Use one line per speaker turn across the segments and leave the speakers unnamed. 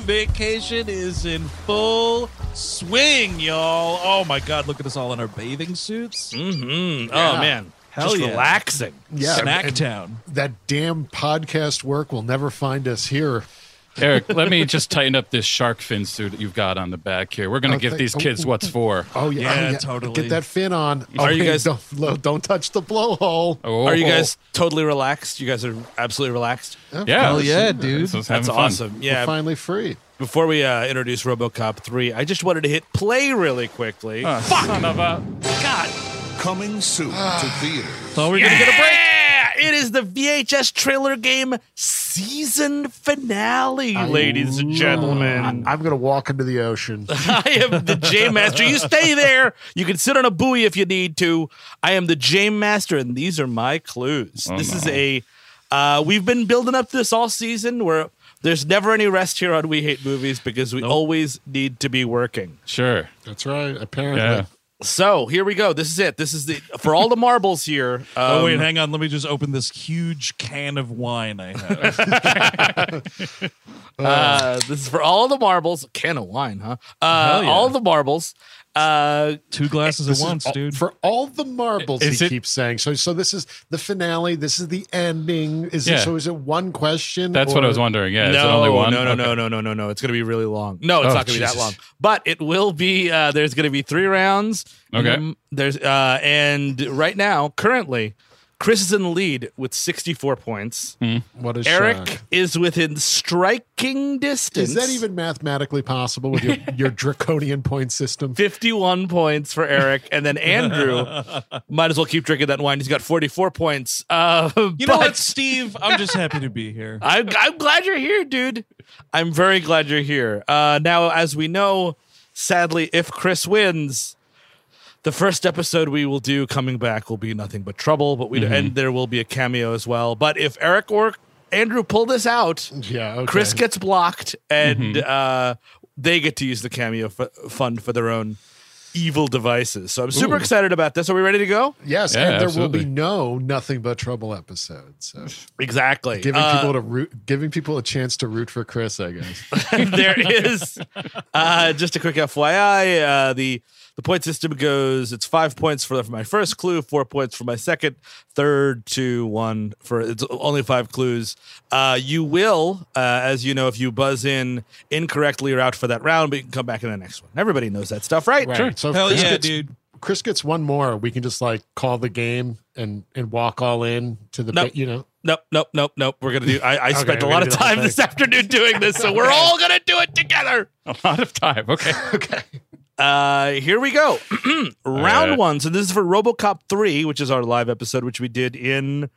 vacation is in full swing, y'all. Oh my God, look at us all in our bathing suits.
Mm-hmm.
Yeah.
Oh man,
Hell
just
yeah.
relaxing.
Yeah,
Snack
and-
town.
That damn podcast work will never find us here.
Eric, let me just tighten up this shark fin suit that you've got on the back here. We're going to
Oh,
give
thank-
these kids
oh,
what's for.
Oh yeah,
Yeah,
oh,
totally.
Get that fin on. Oh,
Are you
hey,
guys-
don't, lo- don't touch the blowhole?
Oh,
Are you guys totally relaxed? You guys are absolutely relaxed.
Yeah.
Hell yeah, dude.
This is having
That's
fun.
awesome.
We're
Yeah.
finally free.
Before we uh, introduce RoboCop three, I just wanted to hit play really quickly.
Uh, son of a-
Coming soon to
Ah.
theaters.
So we're gonna get a break.
Yeah, it is the VHS trailer game season finale, ladies and gentlemen.
I'm gonna walk into the ocean.
I am the J Master. You stay there. You can sit on a buoy if you need to. I am the J Master, and these are my clues. this is a. Uh, we've been building up this all season. Where there's never any rest here on We Hate Movies because we always need to be working.
Sure.
That's right. Apparently,
Yeah.
So here we go. This is it. This is the for all the marbles here. Um,
Oh wait, hang on. Let me just open this huge can of wine I have.
Uh, this is for all the marbles. Can of wine, huh? Uh,
Hell yeah.
All the marbles. Uh,
Two glasses at
This is
once,
all-
dude.
For all the marbles,
Is
he
it-
keeps saying. So, so this is the finale. This is the ending. Is it,
Yeah.
so? Is it one question?
That's what I was
or-
wondering. Yeah.
no,
Is it only one?
no, no,
Okay.
no, no, no, no, no. It's going to be really long. No, it's
Oh,
not going to be that
Jesus.
long. But it will be. Uh, there's going to be three rounds.
Okay.
Um, there's uh, and right now, currently, Chris is in the lead with 64 points.
What is
Eric
shock.
is within striking distance.
Is that even mathematically possible with your, your draconian point system?
51 points for Eric, and then Andrew might as well keep drinking that wine. He's got 44 points. Uh,
you know
but-
what, Steve? I'm just happy to be here.
I'm, I'm glad you're here, dude. I'm very glad you're here. Uh, now, as we know, sadly, if Chris wins, the first episode we will do coming back will be nothing but trouble. But
Mm-hmm.
we and there will be a cameo as well. But if Eric or Andrew pull this out,
Yeah, okay.
Chris gets blocked, and uh, they get to use the cameo f- fund for their own evil devices. So I'm super excited about this. Are we ready to go?
yes,
Yeah,
and there will
absolutely.
be no nothing but trouble episode. So
Exactly.
giving
Uh,
people to root, giving people a chance to root for Chris, I guess.
there is uh, just a quick FYI. Uh, the the point system goes: it's five points for, for my first clue, four points for my second, third, two, one for it's only five clues. Uh, you will, uh, as you know, if you buzz in incorrectly, you're out for that round, but you can come back in the next one. Everybody knows that stuff, right?
So if
Hell
Chris
yeah,
gets,
dude.
Chris gets one more. We can just like call the game and and walk all in to the
Nope.
ba- you know.
Nope, nope, nope, nope. We're gonna do. I, I spent a
we're
lot
gonna
of
do the whole
time
thing.
this afternoon doing this, so we're all gonna do it together.
A lot of time. Okay.
Uh, here we go. Round
right.
one. So this is for RoboCop 3, which is our live episode, which we did in,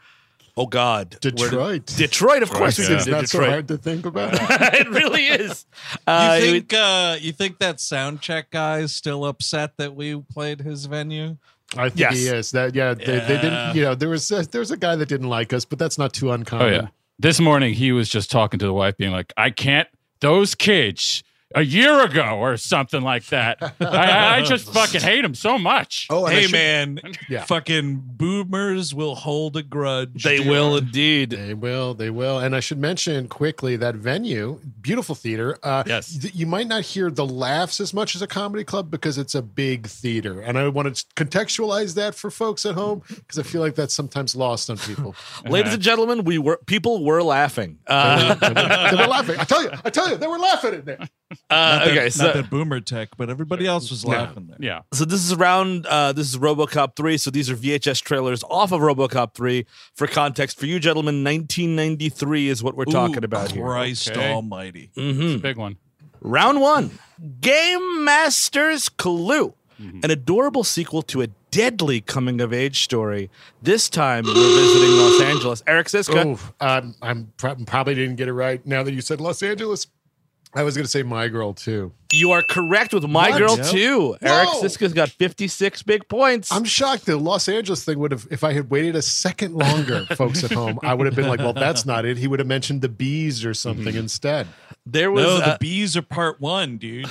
oh God. where did-
Detroit.
Detroit, of course. we
yeah.
did
It's not so
Detroit.
hard to think about.
it really is. Uh,
You think uh, you think that sound check guy is still upset that we played his venue?
I think
Yes.
he is. That yeah, they, they
Yeah.
didn't. You know, there was a, there was a guy that didn't like us, but that's not too
Oh,
uncommon.
yeah. This morning, he was just talking to the wife, being like, I can't, those kids a year ago or something like that. I, I just fucking hate them so much.
Oh, and I
hey
should-
man,
Yeah.
fucking boomers will hold a grudge.
they
dude.
will indeed.
They will. They will. And I should mention quickly that venue, beautiful theater. Uh,
Yes.
th- you might not hear the laughs as much as a comedy club because it's a big theater, and I want to contextualize that for folks at home because I feel like that's sometimes lost on people.
Ladies and gentlemen, we were people were laughing. Uh,
they were laughing. I tell you. I tell you. They were laughing at that.
uh,
Not that-
okay,
not
so
that boomer tech, but everybody else was laughing there.
Yeah.
so this is round uh this is robocop 3 so these are vhs trailers off of robocop 3 for context for you gentlemen 1993 is what we're talking
Ooh,
about here
Christ
Okay.
Almighty.
Mhm.
Big one.
Round one Game Master's Clue,
Mm-hmm.
an adorable sequel to a deadly coming of age story. This time we're visiting Los Angeles. Eric Siska.
Oh, um, I'm prob- probably didn't get it right. Now that you said Los Angeles, I was going to say my girl too.
You are correct with My
What?
Girl
Yep.
2. Eric
Whoa.
Siska's got 56 big points.
I'm shocked the Los Angeles thing would have, if I had waited a second longer, folks at home, I would have been like, well, that's not it. He would have mentioned the bees or
Mm-hmm.
something instead.
there was
No, the
uh,
bees are part one, dude.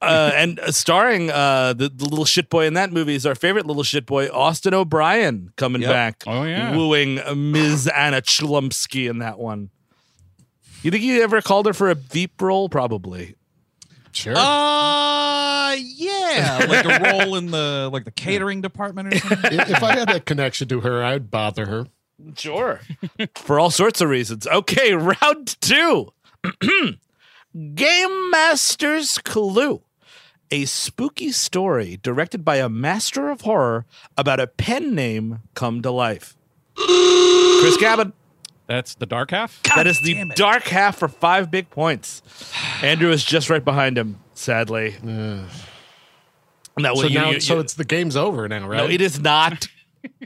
uh, and uh, starring uh, the, the little shit boy in that movie is our favorite little shit boy, Austin O'Brien, coming
Yep.
back,
Oh, yeah.
wooing uh, Ms. Anna Chlumsky in that one. You think you ever called her for a Veep role? Probably.
Sure.
Uh, yeah, like a role in the like the catering department or something.
if if I had that connection to her, I'd bother her.
Sure. For all sorts of reasons. Okay, round two Game Master's Clue. A spooky story directed by a master of horror about a pen name come to life. Chris Cabin.
That's the dark half.
that is the
damn it.
dark half for five big points. Andrew is just right behind him, sadly. No, well,
So
you-
now,
you-
so
you-
it's the game's over now, right?
no, it is not.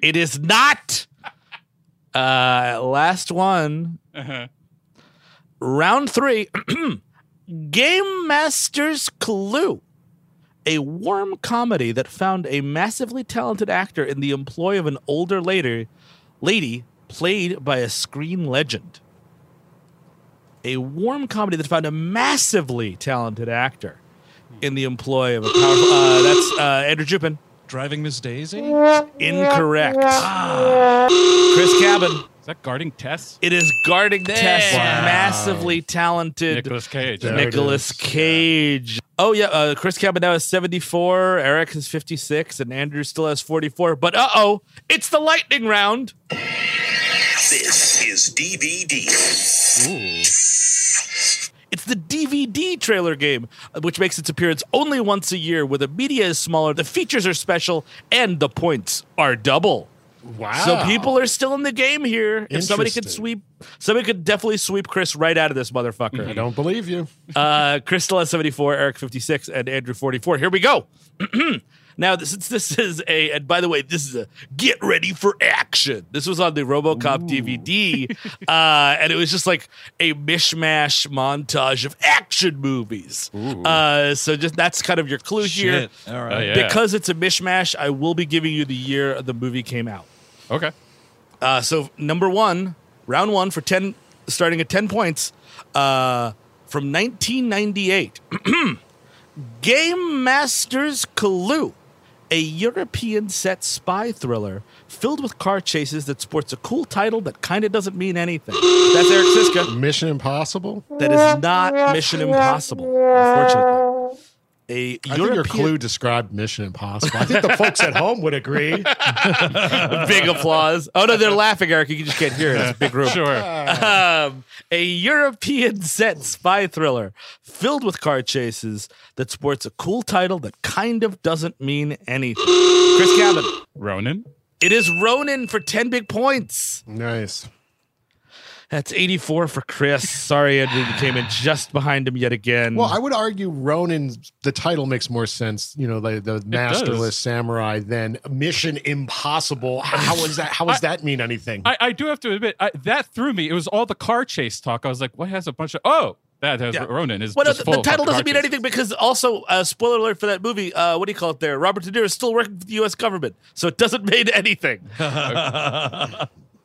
it is not. Uh, last one. Round three. Game Master's Clue. A warm comedy that found a massively talented actor in the employ of an older later lady played by a screen legend. A warm comedy that found a massively talented actor in the employ of a powerful. Uh, that's uh, Andrew Jupin.
Driving Miss Daisy.
Incorrect. Ah. Chris Cabin.
Is that guarding Tess?
It is guarding Tess, massively talented
Nicholas Cage.
Yeah.
Nicholas Cage. Oh yeah, uh, Chris Cabin now is seventy-four. Eric is fifty-six, and Andrew still has forty-four. But uh oh, it's the lightning round.
This is DVD.
It's the DVD trailer game, uh, which makes its appearance only once a year, where the media is smaller, the features are special, and the points are double.
wow.
Ah.
So people are still in the game here. If somebody could
Interesting.
sweep, somebody could definitely sweep Chris right out of this
I
Mm-hmm.
motherfucker.
don't believe you.
uh, Crystal has 74, Eric 56, and Andrew 44. Here we go. now, th- since this is a, and by the way, this is a get ready for action. This was on the Robocop DVD, uh, and it was just like a mishmash montage of action movies. Uh, so just that's kind of your clue here.
Shit. All right.
Oh, yeah.
Because it's a mishmash, I will be giving you the year the movie came out.
Okay.
Uh, so number one, round one for ten, starting at ten points, uh, from 1998. Game Masters Clue, a European set spy thriller filled with car chases that sports a cool title that kind of doesn't mean anything. That's Eric Siska.
Mission Impossible.
That is not Mission Impossible, unfortunately. A
I think your
European
clue described Mission Impossible. I think the folks at home would agree.
big applause. Oh no, they're laughing, Eric. You just can't hear it. It's a big room.
Sure.
um, a European set spy thriller filled with car chases that sports a cool title that kind of doesn't mean anything. Chris Cabin.
Ronan.
It is Ronin for 10 big points.
Nice.
That's 84 for Chris. Sorry, Andrew you came in just behind him yet again.
Well, I would argue Ronin, the title makes more sense, you know, the, the masterless samurai than Mission Impossible. How is that? How does that mean anything?
I, I do have to admit I, that threw me. It was all the car chase talk. I was like, what has a bunch of oh that has
Yeah.
Ronan is
Well, no,
just
the,
full
the
of
title
car
doesn't mean
chases.
anything because also, uh, spoiler alert for that movie, uh, what do you call it there? Robert De Niro is still working for the U.S. government, so it doesn't mean anything.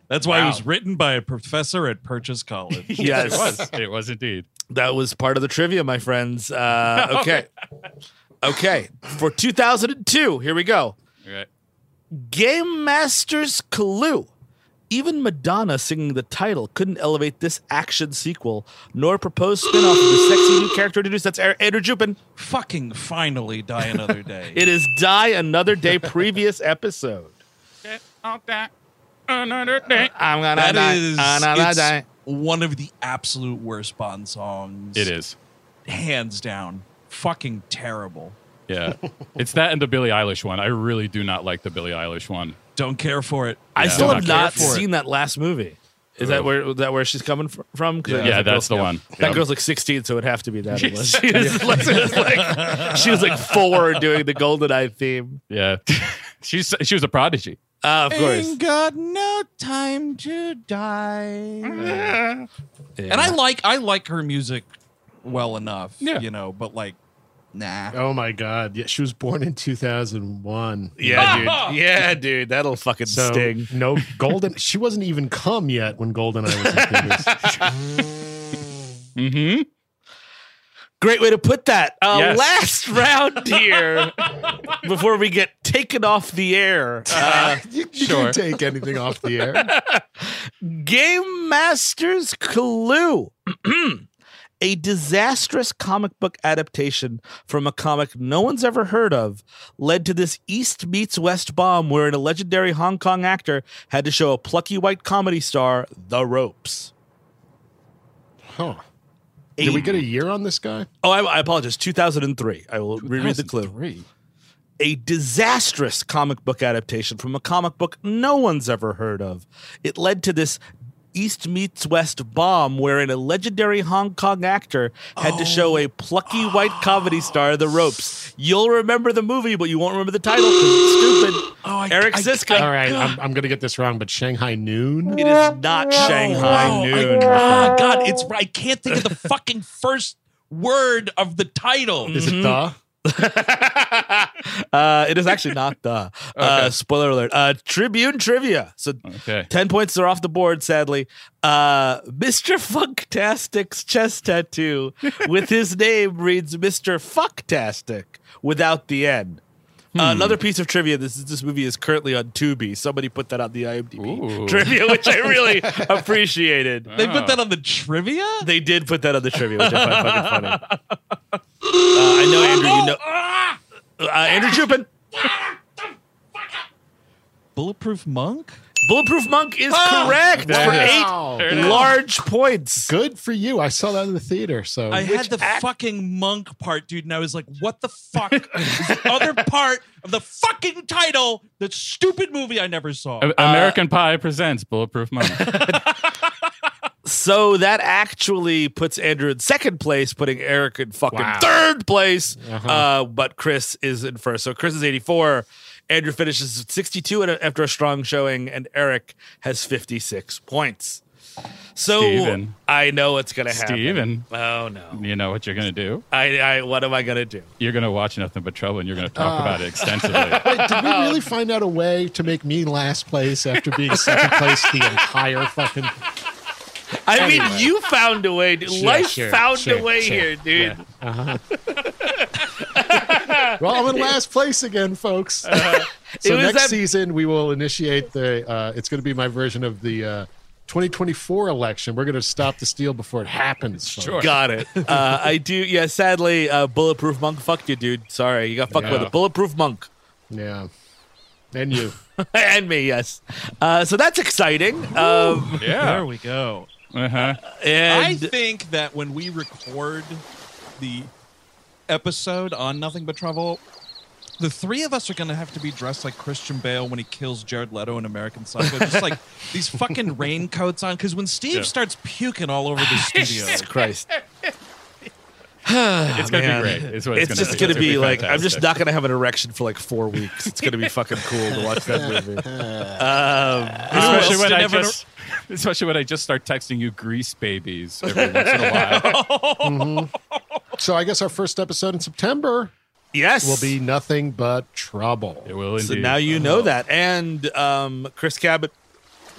That's why it was written by a professor at Purchase College.
yes.
It was. It was indeed.
That was part of the trivia, my friends. Uh, okay. okay. For 2002, here we go.
Okay.
Game Master's Clue. Even Madonna singing the title couldn't elevate this action sequel, nor propose spin-off of the sexy new character introduced. That's Ar- Andrew Jupin.
Fucking finally, die another day.
It is Die Another Day previous episode.
Get out that another day.
I'm gonna
That
die
is
another
it's
day.
one of the absolute worst Bond songs.
It is.
hands down fucking terrible.
Yeah. it's that and the Billie Eilish one. I really do not like the Billie Eilish one.
Don't care for it.
I
Yeah.
still
I'm
have
not
not
care for it.
seen that last movie. Is that where is that where she's coming fr- from? 'Cause I
Yeah,
was like, oh,
that's
"Girl,
the one.
That
Yeah.
girl's like 16, so it'd have to be that. unless She was, like, she was like she was like four doing the GoldenEye theme.
Yeah. She's she was a prodigy.
Uh, of course.
Ain't got no time to die. And I like I like her music well enough,
Yeah.
you know, but like nah.
oh my God. Yeah, she was born in 2001.
Yeah, dude. Yeah, dude. That'll fucking
So
sting.
no golden. She wasn't even come yet when Goldeneye was in theaters.
Mm-hmm.
great way to put that. Uh,
Yes.
Last round here, before we get taken off the air. Uh,
You, you
Sure.
can take anything off the air.
Game Master's Clue. A disastrous comic book adaptation from a comic no one's ever heard of led to this East meets West bomb wherein a legendary Hong Kong actor had to show a plucky white comedy star the ropes.
Huh. Did we get a year on this guy?
Oh, I, I apologize. 2003. I will reread the clue.
2003.
a disastrous comic book adaptation from a comic book no one's ever heard of. It led to this East meets West bomb, wherein a legendary Hong Kong actor had to show a plucky white comedy star the ropes. You'll remember the movie, but you won't remember the title because it's stupid.
Oh, I-
Eric
I-
Siska.
All right, I'm, I'm going to get this wrong, but Shanghai Noon?
it is not Shanghai
Oh, I-
Noon.
Ah, God, it's I can't think of the fucking first word of the title.
Mm.
Is
Mm-hmm.
it the?
uh, it is actually not the uh, spoiler alert. Uh, Tribune trivia. So
Okay.
ten points are off the board, sadly. Uh, Mr. Funktastic's chest tattoo with his name reads Mr. Fucktastic without the N. Uh,
Hmm.
another piece of trivia. This is this movie is currently on Tubi. Somebody put that on the IMDb
Ooh. Uh.
trivia, which I really appreciated.
They put that on the trivia.
They did put that on the trivia, which I find fucking funny. Uh, I know Andrew. You know uh, Andrew Jupin.
Bulletproof monk.
Bulletproof Monk is
Ah!
correct for eight
Wow.
There it is.
large points.
Good for you. I saw that in the theater. So
I had the fucking monk part, dude, and I was like, "What the fuck?" is the other part of the fucking title, that stupid movie I never saw.
Uh,
A- American Pie presents Bulletproof Money.
So that actually puts Andrew in second place, putting Eric in fucking
Wow.
third place. uh
Uh-huh.
but Chris is in first. So Chris is 84. Andrew finishes at 62 at- after a strong showing, and Eric has 56 points. So
Steven.
I know what's going to happen.
Steven,
Oh, no.
you know what you're going to do?
I, I, what am I going to do?
You're going to watch Nothing But Trouble and you're going to
Uh.
talk about it extensively.
did we really find out a way to make me last place after being second place the entire fucking?
I mean,
Anyway.
you found a way. dude. Life
sure,
found
sure,
a way
sure.
here, dude.
Well, I'm in last place again, folks. so
was
next
that-
season we will initiate the. Uh, it's going to be my version of the uh, 2024 election. We're going to stop the steal before it happens. folks.
Sure.
Got it. Uh, I do. Yeah. Sadly, uh, bulletproof monk. Fuck you, dude. Sorry, you got fucked with
Yeah.
a bulletproof monk
Yeah. And you.
and me. Yes. Uh, so that's exciting. Um,
there
Yeah.
we go.
Uh-huh.
I
and
think that when we record the episode on Nothing But Trouble, the three of us are going to have to be dressed like Christian Bale when he kills Jared Leto in American Psycho, just like these fucking raincoats on. Because when Steve
Yeah.
starts puking all over the studio,
Jesus Christ.
It's going to be
Ah, man.
great. It's, what
It's,
it's, gonna
just
be.
gonna
It's gonna
be, like I'm
fantastic.
just not gonna have an erection for like four weeks. It's gonna be fucking cool to watch that movie. Um,
Especially
else
when
to
I
never-
just, especially when I just start texting you grease babies every once in a while.
So I guess our first episode in September
yes,
will be nothing but trouble.
It will indeed.
So now you know that. And um, Chris Cabot,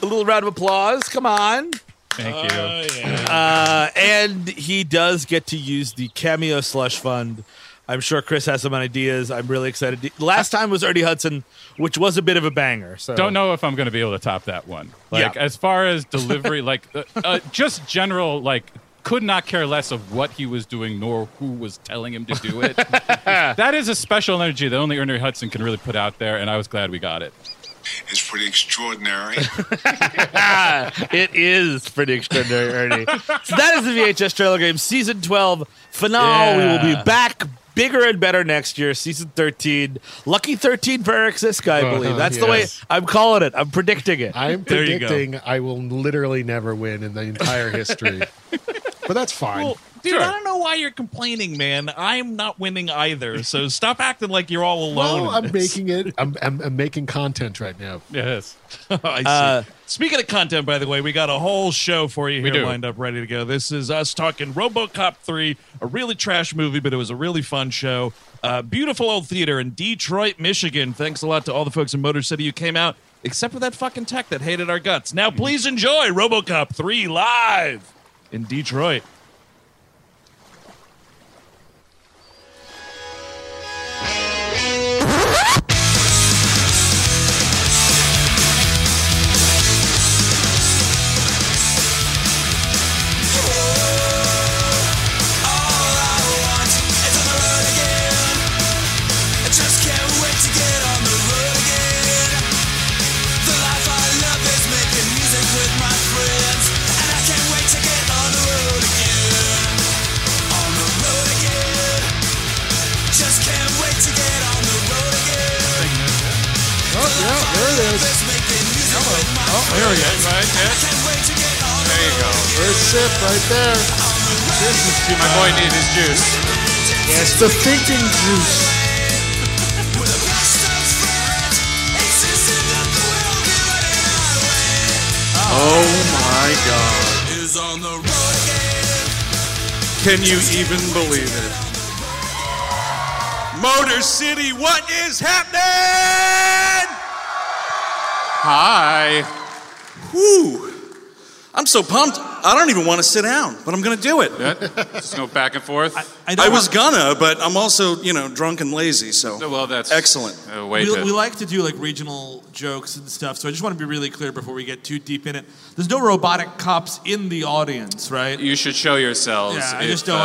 a little round of applause. Come on.
Thank you.
Oh, Uh, and he does get to use the cameo slush fund. I'm sure Chris has some ideas. I'm really excited. The Last time was Ernie Hudson, which was a bit of a banger. So
Don't know if I'm going to be able to top that one. Like
Yeah.
as far as delivery, like uh, uh, just general, like could not care less of what he was doing nor who was telling him to do it. that is a special energy that only Ernie Hudson can really put out there, and I was glad we got it.
It's pretty extraordinary.
Ah, it is pretty extraordinary, Ernie. so that is the VHS Trailer Game Season 12 finale. We will
Yeah.
be back bigger and better next year, Season 13. Lucky 13 for Eric Siska, I
Uh-huh,
believe. That's the way
yes.
I'm calling it. I'm predicting it.
I'm
There you go.
predicting I will literally never win in the entire history. but that's fine.
Well, dude,
Sure.
I don't know why you're complaining, man. I'm not winning either. So stop acting like you're all alone.
Well,
in
I'm
this.
making it. I'm, I'm, I'm making content right now.
Yes.
I see.
Uh,
Speaking of content, by the way, we got a whole show for you
do.
here lined up, ready to go. This is us talking RoboCop 3, a really trash movie, but it was a really fun show. Uh, beautiful old theater in Detroit, Michigan. Thanks a lot to all the folks in Motor City who came out, except for that fucking tech that hated our guts. Now, please enjoy RoboCop 3 live in Detroit.
There we go. Right? Yeah.
There you go.
First sip right there.
This is too
My boy needed his juice.
Yes, the thinking juice.
Can you even believe it? Motor City, what is happening?
Hi.
Whew. I'm so pumped. I don't even want to sit down, but I'm going to do it.
Just go back and forth.
I was gonna, but I'm also, you know, drunk and lazy, so.
Oh, well, that's
Excellent.
A way
we,
to-
we like to do like regional jokes and stuff, so I just want to be really clear before we get too deep in it. There's no robotic cops in the audience, right?
you should show yourselves.
Yeah, I
if,
just don't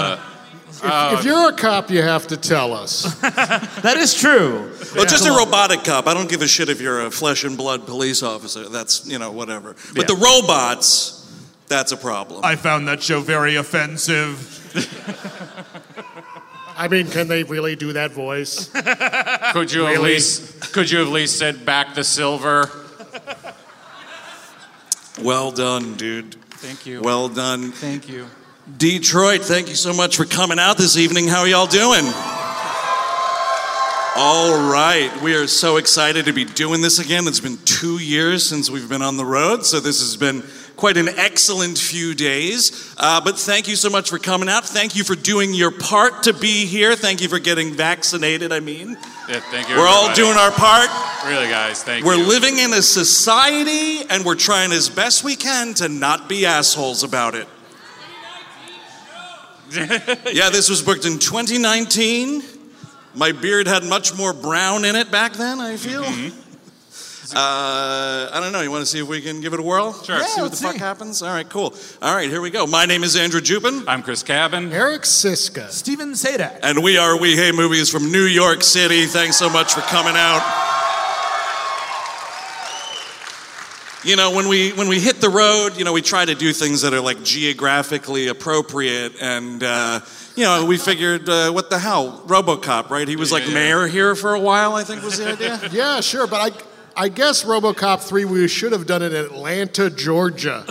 uh,
If you're a cop, you have to tell us.
That is true.
Well, just a robotic cop. I don't give a shit if you're a flesh and blood police officer. That's, you know, whatever. But the robots, that's a problem.
I found that show very offensive.
I mean, can they really do that voice?
Could you at
Really?
least could you at least send back the silver?
well done, dude. Thank
you.
Well done.
Thank you.
Detroit, thank you so much for coming out this evening. How are y'all doing? All right. We are so excited to be doing this again. It's been two years since we've been on the road, so this has been quite an excellent few days. Uh, but thank you so much for coming out. Thank you for doing your part to be here. Thank you for getting vaccinated, I mean.
Yeah, thank you.
We're all
everybody.
doing our part.
Really, guys. Thank
We're
you.
living in a society, and we're trying as best we can to not be assholes about it. yeah, this was booked in 2019. My beard had much more brown in it back then, I feel. Uh, I don't know. You want to see if we can give it a whirl? Sure. Yeah, see what the fuck happens. All right, cool. All right, here we go. My name is Andrew Jupin,
I'm Chris Cabin.
Eric Siska.
Steven Sadak.
and we are We Hey Movies from New York City. Thanks so much for coming out. you know when we when we hit the road you know we try to do things that are like geographically appropriate and uh, you know we figured uh, what the hell robocop right he was like mayor here for a while i think was the idea
Yeah, sure, but I. I guess RoboCop 3, we should have done it in Atlanta, Georgia.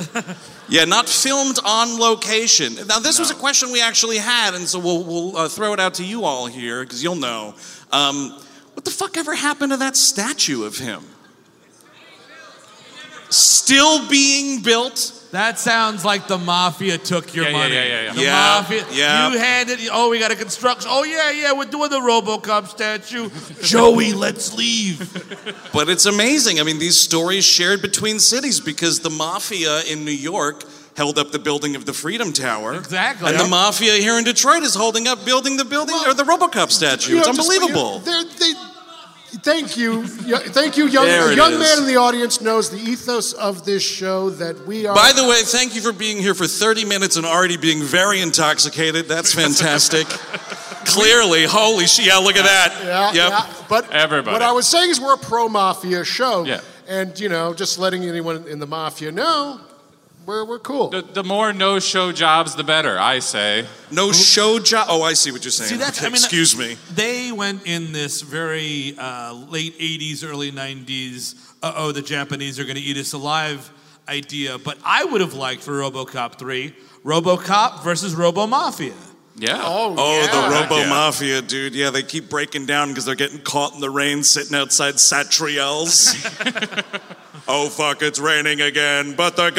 yeah not filmed on location now this was a question we actually had and so we'll, we'll uh, throw it out to you all here because you'll know um, what the fuck ever happened to that statue of him still being built
That sounds like the mafia took your
Yeah, yeah,
money.
yeah, yeah, yeah.
The
Yeah,
mafia.
yeah.
You handed. Oh, we got a construction. Oh yeah, yeah. We're doing the RoboCop statue. Joey, let's leave.
But it's amazing. I mean, these stories shared between cities because the mafia in New York held up the building of the Freedom Tower.
Exactly.
And
Yeah.
the mafia here in Detroit is holding up building the building or the RoboCop statue.
You
It's
know, just-
unbelievable.
they're- they- thank you, Yeah, thank you, young
There
a
it
young
is.
man in the audience knows the ethos of this show that we are.
By the way, thank you for being here for 30 minutes and already being very intoxicated. That's fantastic. Clearly, holy shit! Yeah, look at that.
yeah,
Yep.
yeah, but
Everybody.
What I was saying is we're a pro mafia show,
Yeah.
and you know, just letting anyone in the mafia know we're we're cool.
The, the more no-show jobs, the better. I say.
No show job. Oh, I see what you're saying.
See, that's-
Okay,
I mean,
Excuse me.
They went in this very uh, late '80s, early '90s. Uh oh, the Japanese are going to eat us alive idea. But I would have liked for RoboCop three, RoboCop versus Robo Mafia.
Yeah.
Oh, the
yeah.
Robo
Yeah.
Mafia, dude. Yeah, they keep breaking down because they're getting caught in the rain sitting outside Satriel's. oh, fuck, it's raining again, but the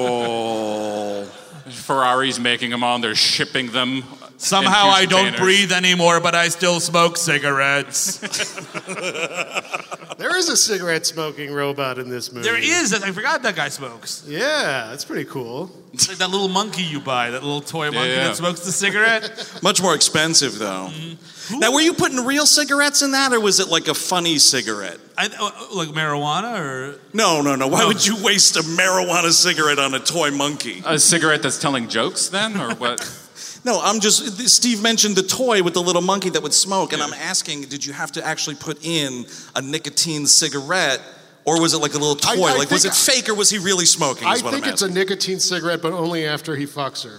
gabagool.
Ferrari's making them on. They're shipping them.
Somehow
in huge
I don't
containers.
breathe anymore, but I still smoke cigarettes.
there is a cigarette smoking robot in this movie.
there is. I forgot that guy smokes.
Yeah, that's pretty cool.
It's like that little monkey you buy, that little toy monkey
yeah.
that smokes the cigarette.
Much more expensive, though.
Mm-hmm.
Now, were you putting real cigarettes in that, or was it like a funny cigarette?
I, uh, like marijuana or
No, no, no. Why would you waste a marijuana cigarette on a toy monkey?
Uh,
A cigarette that's telling jokes, then, or what?
No, I'm just. Steve mentioned the toy with the little monkey that would smoke, and I'm asking, did you have to actually put in a nicotine cigarette, or was it like a little toy?
I- I
like, was it
think-
fake, or was he really smoking?
I
Is what
think
I'm
it's a
asking.
nicotine cigarette, but only after he fucks her.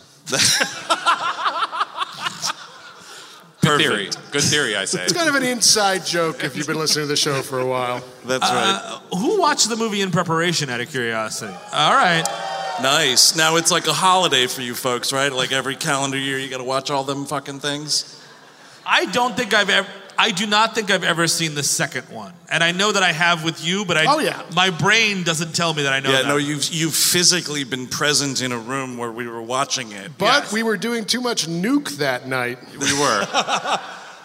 perfect.
theory. Good theory, I say.
It's kind of an inside joke if you've been listening to the show for a while.
That's right.
uh, Who watched the movie in preparation out of curiosity? All right.
Nice. Now it's like a holiday for you folks, right? Like every calendar year, you got to watch all them fucking things.
I don't think I've ever. I do not think I've ever seen the second one, and I know that I have with you, but I.
Oh, yeah.
My brain doesn't tell me that I know.
Yeah,
that.
no, you've you've physically been present in a room where we were watching it.
But
Yes.
we were doing too much nuke that night.
We were.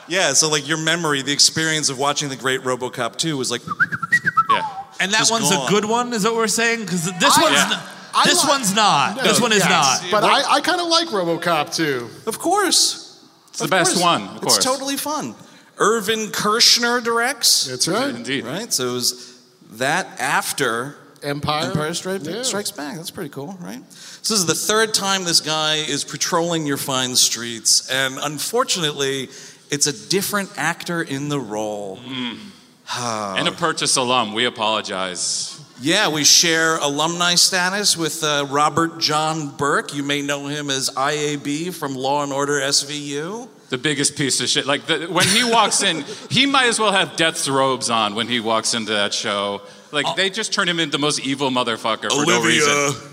yeah, so like your memory, the experience of watching the great RoboCop 2 was like
yeah.
And that
Just
one's
gone.
a good one, is what we're saying? Because this
I-
one's
Yeah.
not,
I
this
li-
one's not. this one is
yes,
not.
But I, I kind of like RoboCop too.
Of course. It's
the best one, of course.
It's totally fun. Irvin Kershner directs.
That's right.
Indeed.
Right? So it was that after
Empire.
Empire Strikes,
Yeah.
Strikes Back. That's pretty cool, right? So this is the third time this guy is patrolling your fine streets, and unfortunately, it's a different actor in the role.
Mm-hmm. And a purchase alum. We apologize.
Yeah, we share alumni status with uh, Robert John Burke. You may know him as IAB from Law and Order SVU.
The biggest piece of shit. Like the, when he walks in, he might as well have death's robes on when he walks into that show. Like
Uh,
they just turn him into the most evil motherfucker for no reason.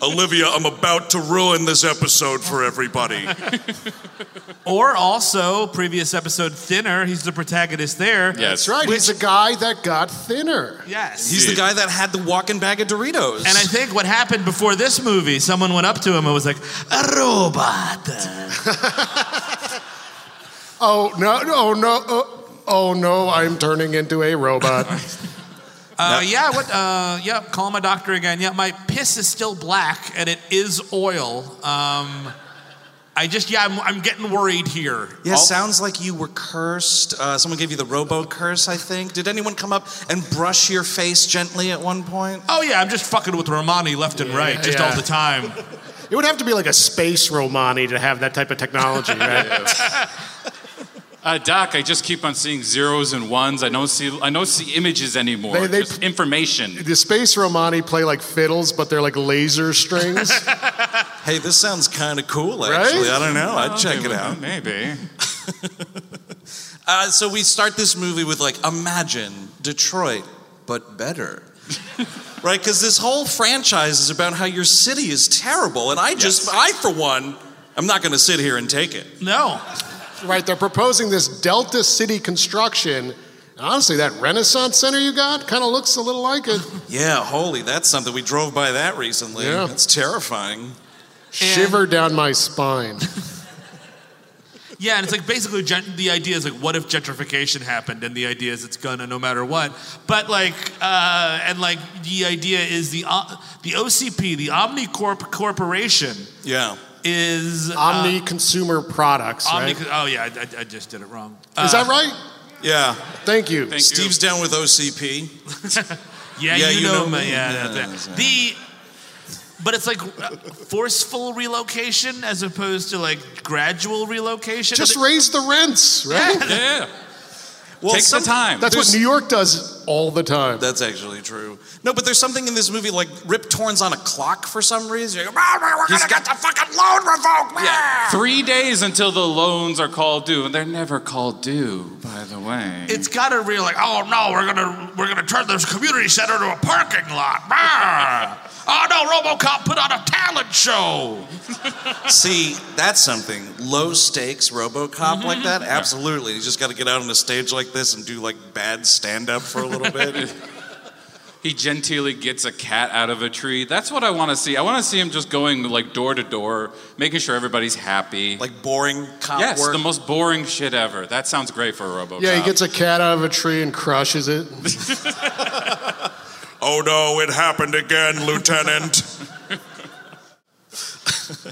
Olivia, I'm about to ruin this episode for everybody.
Or also, previous episode, Thinner, he's the protagonist there.
Yes.
That's right. He's a guy that got thinner.
Yes.
He's the guy that had the walking bag of Doritos.
and I think what happened before this movie, someone went up to him and was like, a robot.
Oh no! No! No! Oh, oh no! I'm turning into a robot.
Uh, yeah, what, uh, yeah, call my doctor again. Yeah, my piss is still black and it is oil. Um, I just, yeah, I'm, I'm getting worried here.
yeah, sounds like you were cursed. Uh, someone gave you the robo curse, I think. Did anyone come up and brush your face gently at one point?
Oh, yeah, I'm just fucking with Romani left and right, just
yeah.
all the time.
it would have to be like a space Romani to have that type of technology, right?
Uh, Doc, I just keep on seeing zeros and ones. I don't see I don't see images anymore.
They- they-
just information.
The space Romani play like fiddles, but they're like laser strings.
Hey, this sounds kind of cool,
Right?
actually. I don't know. I'd check it out.
Maybe.
Uh, so we start this movie with like, imagine Detroit, but better. right? Because this whole franchise is about how your city is terrible. And I just, I for one, I'm not going to sit here and take it.
No.
right? They're proposing this Delta City construction. Honestly, that Renaissance Center you got kind of looks a little like it.
Yeah, holy, that's something. We drove by that recently.
Yeah.
That's terrifying.
Shiver down my spine.
Yeah, and it's like basically gen- the idea is like, what if gentrification happened? And the idea is it's gonna no matter what. But like, uh, and like the idea is the uh, the OCP, the OmniCorp Corporation,
Yeah.
is uh,
Omni Consumer Products,
Omni.
right?
Oh yeah, I, I- I just did it wrong.
Is that right?
Yeah.
uh, Thank you.
Steve's down with OCP.
Yeah,
Yeah,
you,
you
know,
know
me.
me.
Yeah,
Yeah,
that-
that's right.
the. But it's like uh, forceful relocation as opposed to like gradual relocation.
Just raise the rents, right?
Yeah.
Well,
Take
some-
the time.
That's what
There's-
New York does all the time.
That's actually true. No, but there's something in this movie like Rip Torn's on a clock for some reason. You're like, "Rah, rah, we're gonna get the fucking loan revoked. Yeah.
Three days until the loans are called due, and they're never called due, by the way.
it's got to real like, oh no, we're gonna we're gonna turn this community center to a parking lot. Brr. Oh no, RoboCop put on a talent show.
See, that's something. Low stakes RoboCop
Mm-hmm.
like that. Absolutely. You just got to get out on a stage like this and do like bad stand up for a little bit.
he genteelly gets a cat out of a tree. That's what I want to see. I want to see him just going like door to door, making sure everybody's happy.
like boring cop
yes,
work.
the most boring shit ever. That sounds great for a RoboCop.
yeah, he gets a cat out of a tree and crushes it.
oh no, it happened again, Lieutenant.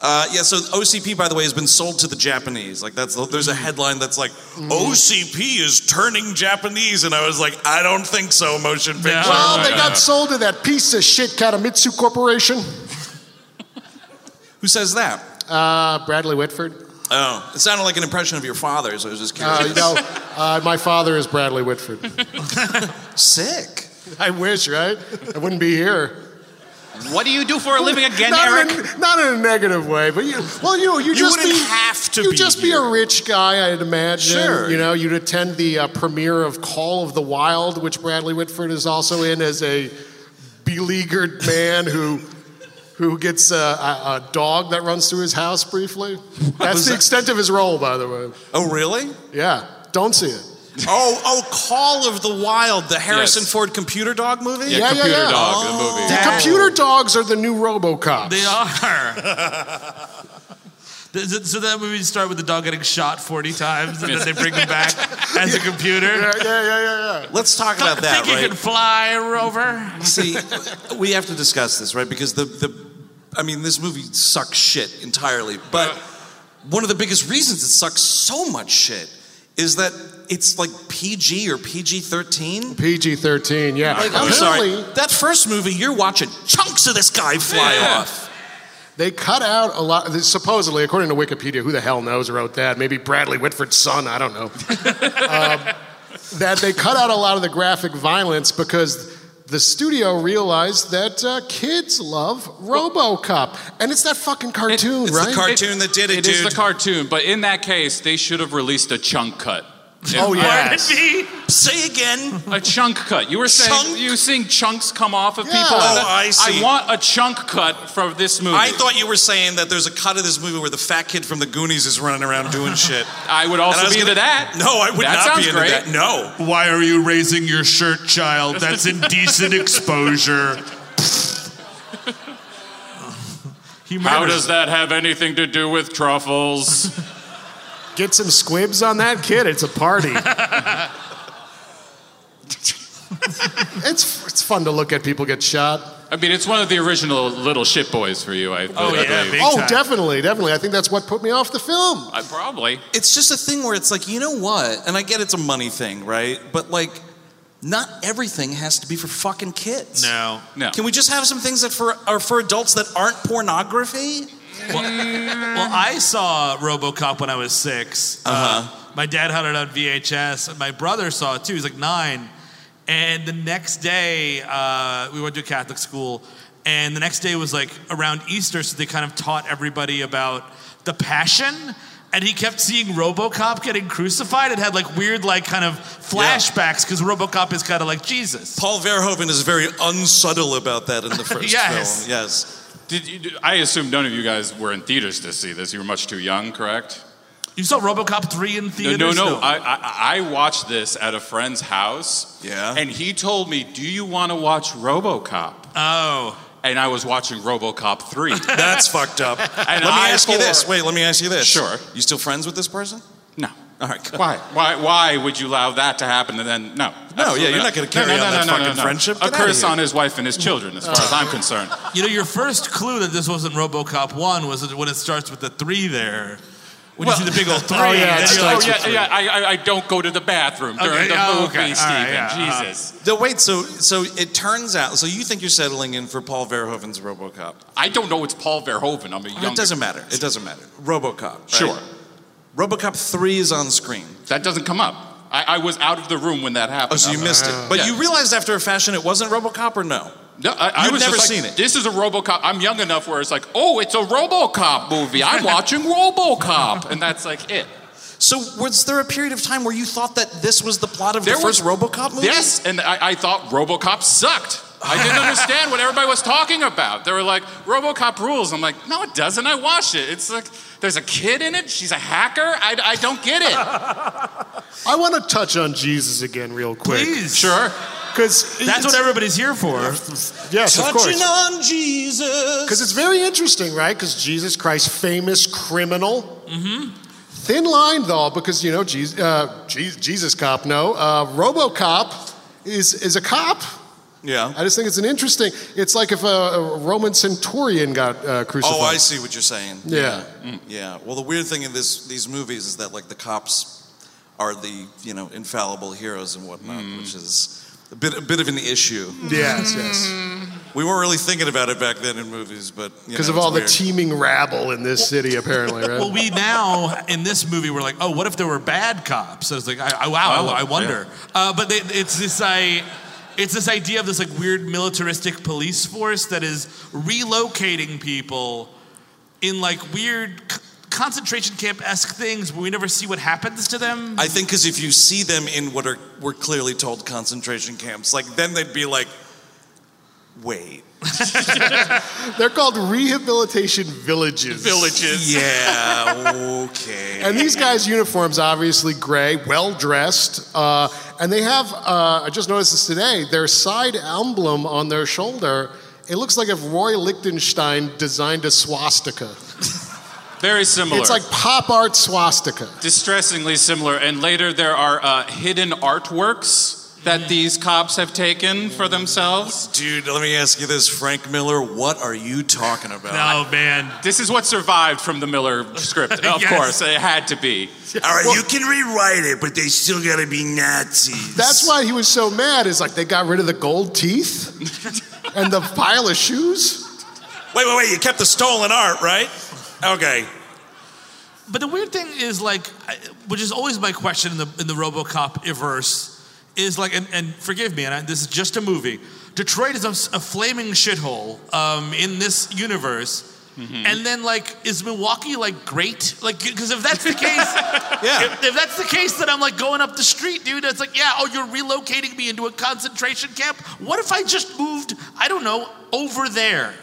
Uh, yeah, so OCP, by the way, has been sold to the Japanese. Like, that's the, there's a
Mm.
headline that's like, OCP is turning Japanese, and I was like, I don't think so. Motion picture.
well, they got sold to that piece of shit Katamitsu Corporation.
Who says that?
Uh, Bradley Whitford.
Oh, it sounded like an impression of your father, so I was just
Oh,
curious.
Uh, you know, uh, my father is Bradley Whitford.
Sick.
I wish, right? I wouldn't be here.
What do you do for a living again,
not,
Eric?
in a, not in a negative way, but you, well, you, you just
wouldn't
be,
have to
you
be
just be
here.
a rich guy, I'd imagine.
Sure.
You know, you'd attend the uh, premiere of Call of the Wild, which Bradley Whitford is also in as a beleaguered man who. Who gets a, a, a dog that runs through his house briefly? That's the extent of his role, by the way.
Oh, really?
Yeah, don't see it.
Oh, oh, Call of the Wild, the Harrison
Yes.
Ford computer dog movie?
Yeah,
yeah,
Computer
yeah.
Dog, the movie.
The computer dogs are the new RoboCops.
They are. Th- th- so that movie start with the dog getting shot 40 times and then they bring him back as a computer.
Yeah, yeah, yeah, yeah, yeah.
Let's talk about
Think
that,
you
right?
can fly, Rover?
See, we have to discuss this, right? Because the, the I mean, this movie sucks shit entirely. But one of the biggest reasons it sucks so much shit is that it's like PG or PG 13.
PG 13, yeah.
Like, I'm sorry.
Apparently,
That first movie, you're watching chunks of this guy fly off.
They cut out a lot, supposedly, according to Wikipedia, who the hell knows wrote that? Maybe Bradley Whitford's son, I don't know. um, that they cut out a lot of the graphic violence because the studio realized that uh, kids love Robocop. And it's that fucking cartoon,
It's
right?
the cartoon that did it,
It
dude.
is the cartoon, but in that case, they should have released a chunk cut.
oh, yeah.
Say again.
A chunk cut. You were saying
Chunk?
you were seeing chunks come off of
Yeah.
people.
Oh,
and
I see.
I want a chunk cut for this movie.
I thought you were saying that there's a cut of this movie where the fat kid from the Goonies is running around doing shit.
I would
And I
also
was
be
gonna-
into that.
No, I would
That
not
sounds
be into
great.
that. No.
Why are you raising your shirt, child? That's indecent exposure.
He
How
murders
does that have anything to do with truffles?
Get some squibs on that kid, it's a party. it's, it's fun to look at people get shot.
I mean, it's one of the original Little Shit Boys for you. I,
Oh,
I
yeah,
believe.
big
oh,
time.
definitely, definitely. I think that's what put me off the film.
I, probably.
it's just a thing where it's like, you know what? And I get it's a money thing, right? But like, not everything has to be for fucking kids.
No.
No.
Can we just have some things that for are for adults that aren't pornography?
Well, I saw RoboCop when I was 6 Uh, my dad had it on VHS, and my brother saw it too. He's like nine. And the next day, uh, we went to a Catholic school, and the next day was like around Easter, so they kind of taught everybody about the Passion. And he kept seeing RoboCop getting crucified. It had like weird, like kind of flashbacks because RoboCop is kind of like Jesus.
Paul Verhoeven is very unsubtle about that in the first
Yes.
film. Yes.
Did you, did- I assume none of you guys were in theaters to see this. You were much too young, correct?
You saw RoboCop three in
No,
theaters.
no, no. I, I, I watched this at a friend's house.
Yeah.
And he told me, "Do you want to watch RoboCop?"
oh,
And I was watching RoboCop three. And
That's fucked up. Let me
I
ask you this.
thought-
Wait, let me ask you this.
Sure.
You still friends with this person?
No.
All right. Good.
Why? Why? Why would you allow that to happen? And then no. Absolutely
yeah, you're not gonna carry on that fucking friendship.
A
Get outta
curse
here.
on his wife and his children, as far as I'm concerned.
You know, your first clue that this wasn't RoboCop one was that when it starts with the three there. When you see the big old three,
yeah, it
then you're
starts
Oh
like,
yeah, yeah. I, I, I don't go to the bathroom during
Okay,
the
yeah,
movie,
okay. All right,
Steven.
uh-huh.
yeah, uh,
Jesus.
No, wait. So, so it turns out. So you think you're settling in for Paul Verhoeven's RoboCop?
I don't know. It's Paul Verhoeven. I'm a young.
It doesn't matter. It doesn't matter. RoboCop. right?
Sure.
RoboCop three is on screen.
That doesn't come up. I, I was out of the room when that happened.
Oh, so you
I'm-
missed it. But
Yeah.
you realized after a fashion it wasn't RoboCop or no?
No, I, I
You've
was
never
just like,
seen it.
This is a RoboCop. I'm young enough where it's like, oh, it's a RoboCop movie. I'm watching RoboCop, and that's like it.
So was there a period of time where you thought that this was the plot of
There
the first
was-
RoboCop movie?
Yes, and I, I thought RoboCop sucked. I didn't understand what everybody was talking about. They were like, RoboCop rules. I'm like, no, it doesn't. I watched it. It's like, there's a kid in it. She's a hacker. I, I don't get it.
I want to touch on Jesus again, real quick.
please.
Sure.
Because
That's what everybody's here for.
Yes, of
Touching
course.
on Jesus.
Because it's very interesting, right? Because Jesus Christ, famous criminal. Mm-hmm. Thin line, though, because you know Jesus, uh, Je- Jesus cop. No, uh, RoboCop is is a cop. I
Yeah.
just think it's an interesting. It's like if a, a Roman centurion got uh, crucified.
Oh, I see what you're saying.
Yeah.
Yeah. Well, the weird thing in this these movies is that like the cops are the you know infallible heroes and whatnot, which is a bit a bit of an issue.
Yes,
Mm.
yes.
We weren't really thinking about it back then in movies, but
Because of all the teeming rabble in this city, apparently, right?
Well, we now in this movie we're like, oh, what if there were bad cops? I was like, I, I, wow, I, I wonder. Uh, but they, it's this I. It's this idea of this like weird militaristic police force that is relocating people in like weird c- concentration camp esque things, but we never see what happens to them.
I think because if you see them in what are we're clearly told concentration camps, like then they'd be like, wait,
They're called rehabilitation villages.
Villages.
yeah, okay.
And these guys' uniforms, obviously gray, well dressed, uh, and they have. Uh, I just noticed this today. Their side emblem on their shoulder. It looks like if Roy Lichtenstein designed a swastika.
Very similar.
It's like pop art swastika.
distressingly similar. And later there are uh, hidden artworks
Mm.
that these cops have taken for themselves.
Dude, let me ask you this, Frank Miller, what are you talking about?
Oh man.
This is what survived from the Miller script. Of
Yes.
course, it had to be.
All right, you can rewrite it, but they still gotta be Nazis.
That's why he was so mad. Is like they got rid of the gold teeth and the pile of shoes.
Wait, wait, wait, you kept the stolen art, right? Okay.
But the weird thing is, like, I- which is always my question in the in the RoboCop verse, is like, and, and forgive me, and I, this is just a movie. Detroit is a, s- a flaming shithole um, in this universe. And then, like, is Milwaukee like great? Like, because if that's the case, yeah. If, if that's the case, then I'm like going up the street, dude. It's like, yeah, oh, you're relocating me into a concentration camp. What if I just moved? I don't know, over there.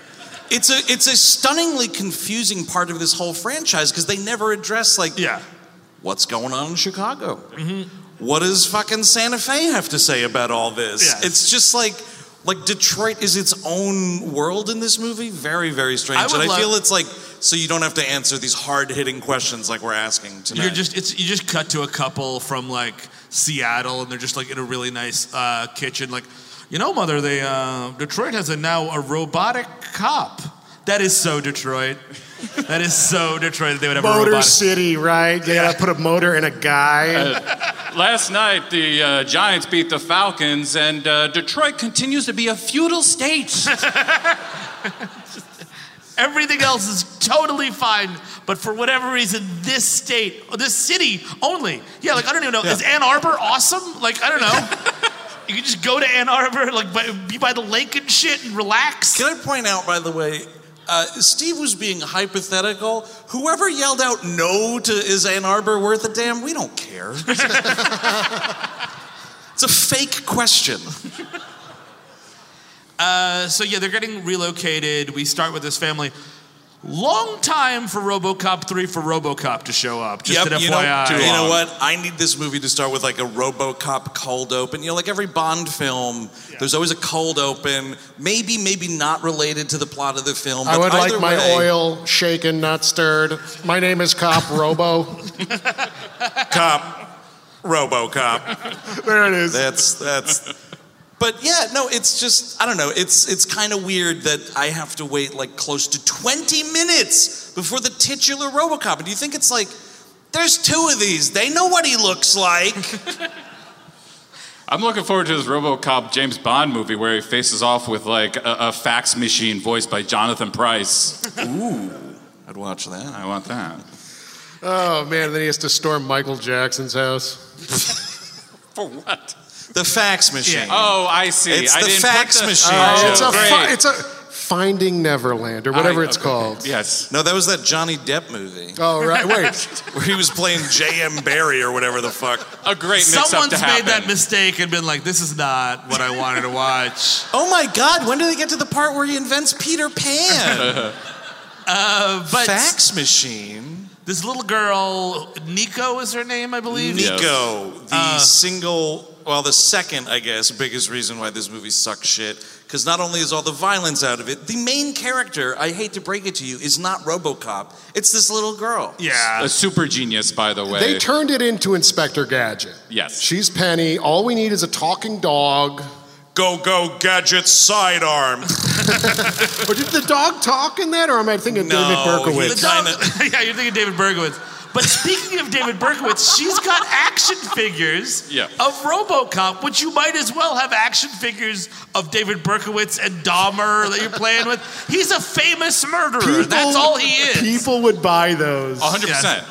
It's a it's a stunningly confusing part of this whole franchise because they never address like
Yeah.
what's going on in Chicago?
Mm-hmm.
What does fucking Santa Fe have to say about all this?
Yeah.
It's just like like Detroit is its own world in this movie. Very very strange,
I would
and I
love-
feel it's like so you don't have to answer these hard hitting questions like we're asking tonight.
You're just it's you just cut to a couple from like Seattle, and they're just like in a really nice uh, kitchen. Like, you know, mother, they uh, Detroit has a now a robotic cop. That is so Detroit. that is so Detroit that they would have a
Motor
robotic.
City, right? They gotta put a motor in a
Uh,
guy.
Last night, the uh, Giants beat the Falcons, and uh, Detroit continues to be a feudal state.
Everything else is totally fine, but for whatever reason, this state, this city only. Yeah, like I don't even know. Is Ann Arbor awesome? Like I don't know. you can just go to Ann Arbor, like by, be by the lake and shit, and relax.
Can I point out, by the way, uh, Steve was being hypothetical. Whoever yelled out no to is Ann Arbor worth a damn, we don't care. it's a fake question.
so yeah, they're getting relocated. We start with this family. Long time for RoboCop three for RoboCop to show up. Just an
you,
FYI.
know, you know what? I need this movie to start with like a RoboCop cold open. You know, like every Bond film, there's always a cold open. Maybe, maybe not related to the plot of the film.
I
but
would
either
like my
way-
oil shaken, not stirred. My name is Cop Robo.
Cop, RoboCop.
there it is.
That's that's. But yeah, no, it's just I don't know. It's it's kind of weird that I have to wait like close to 20 minutes before the titular RoboCop. And do you think it's like there's two of these? They know what he looks like.
I'm looking forward to this RoboCop James Bond movie where he faces off with like a, a fax machine voiced by Jonathan Price.
Ooh, I'd watch that.
I want that.
Oh man, then he has to storm Michael Jackson's house.
For what?
The fax machine.
Oh, I see.
It's
I
the
didn't
fax
put the-
machine.
Oh,
it's a
great.
fi- it's a Finding Neverland or whatever it's called.
yes.
No, that was that Johnny Depp movie
Oh right, wait.
where he was playing J.M. Barry or whatever the fuck.
A great mix up
Someone's
to
made
happen.
that mistake and been like, "This is not what I wanted to watch."
Oh my God! When do they get to the part where he invents Peter Pan?
Uh, but
fax machine.
this little girl, Nico is her name, I believe.
Yeah.
Nico, the single, well, the second, I guess, biggest reason why this movie sucks shit. Because not only is all the violence out of it, the main character, I hate to break it to you, is not Robocop. It's this little girl.
Yeah.
A super genius, by the way.
They turned it into Inspector Gadget.
Yes.
She's Penny. All we need is a talking dog.
Go, go, gadget sidearm.
Or did the dog talk in that, or am I thinking of David
No, he-
Berkowitz?
The dog-
kinda-
yeah, you're thinking David Berkowitz. But speaking of David Berkowitz, she's got action figures
Yeah.
of RoboCop, which you might as well have action figures of David Berkowitz and Dahmer that you're playing with. He's a famous murderer. That's all he is.
People would buy those.
100%.
Yes.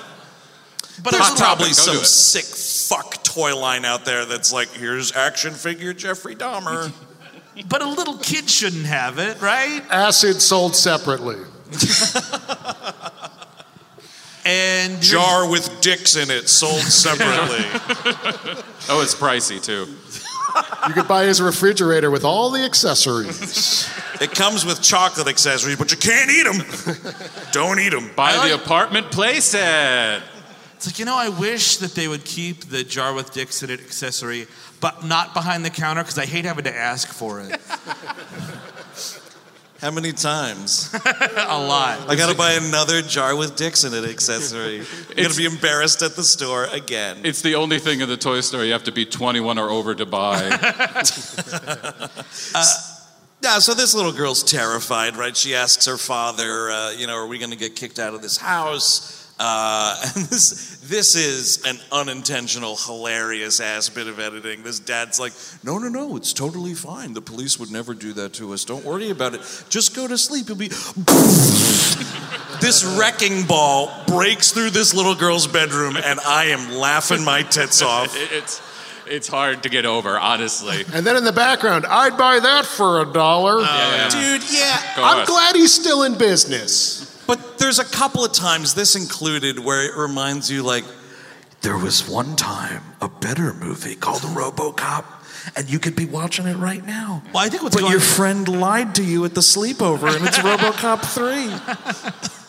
but
There's
also-
probably
Go do
some
it.
sick fuck toy line out there that's like, here's action figure Jeffrey Dahmer.
But a little kid shouldn't have it, right?
Acid sold separately.
And you're-
Jar with dicks in it, sold separately.
Oh, it's pricey too.
You could buy his refrigerator with all the accessories.
it comes with chocolate accessories, but you can't eat them. Don't eat them.
Buy the apartment playset.
It's like, you know, I wish that they would keep the jar with dicks in it accessory, but not behind the counter because I hate having to ask for it
How many times?
a lot.
I gotta buy another jar with dicks in it accessory. I'm gonna be embarrassed at the store again.
It's the only thing in the toy store you have to be 21 or over to buy.
Yeah, so this little girl's terrified, right? She asks her father, uh, you know, are we going to get kicked out of this house? Uh, and this, this is an unintentional, hilarious ass bit of editing. This dad's like, no, no, no, it's totally fine. The police would never do that to us. Don't worry about it. Just go to sleep. You'll be. this wrecking ball breaks through this little girl's bedroom, and I am laughing my tits off.
It- it's it's hard to get over, honestly.
and then in the background, I'd buy that for a
Oh,
dollar.
Dude, yeah,
Go
I'm
us.
glad he's still in business.
But there's a couple of times, this included, where it reminds you, like, there was one time a better movie called RoboCop, and you could be watching it right now.
Well, I think what's
But
going
your friend lied to you at the sleepover, and it's RoboCop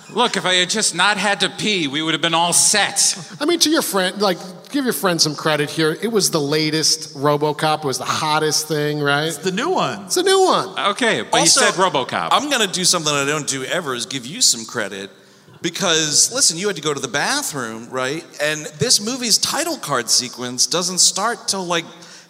3.
Look, if I had just not had to pee, we would have been all set.
I mean, to your friend, like, give your friend some credit here. It was the latest RoboCop. It was the hottest thing, right?
the new one.
It's a new one.
Okay, but
Also,
you said RoboCop.
I'm going to do something I don't do ever is give you some credit because, listen, you had to go to the bathroom, right? And this movie's title card sequence doesn't start till like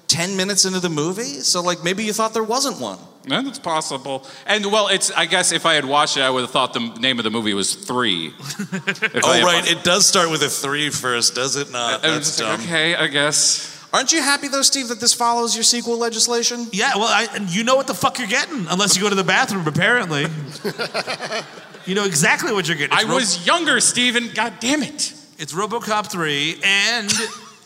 10 minutes into the movie. So, like, maybe you thought there wasn't one.
And it's possible. And well, it's I guess if I had watched it, I would have thought the name of the movie was Three. If I
Oh,
had
right.
watched-
It does start with a three first, does it not?
I was
That's
just like,
dumb.
okay, I guess.
Aren't you happy, though, Steve, that this follows your sequel legislation?
Yeah, well, I, and you know what the fuck you're getting unless you go to the bathroom, apparently. you know exactly what you're getting.
I
It's Ro-
was younger, Steven. God damn it.
It's RoboCop 3, and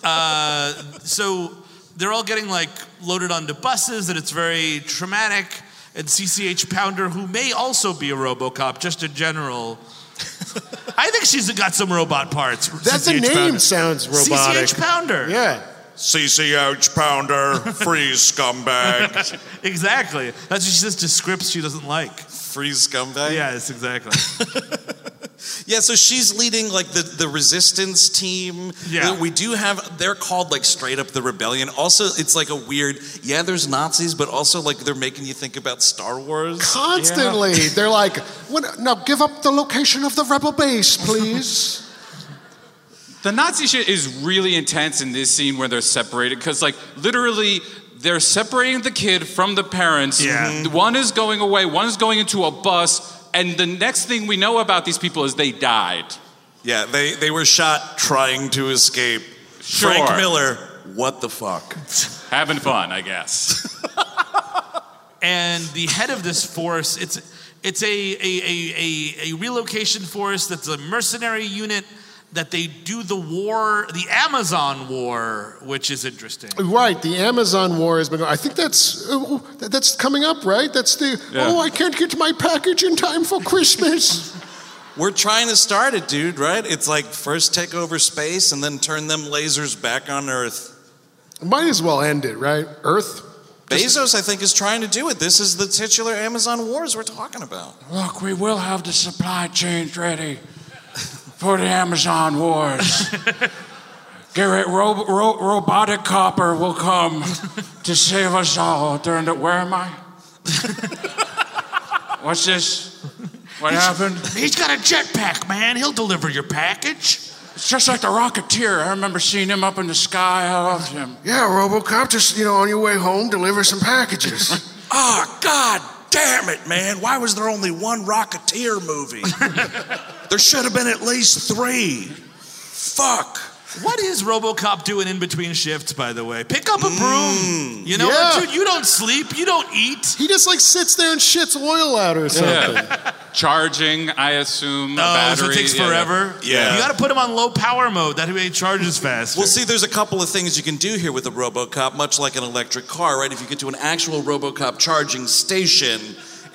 uh, so they're all getting like loaded onto buses, and it's very traumatic. And CCH Pounder, who may also be a RoboCop, just in general, I think she's got some robot parts.
That the
CCH
name
Pounder.
sounds robotic.
CCH Pounder.
Yeah.
CCH Pounder, freeze scumbag.
exactly. That's what she says to scripts she doesn't like.
freeze scumbag?
Yes, exactly.
Yeah, so she's leading like the, the resistance team.
Yeah.
Uh, We do have, they're called like straight up the rebellion. Also, it's like a weird, yeah, there's Nazis, but also like they're making you think about Star Wars.
Constantly. They're like, when, now give up the location of the rebel base, please.
The Nazi shit is really intense in this scene where they're separated because, like, literally, they're separating the kid from the parents. Mm-hmm.
Yeah.
One is going away, one is going into a bus, and the next thing we know about these people is they died.
Yeah, they, they were shot trying to escape.
Sure.
Frank Miller, what the fuck?
Having fun, I guess.
and the head of this force it's it's a a, a, a, a relocation force that's a mercenary unit that they do the war the amazon war which is interesting
Right, the Amazon war has been. going. I think that's oh, that's coming up, right? That's the
Yeah.
oh, I can't get my package in time for Christmas.
We're trying to start it, dude, right? It's like first take over space and then turn them lasers back on Earth.
Might as well end it, right? Earth.
Bezos, I think, is trying to do it. This is the titular Amazon wars we're talking about.
Look, we will have the supply chains ready for the Amazon wars. Garrett, ro- ro- robotic copper will come to save us all during the. Where am I? What's this? What happened?
he's got a jetpack man he'll deliver your package
It's just like the Rocketeer. I remember seeing him up in the sky. I loved him.
Yeah, RoboCop. Just you know, on your way home, deliver some packages.
Ah, god damn it, man. Why was there only one Rocketeer movie? there should have been at least three. Fuck.
what is robocop doing in between shifts by the way pick up a broom you know
yeah.
what dude you don't sleep you don't eat
he just like sits there and shits oil out or something.
charging, I assume. a
Oh,
battery.
so it takes
Yeah, yeah.
forever.
Yeah.
You got to put him on low power mode. That way he charges fast.
Well, see, there's a couple of things you can do here with a RoboCop, much like an electric car, right? If you get to an actual RoboCop charging station,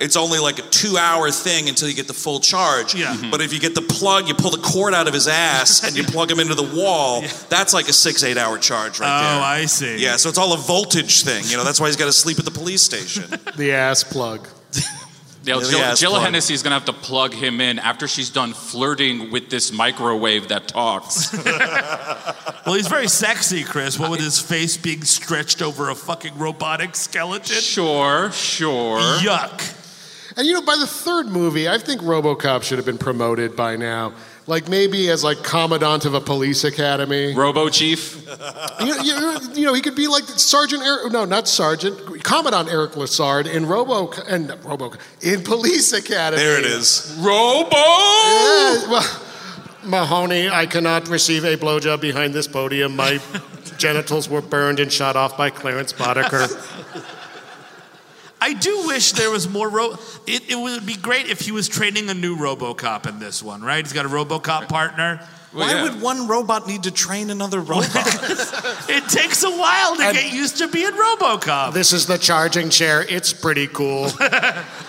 it's only like a two-hour thing until you get the full charge.
Yeah. Mhm.
But if you get the plug, you pull the cord out of his ass and you plug him into the wall. That's like a six, eight-hour charge
Oh,
right there.
I see.
Yeah, so it's all a voltage thing. You know, that's why he's got to sleep at the police station.
The ass plug.
Yeah,
the
Jill,
ass
Jill
plug.
Hennessy's gonna have to plug him in after she's done flirting with this microwave that talks.
Well, he's very sexy, Chris. What with his face being stretched over a fucking robotic skeleton?
sure, sure.
Yuck.
And you know, by the third movie, I think RoboCop should have been promoted by now. Like maybe as like commandant of a police academy.
Robo Chief.
you, you, you know, he could be like Sergeant Eric. No, not Sergeant. Commandant Eric Lassard in Robo and not Robo in Police Academy.
there it is.
Robo!
Yeah, well, Mahoney, I cannot receive a blowjob behind this podium. My genitals were burned and shot off by Clarence Boddicker.
I do wish there was more ro. It, it would be great if he was training a new RoboCop in this one, right? He's got a RoboCop partner.
Why would one robot need to train another robot?
It takes a while to get used to being RoboCop.
This is the charging chair. It's pretty cool.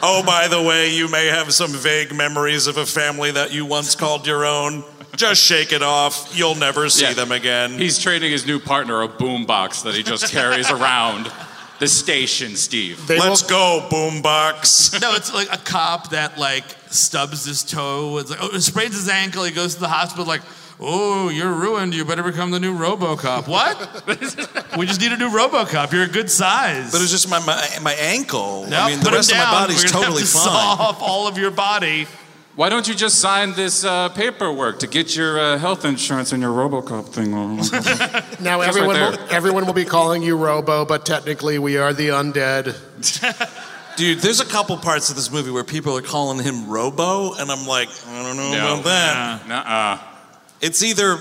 oh, by the way, you may have some vague memories of a family that you once called your own. Just shake it off. You'll never see
Yeah.
them again.
He's training his new partner a boombox that he just carries around the station, Steve.
They
Let's
will-
go, boombox.
No, it's like a cop that like stubs his toe. It's like oh, sprains his ankle. He goes to the hospital. Like, oh, you're ruined. You better become the new RoboCop. What? we just need a new RoboCop. You're a good size.
But it's just my my, my ankle.
Nope,
I mean, the
put him
rest of my
down.
body's
We're gonna
totally
have to
fine.
Saw off all of your body.
Why don't you just sign this uh, paperwork to get your uh, health insurance and your RoboCop thing? on?
Now
Just
everyone,
right
will, everyone will be calling you Robo, but technically we are the undead.
Dude, there's a couple parts of this movie where people are calling him Robo, and I'm like, I don't know
No.
about that.
Nuh-uh.
It's either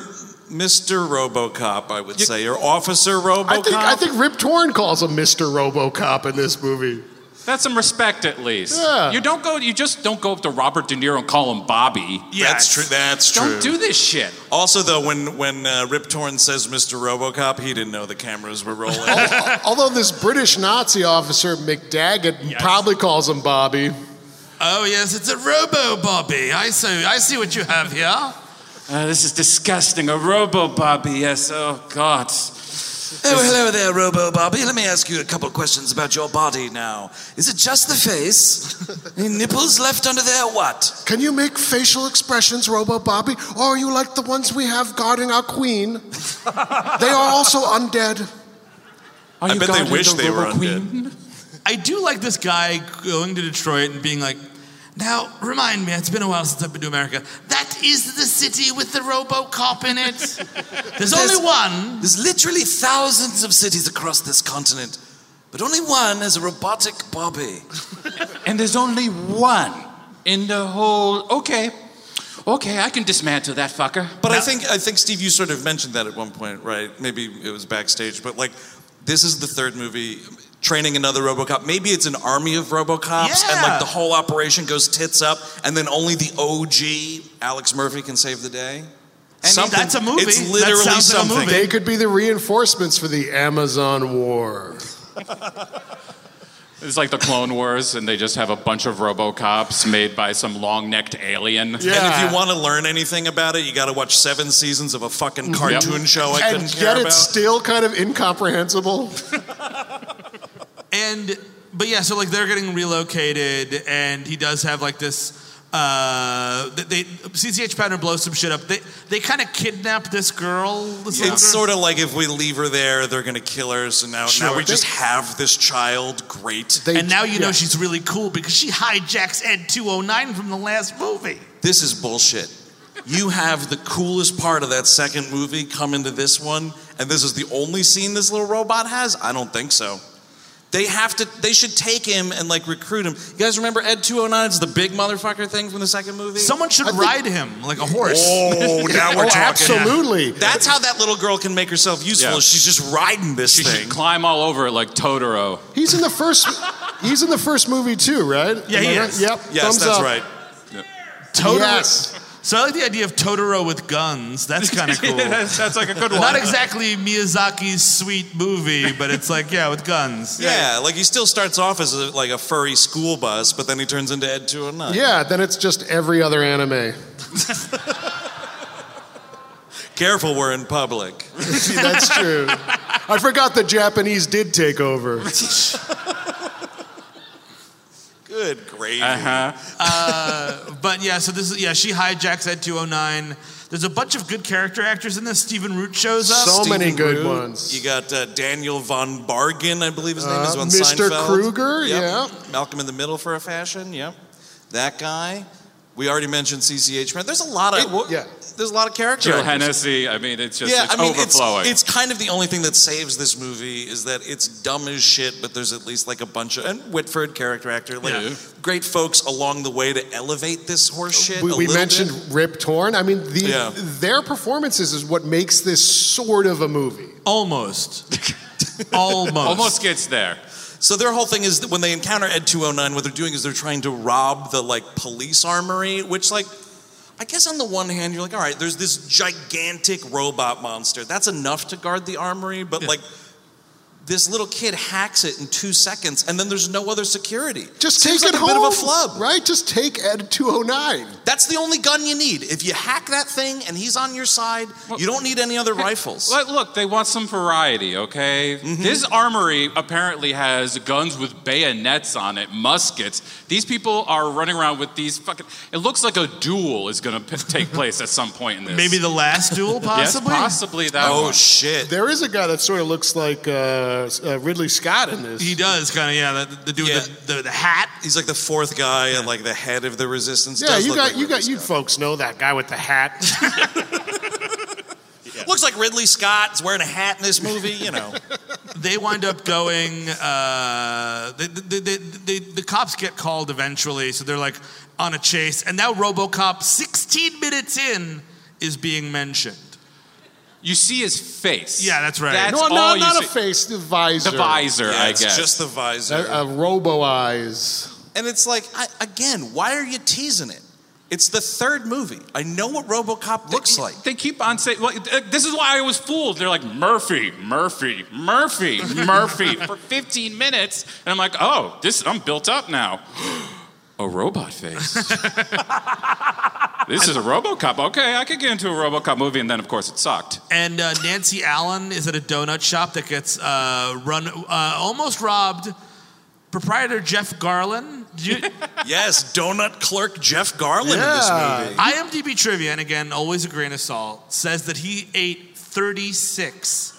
Mr. RoboCop, I would say, or Officer RoboCop.
I think I think Rip Torn calls him Mr. RoboCop in this movie.
That's some respect, at least.
Yeah.
You don't go. You just don't go up to Robert De Niro and call him Bobby.
that's true. That's true.
Don't do this shit.
Also, though, when when uh, Rip Torn says Mr. RoboCop, he didn't know the cameras were rolling.
Although this British Nazi officer McDaggett probably calls him Bobby.
Oh yes, it's a Robo Bobby. I see. I see what you have here.
Uh, this is disgusting. A Robo Bobby. Yes. Oh God.
Oh, hello there, Robo Bobby. Let me ask you a couple questions about your body now. Is it just the face? Any nipples left under there? What?
Can you make facial expressions, Robo Bobby? Or are you like the ones we have guarding our queen? they are also undead.
Are
I
you
bet they
guarding
wish
the
they were
Robo
undead.
Queen?
I do like this guy going to Detroit and being like, now remind me, it's been a while since I've been to America. That is the city with the RoboCop in it. There's only one.
There's literally thousands of cities across this continent, but only one has a robotic Bobby.
And there's only one in the whole. Okay. Okay, I can dismantle that fucker.
But I think I think Steve, you sort of mentioned that at one point, right? Maybe it was backstage, but like this is the third movie training another RoboCop. Maybe it's an army of RoboCops, and
Yeah.
like the whole operation goes tits up, and then only the OG Alex Murphy can save the day. Something-
that's a movie.
It's
That
literally
sounds like a
something.
movie.
They could be the reinforcements for the Amazon War.
It's like the Clone Wars, and they just have a bunch of RoboCops made by some long-necked alien.
And if
Yeah.
you want to learn anything about it, you got to watch seven seasons of a fucking cartoon show I
And
couldn't care
yet
about.
it's still kind of incomprehensible.
And but yeah, so like they're getting relocated, and he does have like this. Uh, they, they CCH pattern blows some shit up. They they kind of kidnap this girl. This little
It's
girl.
sort of like if we leave her there, they're gonna kill her. So now, now we just have this child. Great.
They-
and now you know
yeah.
she's really cool because she hijacks Ed 209 from the last movie.
this is bullshit. You have the coolest part of that second movie come into this one, and this is the only scene this little robot has. I don't think so. They have to. They should take him and like recruit him. You guys remember Ed 209's the big motherfucker thing from the second movie?
Someone should ride him like a horse.
Oh, now we're
oh,
talking.
absolutely.
That's how that little girl can make herself useful.
Yeah.
is She's just riding this
She
thing.
should climb all over it like Totoro.
He's in the first. He's in the first movie too, right?
Yeah,
Am I
he
right?
is.
Yep.
yes,
thumbs
that's
up.
right.
Totoro.
Yes.
So I like the idea of Totoro with guns. That's kind of cool.
that's, that's like a good one.
Not exactly Miyazaki's sweet movie, but it's like yeah, with guns.
Yeah, like he still starts off as a, like a furry school bus, but then he turns into Ed 209.
Yeah, then it's just every other anime.
Careful, we're in public.
See, that's true. I forgot the Japanese did take over.
Good gravy.
But yeah, so this is yeah, she hijacks at 209. There's a bunch of good character actors in this. Stephen Root shows up.
So many
Stephen
good
Root.
ones.
You got uh, Daniel von Bargen, I believe his name is
Uh,
on
Mr.
Seinfeld.
Kruger,
Yep.
yeah.
Malcolm in the Middle for a fashion. Yep. That guy. We already mentioned CCH. Man, there's a lot of
yeah.
There's a lot of character.
Jill
actors.
Hennessy. I mean, it's just
Yeah,
it's
I mean, it's,
overflowing.
it's kind of the only thing that saves this movie is that it's dumb as shit, but there's at least like a bunch of and Whitford character actor, like
Yeah.
great folks along the way to elevate this horse shit.
Oh, We,
a
we
little
mentioned
bit.
Rip Torn. I mean, the,
Yeah.
their performances is what makes this sort of a movie.
Almost. Almost.
Almost gets there.
So their whole thing is that when they encounter Ed 209, what they're doing is they're trying to rob the like police armory, which like I guess on the one hand you're like, all right, there's this gigantic robot monster. That's enough to guard the armory, but like this little kid hacks it in two seconds, and then there's no other security.
Just
Seems
take it
like a
home.
bit of a flub,
right? Just take Ed 209.
That's the only gun you need. If you hack that thing and he's on your side, you don't need any other rifles.
Like, look, they want some variety, okay? This armory apparently has guns with bayonets on it, muskets. These people are running around with these fucking. It looks like a duel is going to p- take place at some point in this.
Maybe the last duel, possibly.
Yes, possibly that
Oh
one.
shit!
There is a guy that sort of looks like uh, uh, Ridley Scott in this.
He does kind of yeah. The, the dude with the, the, the hat.
He's like the fourth guy and like the head of the resistance.
yeah,
Does
you
look
got
like
you
Ridley
got you
Scott.
folks know that guy with the hat.
Looks like Ridley Scott is wearing a hat in this movie. You know,
They wind up going. Uh, they, they, they, they, the cops get called eventually, so they're like on a chase. And now RoboCop, 16 minutes in, is being mentioned.
You see his face.
Yeah, that's right.
That's
no,
all
no,
you
not
see.
a face, the visor.
The visor,
Yeah,
I
it's
guess.
just the visor.
Uh, uh, robo eyes.
and it's like, I, again, why are you teasing it? It's the third movie. I know what RoboCop looks like.
They keep on saying, well, th- this is why I was fooled. They're like, Murphy, Murphy, Murphy, Murphy for 15 minutes. And I'm like, oh, this, I'm built up now. a robot face. this is a Robocop. Okay, I could get into a Robocop movie. And then, of course, it sucked.
And uh, Nancy Allen is at a donut shop that gets uh, run, uh, almost robbed. Proprietor Jeff Garland. You-
yes, donut clerk Jeff Garland in this movie.
IMDb trivia, and again, always a grain of salt, says that he ate 36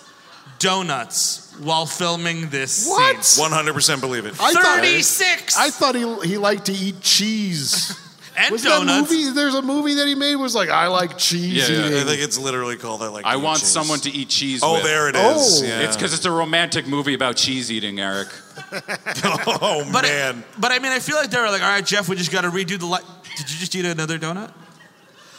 donuts while filming this
What?
scene.
One hundred percent believe it.
I thought-
36
I thought he he liked to eat cheese.
and
Was that
donuts.
movie? There's a movie that he made was like I like cheese
Yeah, yeah,
eating.
I think it's literally called I like.
I
to eat
want
cheese.
someone to eat cheese
Oh,
with.
there it
Oh.
is. Yeah.
It's because it's a romantic movie about cheese eating, Eric.
oh
but,
man.
I, but I mean, I feel like they were like, all right, Jeff, we just got to redo the light. Did you just eat another donut?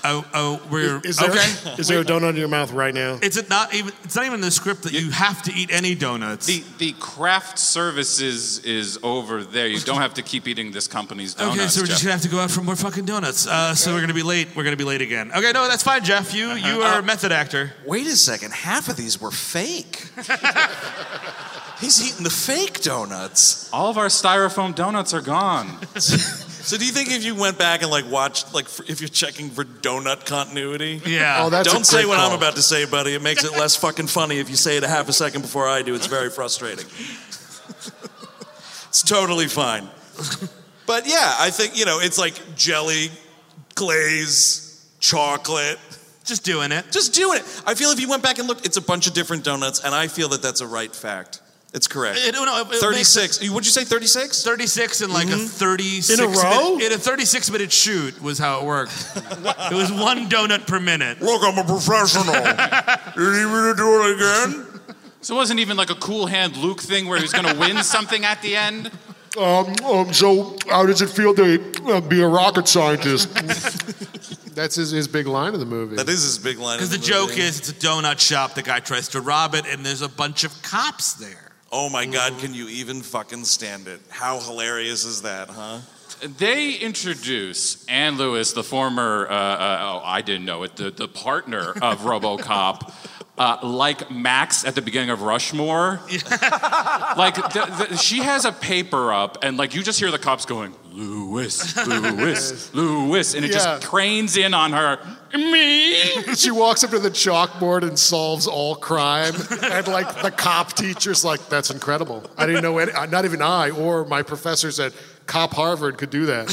Oh, oh, we're
Is there,
okay.
is there a donut in your mouth right now?
It's it not even. It's not even in the script that you have to eat any donuts.
The the craft services is over there. You don't have to keep eating this company's donuts.
Okay, so we're
Jeff.
just gonna have to go out for more fucking donuts. Uh, so we're gonna be late. We're gonna be late again. Okay, no, that's fine, Jeff. You you are a method actor.
Wait a second. Half of these were fake. He's eating the fake donuts.
All of our styrofoam donuts are gone.
So do you think if you went back and like watched like for, if you're checking for donut continuity?
Yeah.
Oh, that's a
Don't say
great
what
call.
I'm about to say, buddy. It makes it less fucking funny if you say it a half a second before I do. It's very frustrating. it's totally fine. But yeah, I think, you know, it's like jelly, glaze, chocolate.
just doing it.
Just do it. I feel if you went back and looked, it's a bunch of different donuts, and I feel that that's a right fact. It's correct.
I don't know. it- it makes Mm-hmm.
36. Would you say 36?
36 in like a 36
In a row?
minute- in a 36 minute shoot was how it worked. it was one donut per minute.
Look, I'm a professional. you need me to do it again?
So it wasn't even like a cool hand Luke thing where he's going to win something at the end.
Um, um, so how does it feel to uh, be a rocket scientist?
That's his, his big line of the movie.
That is his big line.
Because the
in
joke
movie.
is it's a donut shop. The guy tries to rob it, and there's a bunch of cops there. Mm-hmm.
Oh my God, can you even fucking stand it? How hilarious is that, huh?
they introduce Ann Lewis, the former, uh, uh, oh, I didn't know it, the, the partner of Robocop, uh, like Max at the beginning of Rushmore. like, the, the, she has a paper up, and like you just hear the cops going, Lewis, Lewis, Lewis, and it
Yeah.
just cranes in on her. Me?
she walks up to the chalkboard and solves all crime. And like the cop teacher's like, that's incredible. I didn't know any, not even I or my professors at Cop Harvard could do that.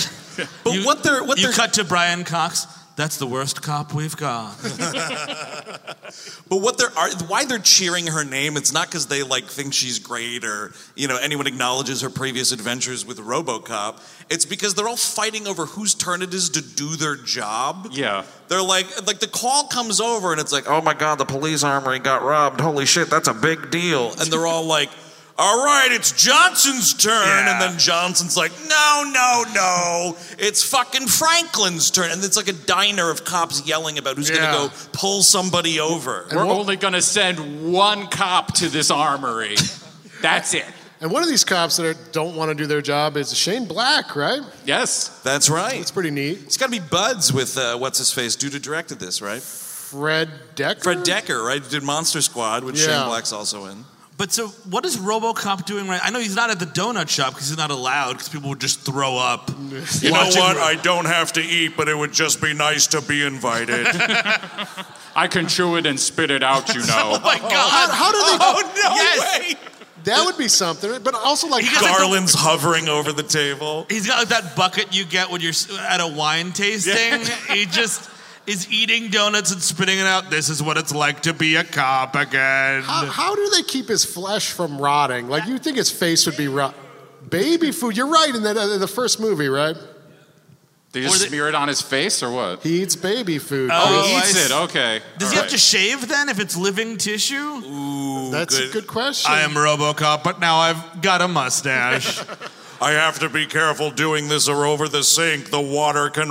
But what they're what
You
they're
cut to Brian Cox. That's the worst cop we've got.
But what they're are, why they're cheering her name? It's not because they like think she's great or you know anyone acknowledges her previous adventures with RoboCop. It's because they're all fighting over whose turn it is to do their job.
Yeah.
They're like like the call comes over and it's like oh my god the police armory got robbed holy shit that's a big deal and they're all like. All right, it's Johnson's turn. And then Johnson's like, no, no, no. It's fucking Franklin's turn. And it's like a diner of cops yelling about who's
Yeah.
going to go pull somebody over.
We're
what-
only gonna send one cop to this armory. That's it.
And one of these cops that are, don't want to do their job is Shane Black, right?
Yes.
That's right.
That's pretty neat.
It's got to be buds with uh, what's his face, dude who directed this, right?
Fred Decker.
Fred Decker, right? Who Did Monster Squad, which
Yeah.
Shane Black's also in.
But so, what is RoboCop doing right? I know he's not at the donut shop because he's not allowed because people would just throw up.
You know what? I don't have to eat, but it would just be nice to be invited.
I can chew it and spit it out, you know.
my God!
How do they?
Oh, no way!
That would be something. But also like
Garland's hovering over the table.
He's got like that bucket you get when you're s- at a wine tasting. He just is eating donuts and spitting it out. This is what it's like to be a cop again.
How, how do they keep his flesh from rotting? Like you think his face would be rot. Baby food. You're right in that uh, the first movie, right?
They just
Or the-
smear it on his face or what?
He eats baby food.
Oh,
he
I
eats
s-
it, okay.
Does he have to shave then if it's living tissue?
That's a good question.
I am RoboCop, but now I've got a mustache.
I have to be careful doing this or over the sink. The water can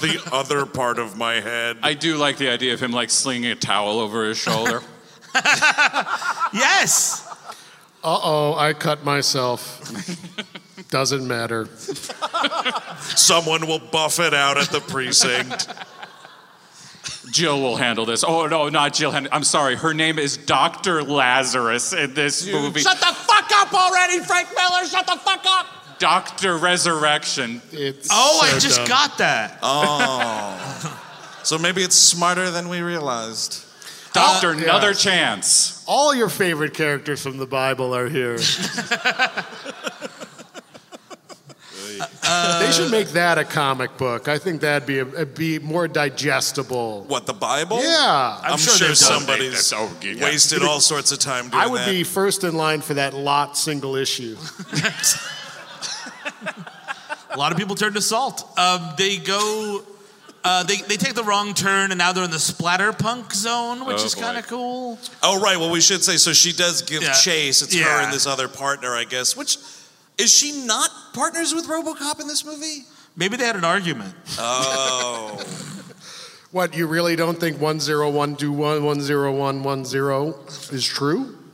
the other part of my head.
I do like the idea of him like slinging a towel over his shoulder.
yes.
Uh oh, I cut myself. Doesn't matter.
Someone will buff it out at the precinct.
Jill will handle this. Oh no, not Jill. Hen- I'm sorry. Her name is Dr. Lazarus in this movie.
Shut the fuck up already, Frank Miller. Shut the fuck up. Uh,
Dr. Resurrection.
It's
Oh, I
so
just
dumb.
got that.
So maybe it's smarter than we realized.
Dr.
yeah.
Another Chance.
all your favorite characters from the Bible are here. they should make that a comic book. I think that'd be a, it'd be more digestible.
What, the Bible?
Yeah.
I'm, sure,
sure they've done
somebody's
that. Oh, yeah.
wasted all sorts of time doing
I would
that.
be first in line for that lot single issue.
A lot of people turn to salt. Um, they go, uh, they, they take the wrong turn, and now they're in the splatterpunk zone, which
Oh,
is
boy.
kind of cool.
Oh, right. Well, we should say so. She does give
Yeah.
chase. It's her
Yeah.
and this other partner, I guess. Which is she not partners with RoboCop in this movie?
Maybe they had an argument. Oh.
What, you really don't think 10121101110 is true?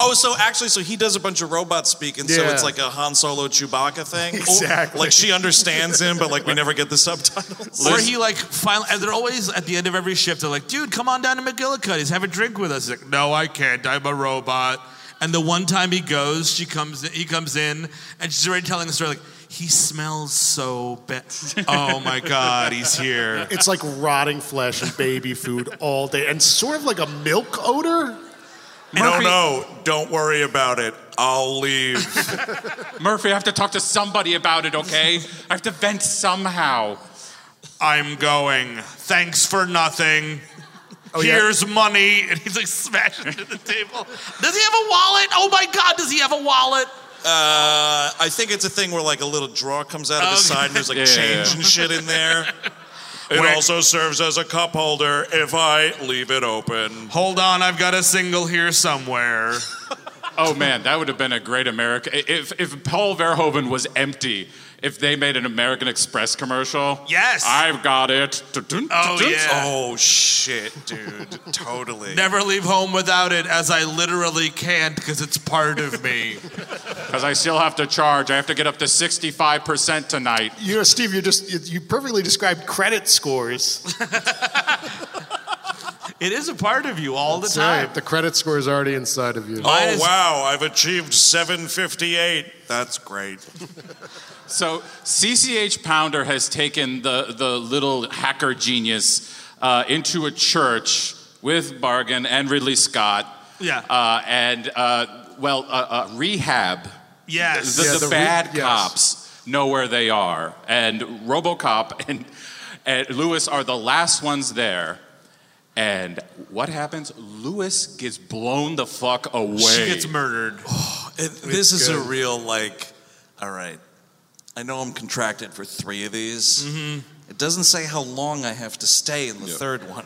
Oh, so actually, so he does a bunch of robot speak, and so
Yeah.
it's like a Han Solo Chewbacca thing. Or-
Exactly.
like she understands him, but like we never get the subtitles.
Or he like finally, and they're always at the end of every shift. They're like, "Dude, come on down to McGillicuddy's, have a drink with us." He's like, "No, I can't. I'm a robot." And the one time he goes, she comes. He comes in, and she's already telling the story. Like, he smells so bad. oh my god, he's here.
It's like rotting flesh and baby food all day, and sort of like a milk odor.
No,
Murphy-
no, don't worry about it. I'll leave.
Murphy, I have to talk to somebody about it, okay? I have to vent somehow.
I'm going.
Thanks for nothing.
Oh,
yeah.
Here's money, and he's like smashing into the table. Does he have a wallet? Oh my god, does he have a wallet?
Uh, I think it's a thing where like a little drawer comes out of his
Okay.
side, and there's like
Yeah, yeah,
change
yeah.
and shit in there.
It also serves as a cup holder if I leave it open.
Hold on, I've got a single here somewhere.
Oh man, that would have been a great America. If if Paul Verhoeven was empty, if they made an American Express commercial.
Yes.
I've got it. Dun-dun,
Oh,
dun-dun.
yeah.
Oh shit, dude! totally.
Never leave home without it, as I literally can't because it's part of me.
Because I still have to charge. I have to get up to 65% tonight.
You know, Steve, you just you, you perfectly described credit scores.
it is a part of you all the
That's
time.
right. The credit score is already inside of you.
Mine
Oh
is-
wow, I've achieved 758. That's great.
So CCH Pounder has taken the, the little hacker genius uh, into a church with Bargain and Ridley Scott.
Yeah.
Uh, and, uh, well, uh, uh, Rehab,
Yes.
the, the
the re-
bad
yes.
cops know where they are. And Robocop and, and Lewis are the last ones there. And what happens? Lewis gets blown the fuck away.
she gets murdered.
It,
this is a
good.
real like
All right. I know I'm contracted for three of these. It doesn't say how long I have to stay in the third one.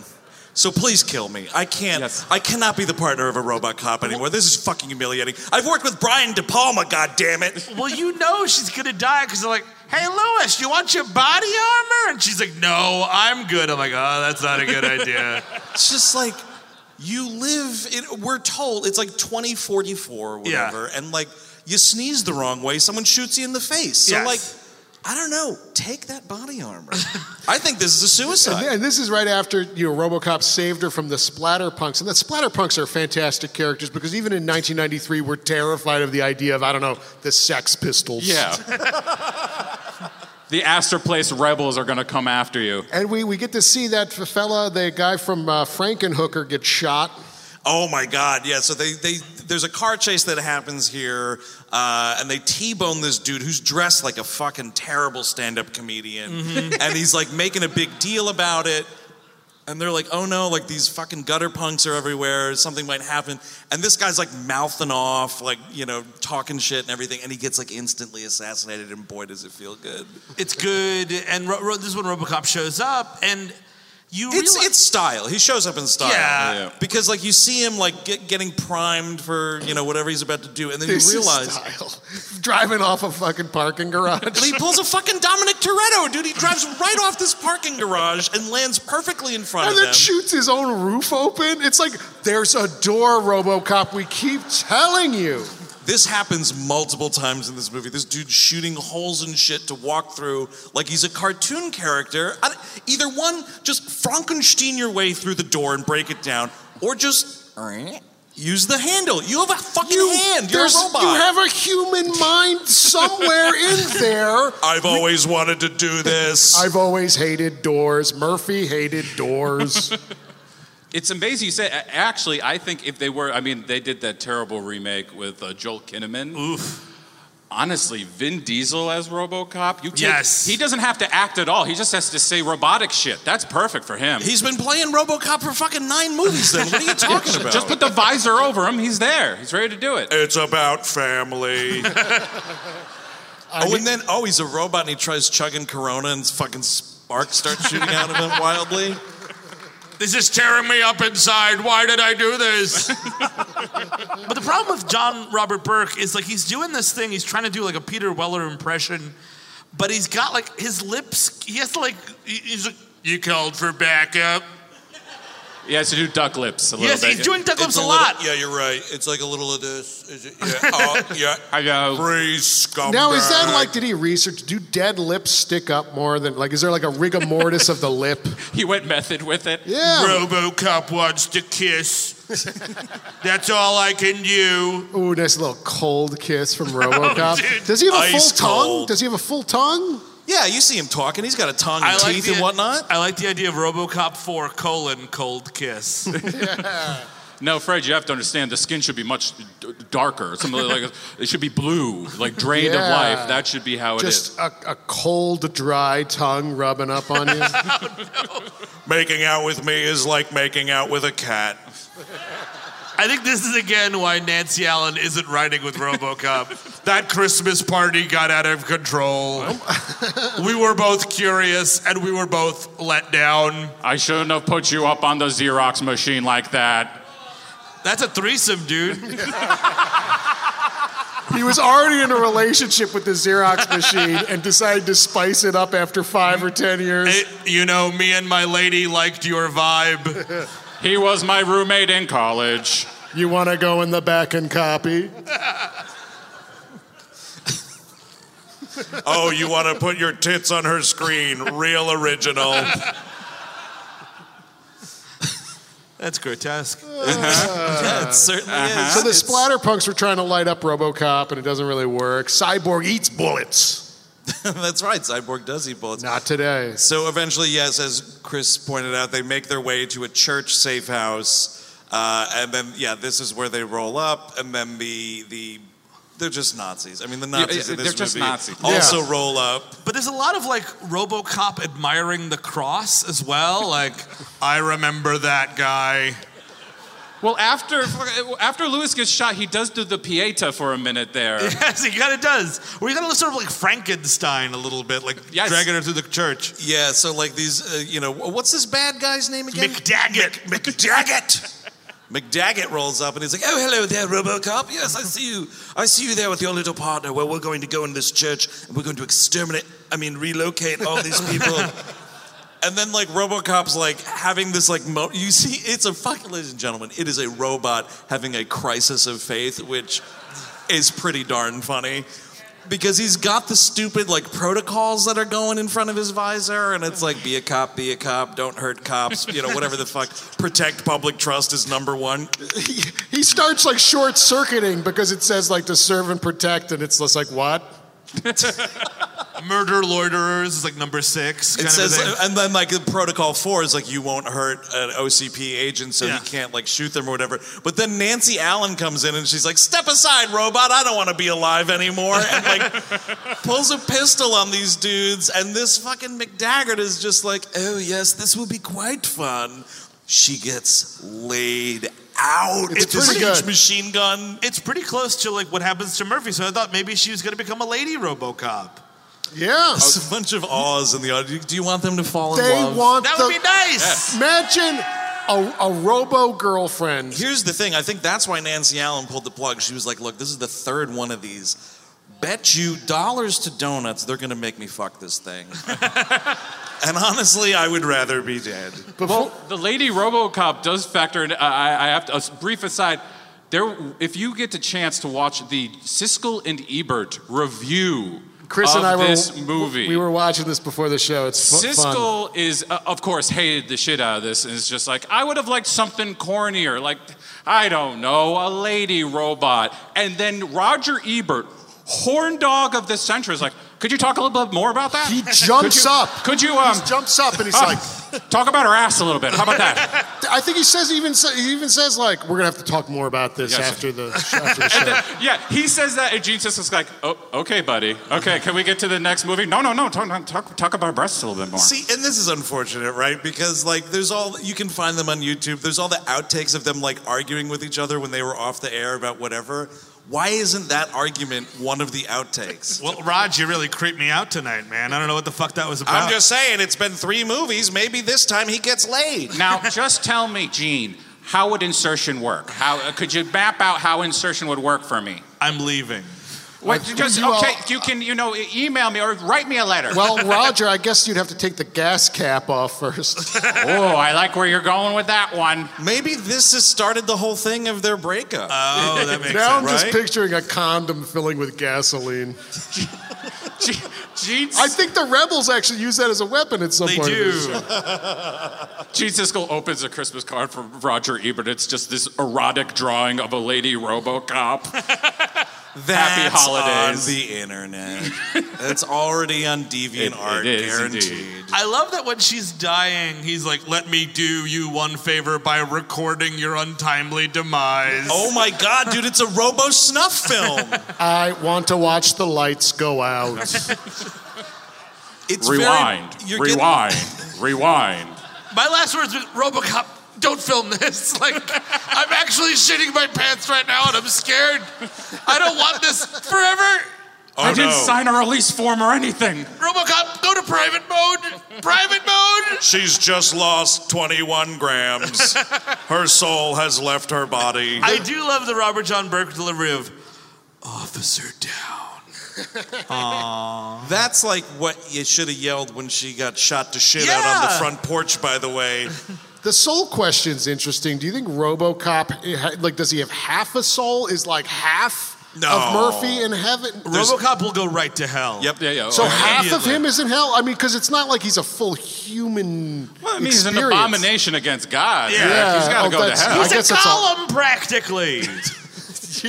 So please kill me. I can't.
Yes.
I cannot be the partner of a robot cop anymore. This is fucking humiliating. I've worked with Brian De Palma. God damn it.
Well, you know she's gonna die because they're like, "Hey, Lewis, you want your body armor?" And she's like, "No, I'm good." I'm like, "Oh, that's not a good idea."
It's just like
you live in we're told it's like 2044 or
Yeah.
whatever and like you sneeze the wrong way someone shoots you in the face so
Yes.
like i don't know take that body armor i think this is a suicide
And this is right after you know RoboCop saved her from the Splatterpunks, and the Splatterpunks are fantastic characters because even in 1993, we're terrified of the idea of I don't know the Sex Pistols.
Yeah. the Astor Place rebels are going to come after you.
And we, we get to see that fella, the guy from uh, Frankenhooker, get shot.
Oh my God! Yeah. So they they there's a car chase that happens here, uh, and they t-bone this dude who's dressed like a fucking terrible stand-up comedian, and he's like making a big deal about it. And they're like, "Oh no! Like these fucking gutter punks are everywhere. Something might happen." And this guy's like mouthing off, like you know, talking shit and everything, and he gets like instantly assassinated. And boy, does it feel good!
it's good, and Ro- Ro- this is when RoboCop shows up, and you
It's
realize
it's style. He shows up in style.
Yeah.
Yeah.
Because like you see him like get, getting primed for you know whatever he's about to do, and then
This is
you realize
style. driving off a fucking parking garage.
And he pulls a fucking Dominic Toretto, dude. He drives right off this parking garage and lands perfectly in front
And
of
then
them.
shoots his own roof open. It's like there's a door, RoboCop. We keep telling you.
this happens multiple times in this movie. This dude shooting holes and shit to walk through like he's a cartoon character. I don't- either one, just Frankenstein your way through the door and break it down, or just use the handle. You have a fucking hand. You're a
There's-
robot.
You have a human mind somewhere in there.
I've always wanted to do this.
I've always hated doors. Murphy hated doors.
It's amazing you say. a- Actually, I think if they were, I mean, they did that terrible remake with uh, Joel Kinnaman. Oof. Honestly, Vin Diesel as RoboCop, you take,
Yes.
he doesn't have to act at all. He just has to say robotic shit. That's perfect for him.
He's been playing RoboCop for fucking nine movies. Then what are you talking about?
just put the visor over him. He's there. He's ready to do it.
It's about family. oh, and then oh, he's a robot and he tries chugging Corona and fucking sparks start shooting out of him wildly.
this is tearing me up inside. Why did I do this? but the problem with John Robert Burke is like he's doing this thing. He's trying to do like a Peter Weller impression, but he's got like his lips. He has to like he- he's like, "You called for backup."
He has to do duck lips a little
Yes,
bit.
he's doing duck lips
It's
a
a
lot.
little- yeah, you're right. It's like a little of this. Is it, yeah, oh, yeah.
I know.
Free scumbag.
now, is that like, did he research? Do dead lips stick up more than, like, is there like a rigor mortis of the lip?
He went method with it.
Yeah.
RoboCop wants to kiss. That's all I can do.
Ooh, nice little cold kiss from RoboCop.
dude.
Does he have a full
Ice
tongue?
cold.
Does he have a full tongue?
Yeah, you see him talking. He's got a tongue and teeth and whatnot.
I like the idea of RoboCop 4 colon cold kiss.
No, Fred, you have to understand the skin should be much d- darker. Something like it should be blue, like drained of
Yeah.
life. That should be how it is.
Just a, a cold, dry tongue rubbing up on you.
Making out with me is like making out with a cat.
I think this is again why Nancy Allen isn't riding with RoboCop. that Christmas party got out of control. we were both curious and we were both let down.
I shouldn't have put you up on the Xerox machine like that.
That's a threesome, dude.
He was already in a relationship with the Xerox machine and decided to spice it up after five or ten years.
It, you know, me and my lady liked your vibe.
He was my roommate in college.
You want to go in the back and copy?
oh, you want to put your tits on her screen? Real original.
That's grotesque.
yeah, it certainly is.
So the
It's-
splatter punks were trying to light up RoboCop, and it doesn't really work. Cyborg eats bullets.
That's right. Cyborg does eat bullets.
Not today.
Uh-huh. So eventually, yes, as Chris pointed out, they make their way to a church safe house, uh, and then yeah, this is where they roll up, and then the the they're just Nazis. I mean, the Nazis
yeah,
in this
they're just
movie
Nazis.
also roll up.
But there's a lot of like RoboCop admiring the cross as well. Like,
I remember that guy.
Well, after after Lewis gets shot, he does do the Pieta for a minute there.
yes, he kind of does. We got to sort of like Frankenstein a little bit, like
Yes.
dragging her through the church.
Yeah. So like these, uh, you know, what's this bad guy's name again?
McDaggett.
McDaggett. McDaggett rolls up and he's like, "Oh, hello there, RoboCop. Yes, I see you. I see you there with your little partner. Well, we're going to go in this church and we're going to exterminate. I mean, relocate all these people." and then like RoboCop's like having this like mo- you see, it's a fucking ladies and gentlemen. It is a robot having a crisis of faith, which is pretty darn funny. Because he's got the stupid like protocols that are going in front of his visor, and it's like be a cop, be a cop, don't hurt cops, you know, whatever the fuck. Protect public trust is number one.
He, he starts like short circuiting because it says like to serve and protect, and it's just like what?
Murder loiterers is like number six. Kind
It
of
says,
a thing.
and then like the protocol four is like you won't hurt an OCP agent, so
Yeah.
you can't like shoot them or whatever. But then Nancy Allen comes in and she's like, "Step aside, robot! I don't want to be alive anymore," and like pulls a pistol on these dudes. And this fucking McDaggart is just like, "Oh yes, this will be quite fun." She gets laid out.
It's pretty
a huge
good.
machine gun.
it's pretty close to like what happens to Murphy. So I thought maybe she was going to become a lady RoboCop.
Yeah.
It's a bunch of awes in the audience. Do you want them to fall in
They
love?
want
That
the,
would be nice.
Imagine a, a robo girlfriend.
Here's the thing. I think that's why Nancy Allen pulled the plug. She was like, "Look, this is the third one of these. Bet you dollars to donuts, they're gonna make me fuck this thing." and honestly, I would rather be dead.
Before,
The lady RoboCop does factor in. I, I have to, a brief aside. There, if you get the chance to watch the Siskel and Ebert review
Chris
of
and I were
this movie,
We were watching this before the show. It's fu- fun.
Siskel is, uh, of course, hated the shit out of this, and is just like, I would have liked something cornier, like I don't know, a lady robot. And then Roger Ebert, horn dog of the century, is like, could you talk a little bit more about that?
He jumps
Could you-
up.
Could you um,
he jumps up and he's
uh,
like,
talk about her ass a little bit? How about that?
I think he says even sa- he even says like, we're gonna have to talk more about this
Yes.
after the after the show.
yeah, he says that, and Gene Siskel's like, oh, okay, buddy. Okay, can we get to the next movie? No, no, no. Talk, talk, talk about breasts a little bit more.
See, and this is unfortunate, right? Because like, there's all you can find them on YouTube. There's all the outtakes of them like arguing with each other when they were off the air about whatever. Why isn't that argument one of the outtakes?
Well, Rod, you really creeped me out tonight, man. I don't know what the fuck that was about.
I'm just saying, it's been three movies. Maybe this time he gets laid.
Now, just tell me, Gene, how would insertion work? How uh, could you map out how insertion would work for me?
I'm leaving.
What,
Like,
just
you all-
okay. you can you know e- email me or write me a letter.
well, Roger, I guess you'd have to take the gas cap off first.
oh, I like where you're going with that one.
Maybe this has started the whole thing of their breakup.
Oh, that makes
now I'm
sense.
just
right?
picturing a condom filling with gasoline.
Gene, Gene,
I think the rebels actually use that as a weapon at some
They
point. in this
do.
show.
Gene Siskel opens a Christmas card from Roger Ebert. It's just this erotic drawing of a lady RoboCop. Happy holidays.
on the internet. That's already on DeviantArt,
It- it is
guaranteed.
indeed.
I love that when she's dying, he's like, "Let me do you one favor by recording your untimely demise."
Oh my god, dude, it's a Robo snuff film.
I want to watch the lights go out.
It's very-
rewind,
you're getting-
rewind, rewind.
My last words was RoboCop. Don't film this. Like, I'm actually shitting my pants right now, and I'm scared. I don't want this forever.
I didn't
no.
sign a release form or anything.
RoboCop, go to private mode. Private mode.
She's just lost 21 grams. Her soul has left her body.
I do love the Robert John Burke delivery of, Officer down.
That's like what you should have yelled when she got shot to shit out on the
Yeah.
front porch, by the way.
The soul question's interesting. Do you think RoboCop like does he have half a soul? Is like half
No.
of Murphy in heaven?
RoboCop will go right to hell.
Yep.
Yeah, yeah.
so
oh,
half of
immediately.
him is in hell. I mean, because it's not like he's a full human.
I mean, he's an
experience.
abomination against God. Yeah,
Yeah.
he's got to
Oh,
go to
that's-
hell.
I
He's a
guess it's all-
golem practically.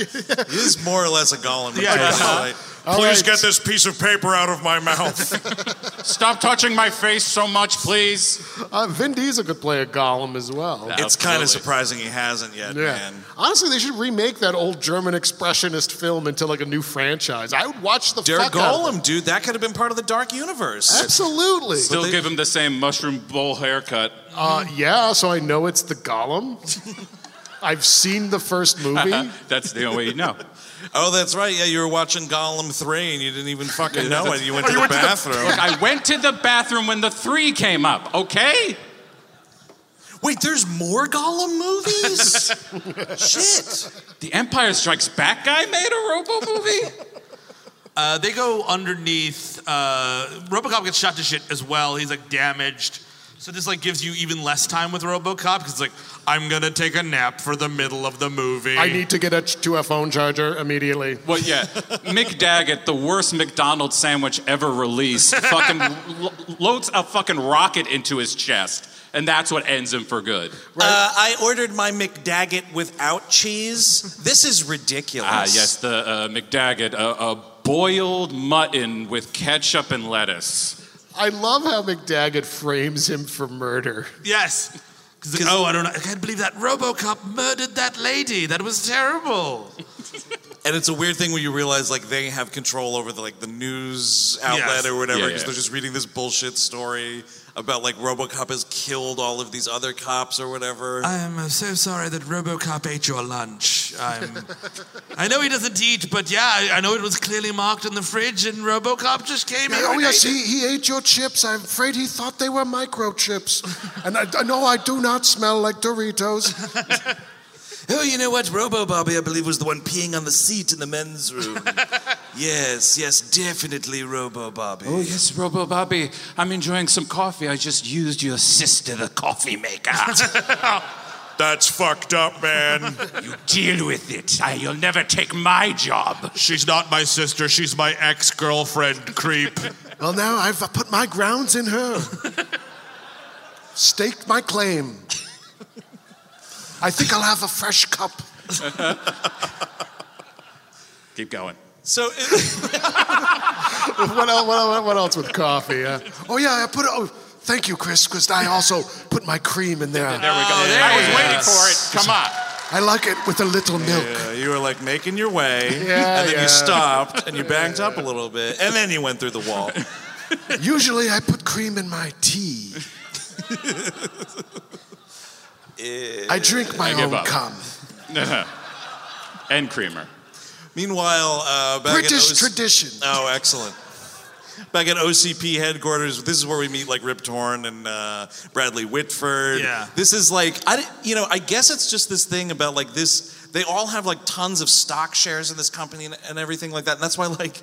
It is more or less a golem.
Yeah.
ritual, right? Please
right.
get this piece of paper out of my mouth.
Stop touching my face so much, please.
Uh, Vin Diesel could play a golem as well.
it's kind
Absolutely.
of surprising he hasn't yet,
Yeah.
man.
Honestly, they should remake that old German expressionist film into like a new franchise. I would watch the
Der
fuck out of
Golem, dude, that could have been part of the Dark Universe.
it. Absolutely.
Still
they-
give him the same mushroom bowl haircut.
Uh, yeah, so I know it's the Golem. I've seen the first movie.
That's the only way you know.
Oh, that's right. Yeah, you were watching Golem 3 and you didn't even fucking know it. Oh, You went to the bathroom.
Look, I went to the bathroom when the three came up. Okay.
Wait, there's more Gollum movies? Shit.
The Empire Strikes Back guy made a Robo movie.
Uh, they go underneath. Uh, RoboCop gets shot to shit as well. He's like damaged. So this like gives you even less time with RoboCop because it's like I'm gonna take a nap for the middle of the movie.
I need to get a to a phone charger immediately.
Well, yeah, Mick Daggett, the worst McDonald's sandwich ever released, fucking lo- loads a fucking rocket into his chest, and that's what ends him for good.
Uh, I ordered my McDagget without cheese. This is ridiculous.
Ah, yes, the uh, McDaggett, a, a boiled mutton with ketchup and lettuce.
I love how McDaggett frames him for murder.
Yes. 'Cause it's like, oh, I don't know. I can't believe that RoboCop murdered that lady. That was terrible.
And it's a weird thing when you realize like they have control over the like the news outlet
Yes.
or whatever
Yeah,
because
yeah.
they're just reading this bullshit story about like RoboCop has killed all of these other cops or whatever.
I am uh, so sorry that RoboCop ate your lunch. I'm, I know he doesn't eat, but yeah, I, I know it was clearly marked in the fridge, and RoboCop just came in.
Oh yes, he, he ate your chips. I'm afraid he thought they were microchips. And I, no, I do not smell like Doritos.
oh, you know what? Robo Bobby, I believe, was the one peeing on the seat in the men's room. yes, yes, definitely Robo Bobby.
Oh, yes, Robo Bobby. I'm enjoying some coffee. I just used your sister, the coffee maker.
That's fucked up, man.
you deal with it. I, you'll never take my job.
She's not my sister. She's my ex girlfriend, creep.
Well, now I've put my grounds in her. Staked my claim. I think I'll have a fresh cup.
Keep going.
so
what, else, what, else, what else with coffee? Uh, oh yeah, I put. Oh, thank you, Chris, because I also put my cream in there.
There we go. I was waiting for it. Come on.
I like it with a little milk.
Yeah, you were like making your way,
Yeah,
and then
yeah.
you stopped and you backed up a little bit, and then you went through the wall.
Usually, I put cream in my tea. I drink my
give
own
up.
cum.
And creamer.
Meanwhile, uh, back
British
at OC-
tradition.
Oh, excellent. Back at OCP headquarters, this is where we meet like Rip Torn and uh, Bradley Whitford.
Yeah.
This is like I, di- you know, I guess it's just this thing about like this. They all have like tons of stock shares in this company and, and everything like that. And that's why like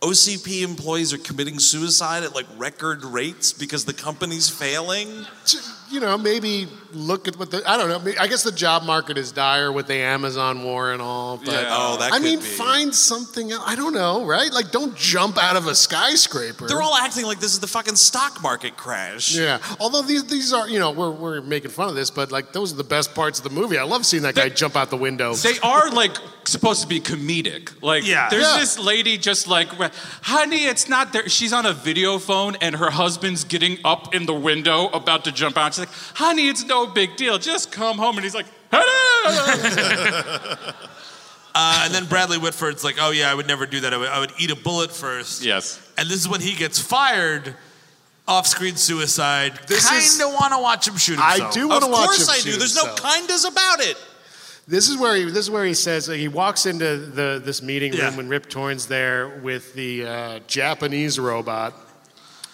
OCP employees are committing suicide at like record rates because the company's failing.
to, you know, maybe look at what the I don't know. I guess the job market is dire with the Amazon war and all. But
Yeah.
Oh, that
I
could
mean,
be.
find something else. I don't know, right? Like, don't jump out of a skyscraper.
They're all acting like this is the fucking stock market crash.
yeah. Although these these are you know we're we're making fun of this, but like those are the best parts of the movie. I love seeing that guy jump out the window.
They are like supposed to be comedic. Like,
Yeah.
there's
Yeah.
this lady just like, honey, it's not there. She's on a video phone and her husband's getting up in the window about to jump out. She's like, honey, it's no big deal. Just come home. And he's like, "Hello."
Uh, and then Bradley Whitford's like, oh, yeah, I would never do that. I would, I would eat a bullet first.
yes.
And this is when he gets fired off screen suicide.
This
kind
is-
of want to watch him shoot
I
himself.
do
Of
want to watch
course
him
I
shoot
do. There's no
himself.
kindas about it.
This is where he. This is where he says he walks into the this meeting
Yeah.
room when Rip Torn's there with the uh, Japanese robot,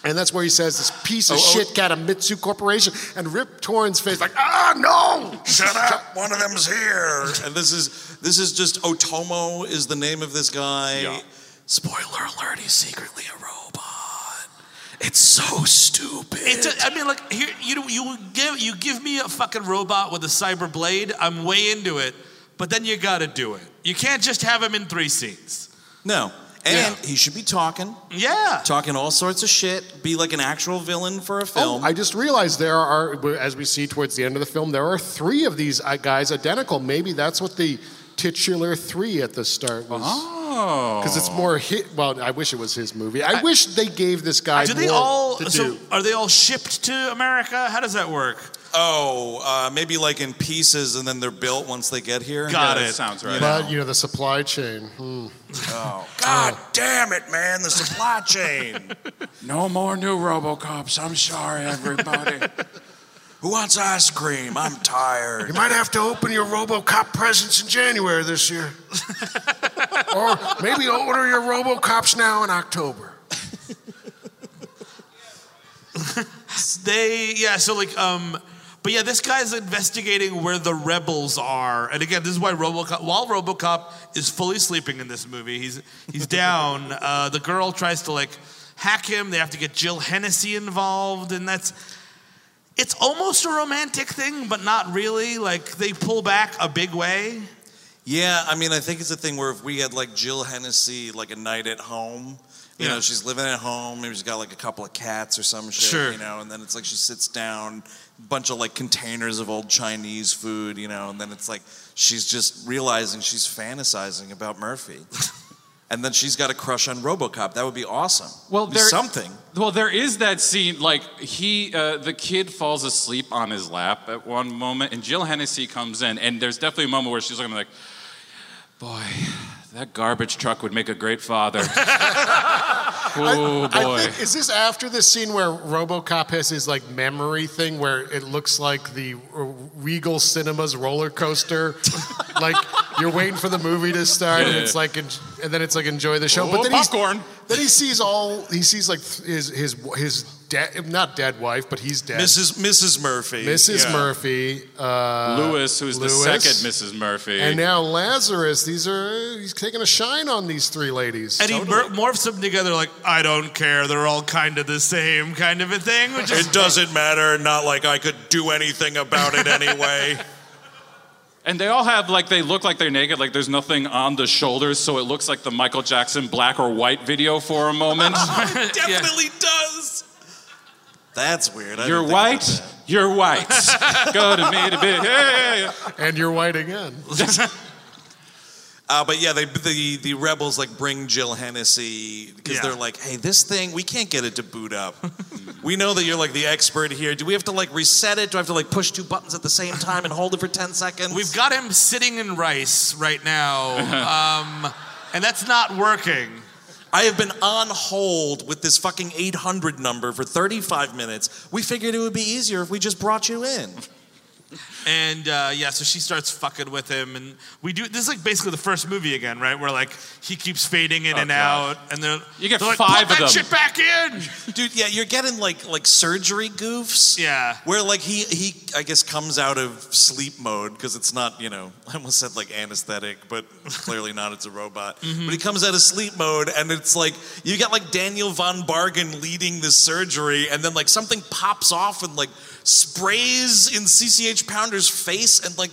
And that's where he says this piece of
Oh, oh.
shit Katamitsu Corporation and Rip Torn's face like, ah, no!
Shut up! One of them's here. And this is this is just Otomo is the name of this guy. Spoiler alert: he's secretly a robot. It's so stupid.
It, do- I mean, like here, you know, you give you give me a fucking robot with a cyber blade. I'm way into it, but then you gotta do it. You can't just have him in three scenes.
No, and he should be talking,
Yeah.
talking all sorts of shit. Be like an actual villain for a film.
Oh, I just realized there are, as we see towards the end of the film, there are three of these uh, guys identical. Maybe that's what the titular three at the start was.
Oh.
Because it's more hit. Well, I wish it was his movie. I, wish they gave this guy
do
more
they all?
to
So
do.
are they all shipped to America? How does that work?
Oh, uh, maybe like in pieces, and then they're built once they get here.
Got
that
it.
sounds right.
But you know the supply chain. Hmm.
God damn it, man! The supply chain.
No more new Robocops. I'm sorry, everybody.
Who wants ice cream? I'm tired.
You might have to open your RoboCop presence in January this year. or maybe order your RoboCops now in October.
They yeah. So like um. But yeah, this guy's investigating where the rebels are, and again, this is why RoboCop. While RoboCop is fully sleeping in this movie, he's he's down. Uh, the girl tries to like hack him. They have to get Jill Hennessy involved, and that's it's almost a romantic thing, but not really. Like they pull back a big way.
Yeah, I mean, I think it's a thing where if we had like Jill Hennessy, like a night at home, you
Yeah.
know, she's living at home, maybe she's got like a couple of cats or some shit,
Sure.
you know, and then it's like she sits down, bunch of like containers of old Chinese food, you know, and then it's like she's just realizing she's fantasizing about Murphy. and then she's got a crush on Robocop. That would be awesome.
Well,
Be
there-
something.
Well, there is that scene, like he, uh, the kid falls asleep on his lap at one moment, and Jill Hennessy comes in, and there's definitely a moment where she's looking like, "Boy, that garbage truck would make a great father." oh boy!
I think, is this after this scene where RoboCop has his like memory thing where it looks like the R- Regal Cinemas roller coaster? like you're waiting for the movie to start, and it's like, en- and then it's like enjoy the show.
Oh,
but then he's-
popcorn.
Then he sees all he sees like th- his his his dead not dead wife, but he's dead.
Mrs. Mrs. Murphy.
Mrs.
Yeah.
Murphy, uh,
Lewis, who's
Lewis.
the second Mrs. Murphy,
and now Lazarus. These are he's taking a shine on these three ladies.
And he mor- morphs them together like I don't care. They're all kind of the same, kind of a thing, which is
It doesn't matter, not like I could do anything about it anyway.
and they all have like they look like they're naked, like there's nothing on the shoulders, so it looks like the Michael Jackson black or white video for a moment.
definitely does. That's weird. I
You're
didn't think about
white. You're white. Go to me to be. Yeah, yeah, yeah.
and you're white again.
Uh, but yeah, they, the the rebels like bring Jill Hennessy because
Yeah.
they're like, hey, this thing we can't get it to boot up. we know that you're like the expert here. Do we have to like reset it? Do I have to like push two buttons at the same time and hold it for ten seconds?
We've got him sitting in rice right now, um, and that's not working.
I have been on hold with this fucking 800 number for 35 minutes. We figured it would be easier if we just brought you in.
And uh, yeah, so she starts fucking with him, and we do. This is like basically the first movie again, right? Where like he keeps fading in and
Oh, God.
out, and they're
You get
they're like,
five
"Put that
of them."
shit back in.
Dude, yeah, you're getting like like surgery goofs.
Yeah.
Where like he he I guess comes out of sleep mode because it's not, you know, I almost said like anesthetic, but clearly not, it's a robot. But he comes out of sleep mode and it's like you got like Daniel von Bargen leading this surgery and then like something pops off and like sprays in CCH Pounder's face and like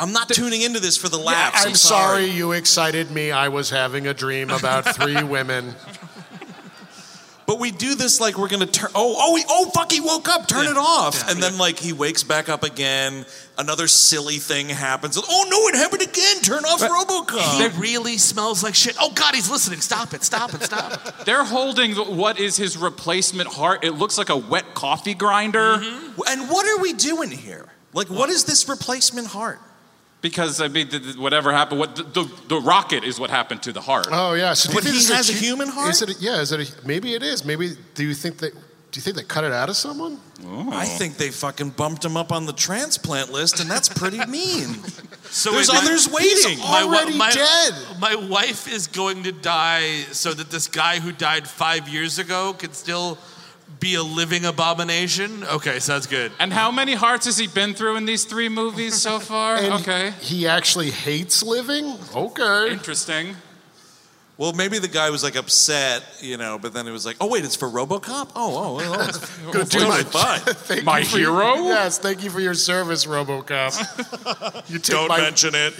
I'm not tuning into this for the laughs.
I'm sorry you excited me. I was having a dream about three women.
But we do this like we're gonna turn. Oh, oh, he, oh! Fuck! He woke up. Turn it off. and then like he wakes back up again. Another silly thing happens. Oh no! It happened again. Turn off RoboCop.
It really smells like shit. Oh God, he's listening. Stop it. Stop it. Stop it.
They're holding what is his replacement heart. It looks like a wet coffee grinder
and what are we doing here? Like, what is this replacement heart?
because I mean, th- th- whatever happened, what the, the, the rocket is what happened to the heart.
Oh yeah. So do you
But
think
he
it's
has a
hu-
human heart?
Is it? A, yeah. Is it? A, maybe it is. Maybe. Do you think that? Do you think they cut it out of someone?
I think they fucking bumped him up on the transplant list, and that's pretty mean.
So
There's
wait, my-
others waiting.
my wa-
already
my-
dead.
My wife is going to die so that this guy who died five years ago can still be a living abomination? Okay, sounds good.
And how many hearts has he been through in these three movies so
Uh,
far?
And
okay.
He actually hates living? Okay.
Interesting.
Well, maybe the guy was like upset, you know, but then it was like, oh wait, it's for RoboCop. Oh, oh, well, oh, it's
Good dude.
totally fine.
Thank
My
you for-
hero?
yes, thank you for your service, Robocop. you took
Don't
my-
mention it.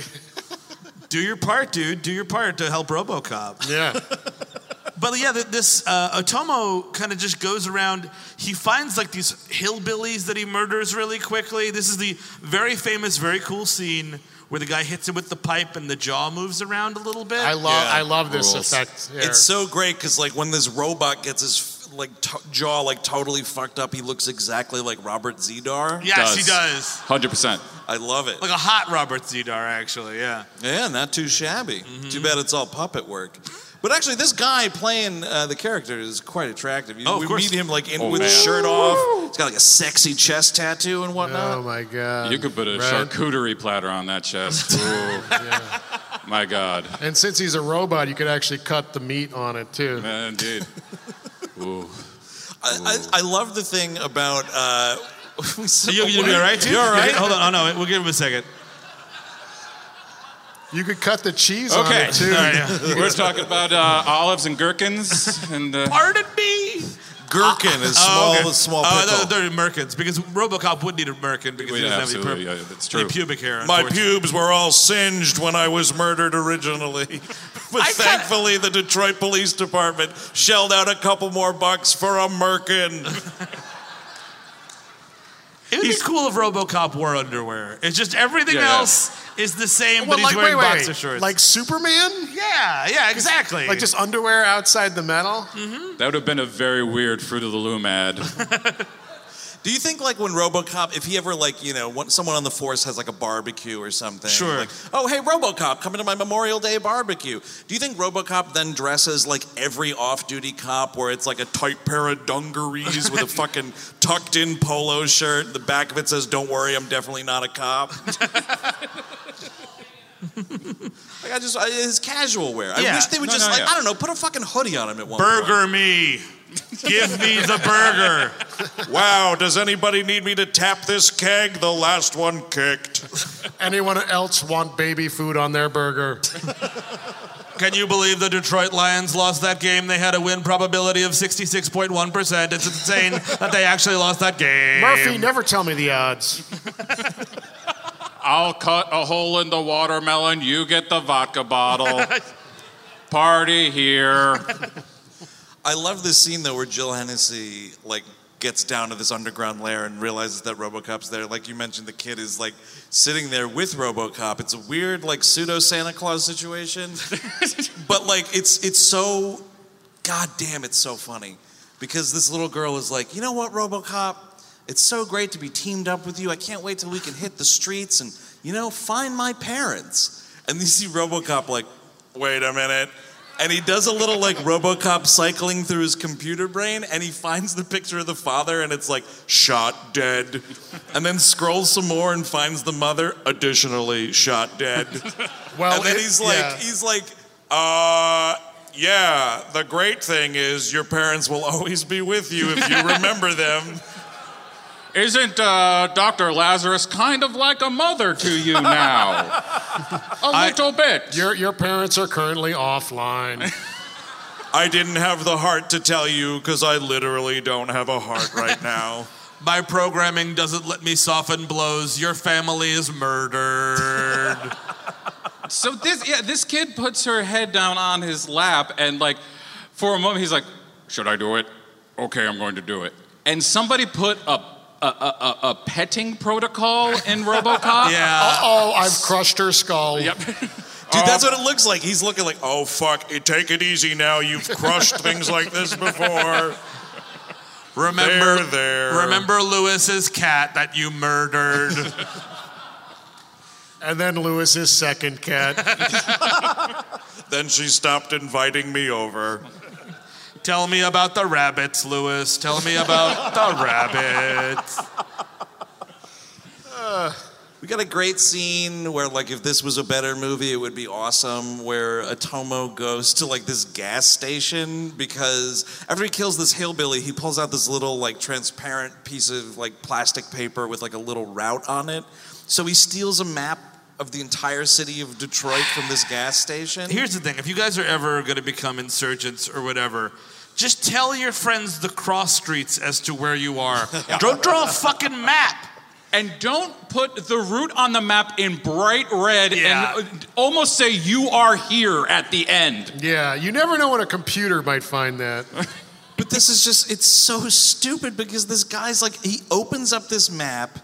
Do your part, dude. Do your part to help RoboCop.
Yeah.
But yeah, th- this uh, Otomo kind of just goes around. He finds like these hillbillies that he murders really quickly. This is the very famous, very cool scene where the guy hits him with the pipe and the jaw moves around a little bit.
I love
Yeah,
I love this
rules.
effect. Here.
It's so great because like when this robot gets his like t- jaw like totally fucked up, he looks exactly like Robert Zedar.
yes, he
does.
does.
100%.
I love it.
Like a hot Robert Zedar, actually. Yeah.
Yeah, not too shabby. Too bad it's all puppet work. But actually, this guy playing uh, the character is quite attractive. You,
Oh, of
we
course.
meet him like in,
Oh,
with his
man.
shirt off. He's got like a sexy chest tattoo and whatnot.
Oh my god.
You could put a
Right?
charcuterie platter on that chest. Ooh. My God.
And since he's a robot, you could actually cut the meat on it too.
Uh, Indeed. Ooh.
I, I, I love the thing about. Uh,
You, you gonna be all right, dude?
You all right?
Hold on. Oh no, we'll give him a second.
You could cut the cheese on
Okay.
it too.
All right, yeah.
We're talking about uh, olives and gherkins and uh,
Pardon me.
Gherkin is small,
Oh, okay.
small
Oh, I
pickle.
thought they're Merkins because RoboCop would need a Merkin because
Wait,
he doesn't have any,
absolutely,
pur-
yeah, that's
any
true.
pubic hair.
My
unfortunately.
pubes were all singed when I was murdered originally. But
I kinda-
thankfully, the Detroit Police Department shelled out a couple more bucks for a merkin.
It would be cool if RoboCop wore underwear. It's just everything
Yeah, yeah.
else is the same,
Well,
but he's
like, wait,
wearing
wait,
boxer shorts.
Like Superman?
yeah, Uh, yeah, exactly.
Like just underwear outside the metal?
that would have been a very weird Fruit of the Loom ad.
Do you think like when RoboCop, if he ever like you know when someone on the force has like a barbecue or something,
Sure.
Like, oh hey RoboCop, coming to my Memorial Day barbecue. Do you think RoboCop then dresses like every off-duty cop, where it's like a tight pair of dungarees with a fucking tucked-in polo shirt? The back of it says, "Don't worry, I'm definitely not a cop." like I just I, his casual wear. I
Yeah.
wish they would
No,
just
no,
like
yeah.
I don't know, put a fucking hoodie on him at one point.
burger me. Give me the burger.
Wow, does anybody need me to tap this keg? The last one kicked.
Anyone else want baby food on their burger?
Can you believe the Detroit Lions lost that game? They had a win probability of 66.1%. It's insane that they actually lost that game.
Murphy, never tell me the odds.
I'll cut a hole in the watermelon. You get the vodka bottle. Party here.
I love this scene though, where Jill Hennessy like gets down to this underground lair and realizes that RoboCop's there. Like you mentioned, the kid is like sitting there with RoboCop. It's a weird like pseudo Santa Claus situation, but like it's it's so god damn, it's so funny because this little girl is like, you know what, RoboCop, it's so great to be teamed up with you. I can't wait till we can hit the streets and you know find my parents. And you see RoboCop like, wait a minute. And he does a little like Robocop cycling through his computer brain, and he finds the picture of the father, and it's like shot dead. And then scrolls some more and finds the mother, additionally shot dead.
Well,
and then
it-
he's like,
yeah.
he's like, uh, yeah. The great thing is your parents will always be with you if you remember them.
Isn't uh, Dr. Lazarus kind of like a mother to you now? a little bit.
Your your parents are currently offline.
I didn't have the heart to tell you because I literally don't have a heart right now.
My programming doesn't let me soften blows. Your family is murdered.
So this yeah, this kid puts her head down on his lap and like for a moment he's like, "Should I do it? Okay, I'm going to do it." And somebody put a a, a, a- a petting protocol in RoboCop.
yeah.
oh, I've crushed her skull.
Yep.
Dude, that's what it looks like. He's looking like, oh fuck, it, take it easy now. You've crushed things like this before.
Remember,
There, there.
remember Lewis's cat that you murdered.
And then Lewis's second cat.
Then she stopped inviting me over.
Tell me about the rabbits, Lewis. Tell me about the rabbits.
we got a great scene where like if this was a better movie, it would be awesome. Where Atomo goes to like this gas station because after he kills this hillbilly, he pulls out this little like transparent piece of like plastic paper with like a little route on it. So he steals a map of the entire city of Detroit from this gas station.
Here's the thing: if you guys are ever going to become insurgents or whatever, just tell your friends the cross streets as to where you are. Don't draw a fucking map.
And don't put the route on the map in bright red
Yeah.
and uh, almost say you are here at the end.
Yeah, you never know when a computer might find that.
But this is just, it's so stupid because this guy's like, he opens up this map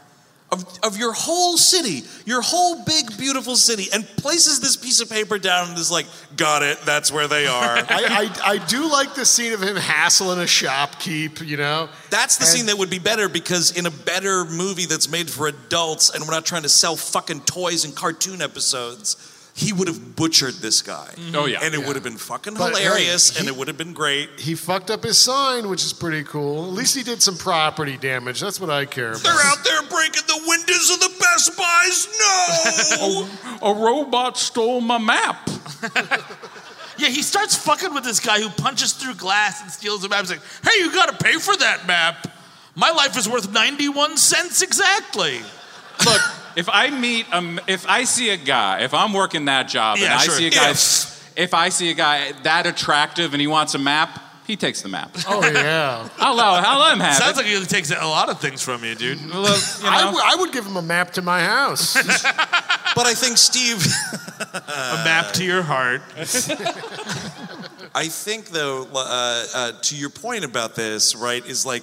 of, of your whole city, your whole big, beautiful city, and places this piece of paper down and is like, got it, that's where they are.
I, I, I do like the scene of him hassling a shopkeep, you know?
that's the scene that would be better because in a better movie that's made for adults and we're not trying to sell fucking toys and cartoon episodes. He would have butchered this guy.
Oh, yeah.
And it would have been fucking
But, hey,
hilarious and
he-
it would have been great.
He fucked up his sign, which is pretty cool. At least he did some property damage. That's what I care about.
They're out there breaking the windows of the Best Buys. No!
A robot stole my map.
Yeah, he starts fucking with this guy who punches through glass and steals a map. He's like, "Hey, you got to pay for that map. My life is worth ninety-one cents exactly."
Look, if I meet um, if I see a guy, if I'm working that job and
Yeah,
I
sure.
see a guy,
If.
if I see a guy that attractive and he wants a map, he takes the map.
Oh, yeah.
I'll allow, I'll let him have
Sounds
it.
like he takes a lot of things from you, dude.
Look, you
I,
know,
w- I would give him a map to my house.
But I think Steve,
A map to your heart.
I think though, uh, uh, to your point about this, right, is like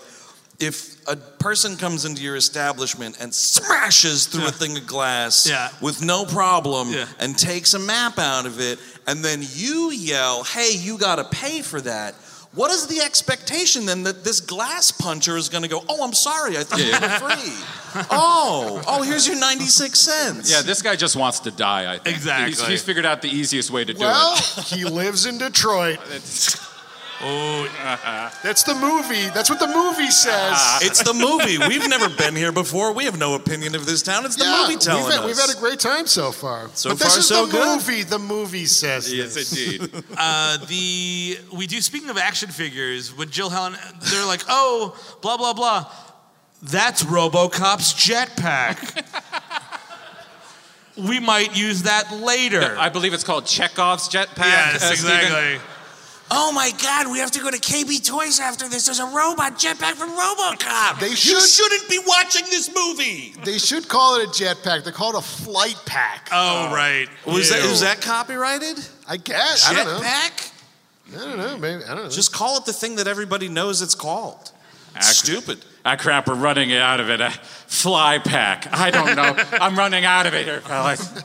if a person comes into your establishment and smashes through a thing of glass
Yeah.
with no problem
Yeah.
and takes a map out of it, and then you yell, "Hey, you got to pay for that." What is the expectation then that this glass puncher is going to go? Oh, I'm sorry, I thought you were free. oh, oh, here's your 96 cents.
yeah, this guy just wants to die. I think
Exactly.
He's, he's figured out the easiest way to do
well,
it.
he lives in Detroit.
Oh,
That's the movie. That's what the movie says.
It's the movie. We've never been here before. We have no opinion of this town. It's the
Yeah,
movie telling
we've had,
us.
We've had a great time so far.
So
but this
far,
is
so
the
good.
movie. The movie says this.
indeed.
Uh, the we do. Speaking of action figures, when Jill Helen, they're like, "Oh, blah blah blah." That's RoboCop's jetpack. we might use that later.
I believe it's called Chekhov's jetpack.
yes,
uh, Steven.
exactly.
Oh my God, we have to go to KB Toys after this. There's a robot jetpack from Robocop.
They
You
should-
shouldn't be watching this movie.
They should call it a jetpack. They call it a flight pack.
Uh,
Oh, right.
Was that,
Ew.
is that copyrighted?
I guess. I don't know.
Jetpack?
I don't know. Maybe I don't know.
Just call it the thing that everybody knows it's called. Stupid.
Ah, crap, we're running out of it. Uh, fly pack. I don't know. I'm running out of it here, fellas.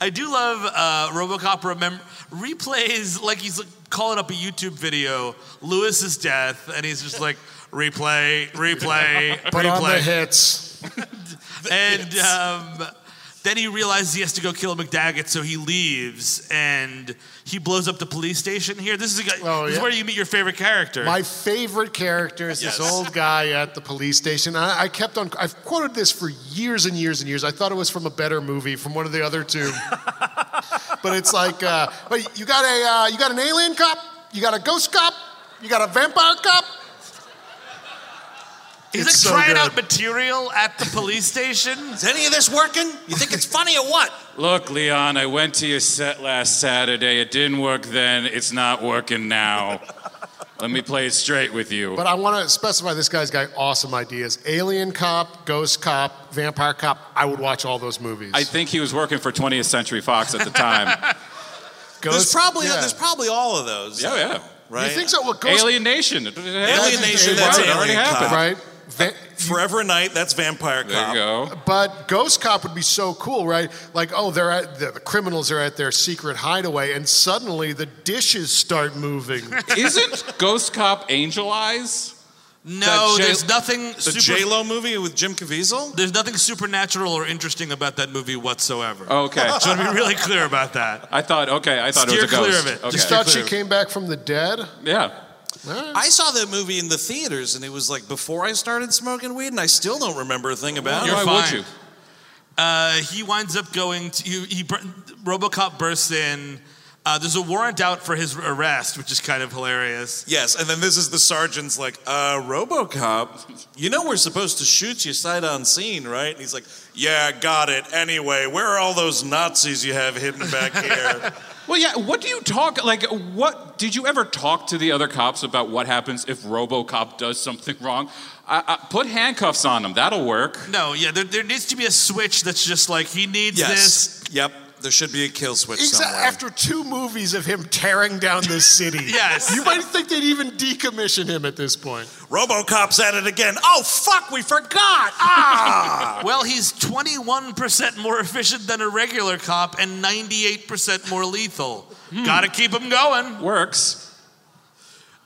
I do love uh, RoboCop remem- replays like he's calling up a YouTube video, Lewis's death, and he's just like replay, replay,
but on the
replay.
hits.
and um, then he realizes he has to go kill McDaggett, so he leaves and he blows up the police station. Here, this is a guy.
Oh,
this is
yeah.
where you meet your favorite character.
My favorite character is this old guy at the police station. I, I kept on. I've quoted this for years and years and years. I thought it was from a better movie, from one of the other two. but it's like, uh, wait, you got a uh, you got an alien cop, you got a ghost cop, you got a vampire cop.
he's like
it's so
trying
good.
out material at the police station.
Is any of this working? You think it's funny or what?
Look, Leon, I went to your set last Saturday. It didn't work then. It's not working now. Let me play it straight with you.
But I want to specify this guy's got awesome ideas: alien cop, ghost cop, vampire cop. I would watch all those movies.
I think he was working for 20th Century Fox at the time.
There's
Ghost-
probably
yeah.
there's probably all of those.
yeah, yeah.
Right?
You think so? Well, ghost,
Alien Nation.
Alien Nation, that's
It
Alien
already happened.
Cop.
right? Va-
Forever a Night, that's Vampire Cop.
There you go.
But Ghost Cop would be so cool, right? Like, oh, they're at the, the criminals are at their secret hideaway, and suddenly the dishes start moving.
Isn't Ghost Cop Angel Eyes?
No,
J-
there's nothing.
The
super-
J Lo movie with Jim Caviezel?
There's nothing supernatural or interesting about that movie whatsoever.
Oh.
Okay.
So to be really clear about that.
I thought, okay, I thought it was a
Steer clear
ghost.
of it.
Okay.
Just thought she came back from the dead.
yeah.
I saw that movie in the theaters, and it was like before I started smoking weed, and I still don't remember a thing about it.
Why would
fine.
you?
Uh, he winds up going to he, he bur- RoboCop bursts in. Uh, there's a warrant out for his arrest, which is kind of hilarious.
Yes, and then this is the sergeant's like, uh, Robocop, you know we're supposed to shoot you sight unseen, right? And he's like, yeah, got it. Anyway, where are all those Nazis you have hidden back here?
Well, yeah. What do you talk like? What did you ever talk to the other cops about? What happens if RoboCop does something wrong? I, I, put handcuffs on him. That'll work.
No, yeah, there, there needs to be a switch that's just like he needs this.
yes. Yep. There should be a kill switch
Exactly.
somewhere.
After two movies of him tearing down this city,
Yes.
you might think they'd even decommission him at this point.
Robocop's at it again. Oh, fuck, we forgot. Ah!
Well, he's 21% more efficient than a regular cop and 98% more lethal. Gotta keep him going.
Works.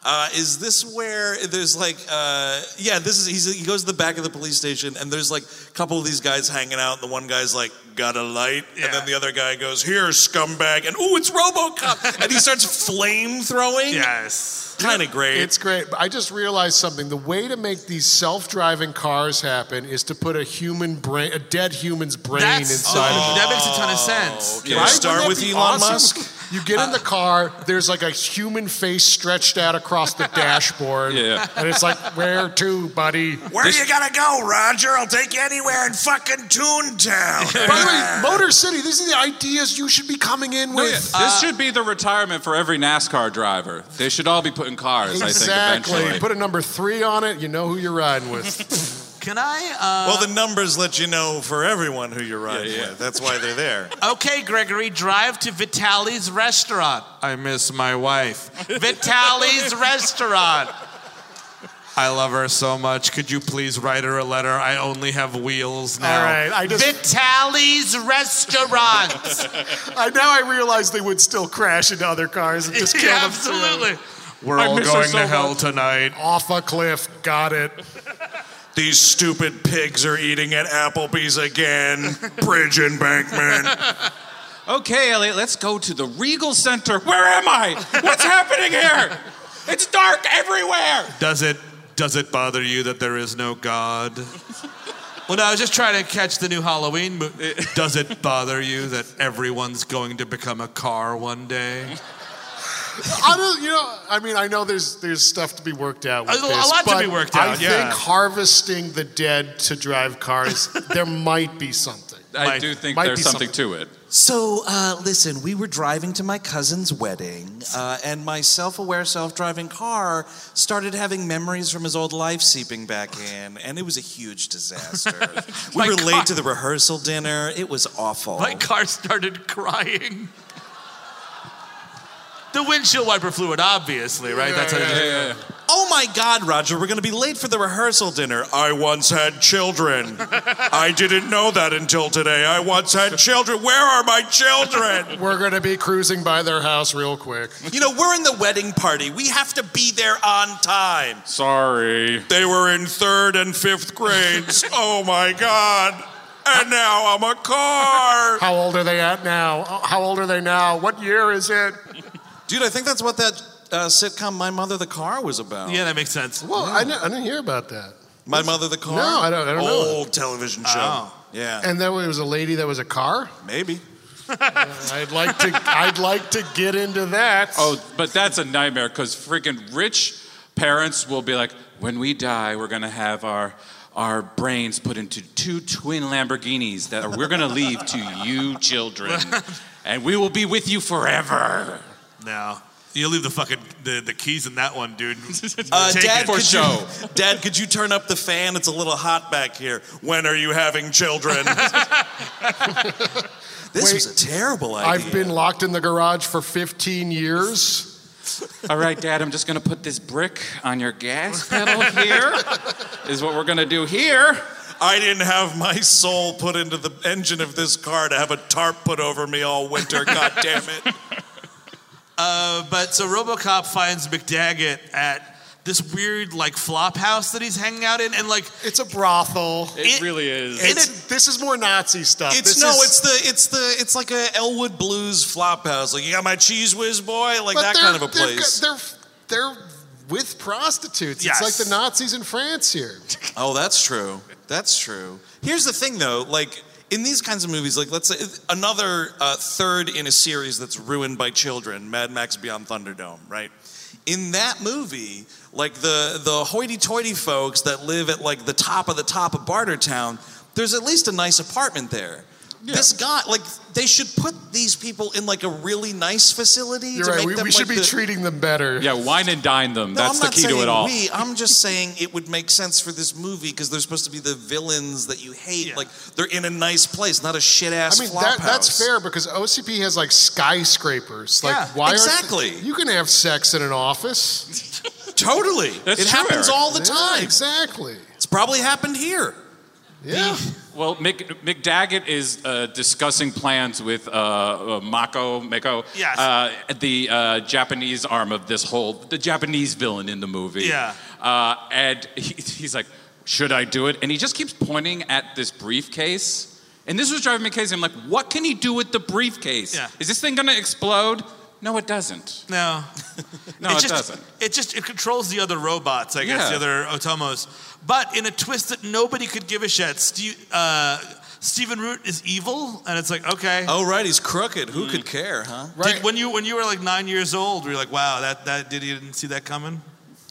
Uh, is this where there's like, uh, yeah, this is, he's, he goes to the back of the police station and there's like a couple of these guys hanging out. And the one guy's like, got a light. And then the other guy goes, here, scumbag. And ooh, it's Robocop. and he starts flame throwing.
Yes.
Kind of great.
It's great. But I just realized something. The way to make these self-driving cars happen is to put a human brain, a dead human's brain inside
Oh.
of them.
that makes a ton of sense.
okay.
Right?
Start
Wouldn't
with
that be
Elon
awesome?
Musk.
You get in the car. There's like a human face stretched out across the dashboard,
Yeah.
and it's like, "Where to, buddy?"
Where you gotta go, Roger? I'll take you anywhere in fucking Toontown.
By the way, Motor City. These are the ideas you should be coming in with.
This should be the retirement for every NASCAR driver. They should all be put in cars. I think
Exactly.
eventually.
Put a number three on it. You know who you're riding with.
Can I? uh,
well, the numbers let you know for everyone who you're riding with. That's why they're there.
Uh, okay, Gregory, drive to Vitali's restaurant. I miss my wife. Vitali's restaurant. I love her so much. Could you please write her a letter? I only have wheels now.
All right, I just-
Vitali's restaurant.
I now I realize they would still crash into other cars and just kill
Yeah,
them.
absolutely.
We're
I
all
miss her
going
so
to hell
much.
tonight.
Off a cliff. Got it.
These stupid pigs are eating at Applebee's again. Bridge embankment.
Okay, Elliot. Let's go to the Regal Center. Where am I? What's happening here? It's dark everywhere.
Does it does it bother you that there is no God?
Well, no, I was just trying to catch the new Halloween movie.
Does it bother you that everyone's going to become a car one day?
I don't. You know. I mean, I know there's there's stuff to be worked out. With
A- a
this,
lot to
but
be worked
I
out,
think
yeah.
harvesting the dead to drive cars. there might be something.
I
Might-
do think
might
there's
be
something,
something.
to it.
So, uh, listen, we were driving to my cousin's wedding, uh, and my self aware self driving car started having memories from his old life seeping back in, and it was a huge disaster. we were late to the rehearsal dinner. It was awful.
My car started crying. The windshield wiper fluid, obviously, right? That's how
Yeah, yeah, yeah.
Oh my God, Roger, we're going to be late for the rehearsal dinner. I once had children. I didn't know that until today. I once had children. Where are my children?
We're gonna be cruising by their house real quick.
You know, we're in the wedding party. We have to be there on time.
Sorry.
They were in third and fifth grades. oh my God. And now I'm a car.
How old are they at now? How old are they now? What year is it?
Dude, I think that's what that uh, sitcom My Mother the Car was about.
Yeah, that makes sense.
Well, I, didn't, I didn't hear about that.
My Mother the Car?
No, I don't- I don't know.
Old television show. Yeah.
And there was a lady that was a car.
Maybe.
I'd like to. I'd like to get into that.
Oh, but that's a nightmare because freaking rich parents will be like, when we die, we're gonna have our our brains put into two twin Lamborghinis that we're gonna leave to you children, and we will be with you forever.
No. You leave the fucking the, the keys in that one, dude.
Uh,
Take
Dad,
it.
could You, Dad, could you turn up the fan? It's a little hot back here. When are you having children? this
Wait.
was a terrible idea.
I've been locked in the garage for 15 years.
All right, Dad, I'm just gonna put this brick on your gas pedal here. is what we're gonna do here.
I didn't have my soul put into the engine of this car to have a tarp put over me all winter. God damn it.
Uh, but so RoboCop finds McDaggett at this weird like flop house that he's hanging out in, and like
It's a brothel.
it,
really is.
It's-
It's- this is more Nazi stuff.
It's
This
no,
is-
it's the it's the it's like a Elwood Blues flop house. Like you got my cheese whiz boy, like
but
that
they're-
kind of a
they're-
place.
They're they're, with prostitutes.
Yes.
It's like the Nazis in France here.
Oh, that's true. That's true. Here's the thing though, like in these kinds of movies, like let's say another uh, third in a series that's ruined by children, Mad Max Beyond Thunderdome, right? In that movie, like the the hoity-toity folks that live at like the top of the top of Bartertown, there's at least a nice apartment there. This guy, like, they should put these people in like a really nice facility.
You're
to
right.
make
We,
them,
we should
like,
be
the-
treating them better.
Yeah, wine and dine them.
no,
That's
I'm
the
not
key to
saying
it all.
We, I'm just saying it would make sense for this movie because they're supposed to be the villains that you hate. Like they're in a nice place, not a shit
I
ass.
mean, that, that's fair because OCP has like skyscrapers. Like,
Yeah,
why aren't-
exactly.
you can have sex in an office.
Totally,
That's
it
true,
happens
Eric.
all the
Yeah,
time.
exactly.
It's probably happened here.
Yeah.
Well, Mick, Mick Daggett is uh, discussing plans with uh, uh, Mako, Mako,
Yes.
uh, the uh, Japanese arm of this whole, the Japanese villain in the movie.
Yeah.
Uh, and he, he's like, should I do it? And he just keeps pointing at this briefcase. And this was driving me crazy. I'm like, what can he do with the briefcase?
Yeah.
Is this thing going to explode? No, it doesn't.
No.
No,
it,
it
just,
doesn't.
It just it controls the other robots, I guess,
Yeah.
the other Otomos. But in a twist that nobody could give a shit, Steve, uh, Stephen Root is evil, and it's like, okay.
Oh right, he's crooked. Who could care, huh?
Did- when you when you were like nine years old, were you like, wow, that that did you didn't see that coming?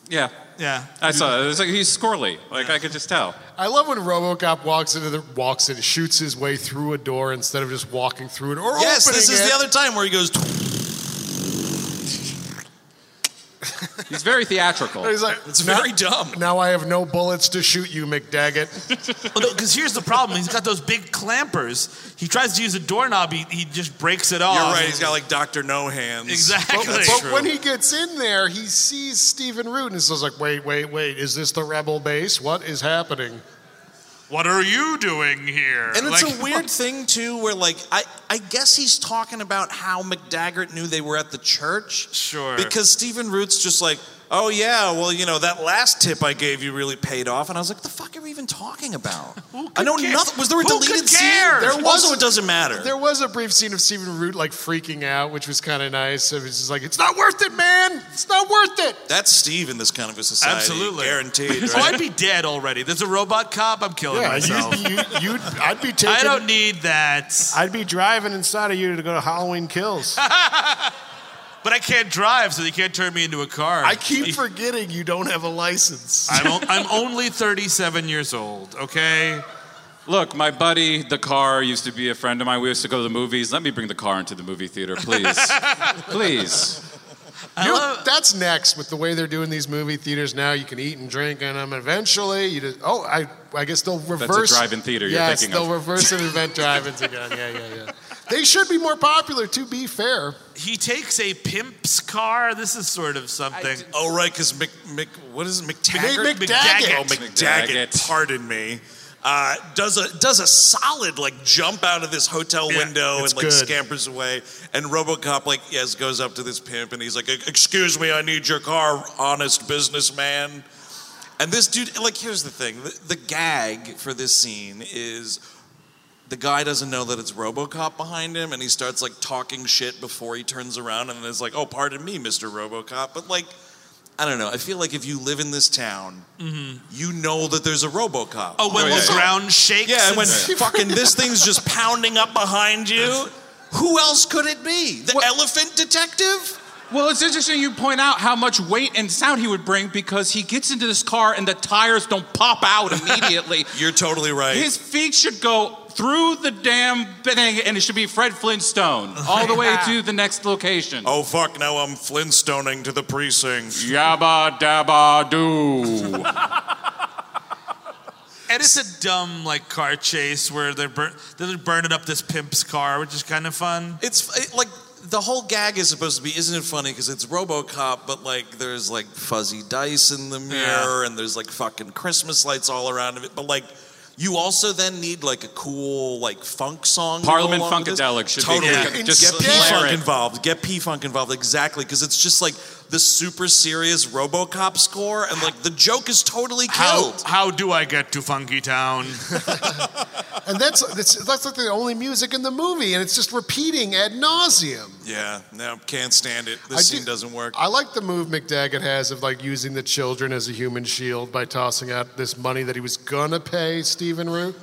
Yeah. Uh,
Yeah.
I saw it. It was like, he's squirrely. Like, I could just tell.
I love when RoboCop walks into the walks in, shoots his way through a door instead of just walking through it or
Yes,
opening
this is
it.
the other time where he goes.
He's very theatrical.
He's like,
It's
"Now-
very dumb.
Now I have no bullets to shoot you, McDaggett.
Well, no, because here's the problem. He's got those big clampers. He tries to use a doorknob. He, he just breaks it off.
You're right. He's got like Doctor No Hands.
Exactly.
But,
That's
but when he gets in there, he sees Stephen Root and is like, wait, wait, wait, is this the rebel base? What is happening?
what are you doing here?
And it's
Like-
a weird thing too, where like I, I guess he's talking about how McDaggart knew they were at the church.
Sure.
Because Stephen Root's just like, oh yeah, well you know that last tip I gave you really paid off, and I was like, the fuck are we even talking about? I know
care?
nothing. Was there a
Who could
deleted
care?
scene? There was. Also, it doesn't matter.
There was a brief scene of Stephen Root like freaking out, which was kind of nice. It was just like, it's not worth it, man. It's not worth it.
That's Steve in this kind of a society.
Absolutely.
Guaranteed.
Oh,
Right?
I'd be dead already. There's a robot cop. I'm killing
Yeah,
myself.
you, you, you'd,
I'd be taking.
I don't need that.
I'd be driving inside of you to go to Halloween Kills.
But I can't drive, so they can't turn me into a car.
I keep forgetting you don't have a license.
I'm, o- I'm only 37 years old, okay?
Look, my buddy, the car used to be a friend of mine. We used to go to the movies. Let me bring the car into the movie theater, please. please.
You-
love-
that's next with the way they're doing these movie theaters now. You can eat and drink in them. Eventually, you just oh, I I guess they'll reverse.
drive-in theater you're
Yes,
thinking
they'll
of.
reverse and invent drive-ins again. Yeah, yeah, yeah. They should be more popular. To be fair,
He takes a pimp's car. This is sort of something.
oh right, because Mc, Mc, what is it,
Mc-
McTaggart?
McDaggett.
Oh, McDaggett.
McDaggett.
Pardon me. Uh, does a does a solid like jump out of this hotel window
it's
and like
good.
scampers away, and RoboCop like yes goes up to this pimp and he's like, "Excuse me, I need your car, honest businessman." And this dude, like, here's the thing: the, the gag for this scene is the guy doesn't know that it's RoboCop behind him, and he starts like talking shit before he turns around, and is like, "Oh, pardon me, Mr. RoboCop," but like, I don't know. I feel like if you live in this town,
Mm-hmm.
you know that there's a RoboCop.
oh, when
Oh,
the
yeah, yeah.
ground shakes.
yeah,
and
and when
s-
fucking this thing's just pounding up behind you. Who else could it be? The elephant detective?
Well, it's interesting you point out how much weight and sound he would bring because he gets into this car and the tires don't pop out immediately.
You're totally right.
His feet should go through the damn thing and it should be Fred Flintstone all the way to the next location.
oh fuck! Now I'm Flintstoning to the precinct.
Yabba dabba doo.
and it's a dumb like car chase where they're bur- they're burning up this pimp's car, which is kind of fun.
It's it, like the whole gag is supposed to be, isn't it funny? Because it's RoboCop, but like there's like fuzzy dice in the mirror, and there's like fucking Christmas lights all around of it. But like, you also then need like a cool like funk song. to go
Parliament
along with this.
Funkadelic should be-
totally.
yeah,
Get-
just
get P
blare
Funk
it.
involved. Get P Funk involved exactly because it's just like the super serious RoboCop score, and like the joke is totally
How
killed.
how do I get to Funky Town?
and that's that's that's like the only music in the movie, and it's just repeating ad nauseum.
Yeah, no, can't stand it. This
I
scene
do-
doesn't work.
I like the move McDaggett has of like using the children as a human shield by tossing out this money that he was gonna pay Stephen Root.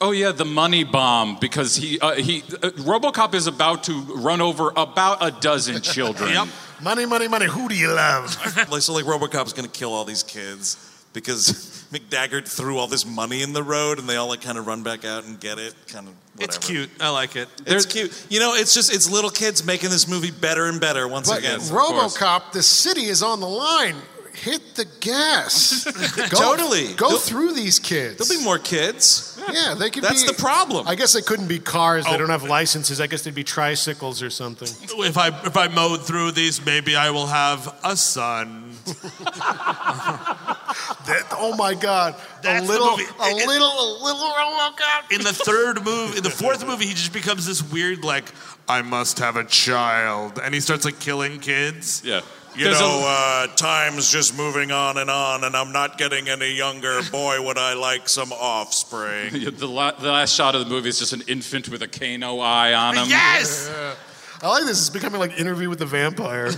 Oh yeah, the money bomb because he uh, he uh, RoboCop is about to run over about a dozen children.
Money, money, money. Who do you love? like, so, like, Robocop's gonna kill all these kids because McDaggard threw all this money in the road, and they all like kind of run back out and get it. Kind of.
It's cute. I like it.
It's cute. You know, it's just it's little kids making this movie better and better once
But
again.
RoboCop, the city is on the line. Hit the gas. Go-
Totally.
Go
They'll-
through these kids.
There'll be more kids.
Yeah, they could.
That's
be,
the problem.
I guess they couldn't be cars. They
Oh.
don't have licenses. I guess they'd be tricycles or something.
If I if I mowed through these, maybe I will have a son.
That- oh my God!
That's
a
the
little,
movie.
a
It- it-
little, a little RoboCop.
In the third movie, in the fourth movie, he just becomes this weird like I must have a child, and he starts like killing kids.
Yeah.
You
There's a-
know, uh, time's just moving on and on, and I'm not getting any younger. Boy, would I like some offspring.
Yeah, the, la- the last shot of the movie is just an infant with a Kano eye on him.
Yes.
I like this. It's becoming like Interview with the Vampire.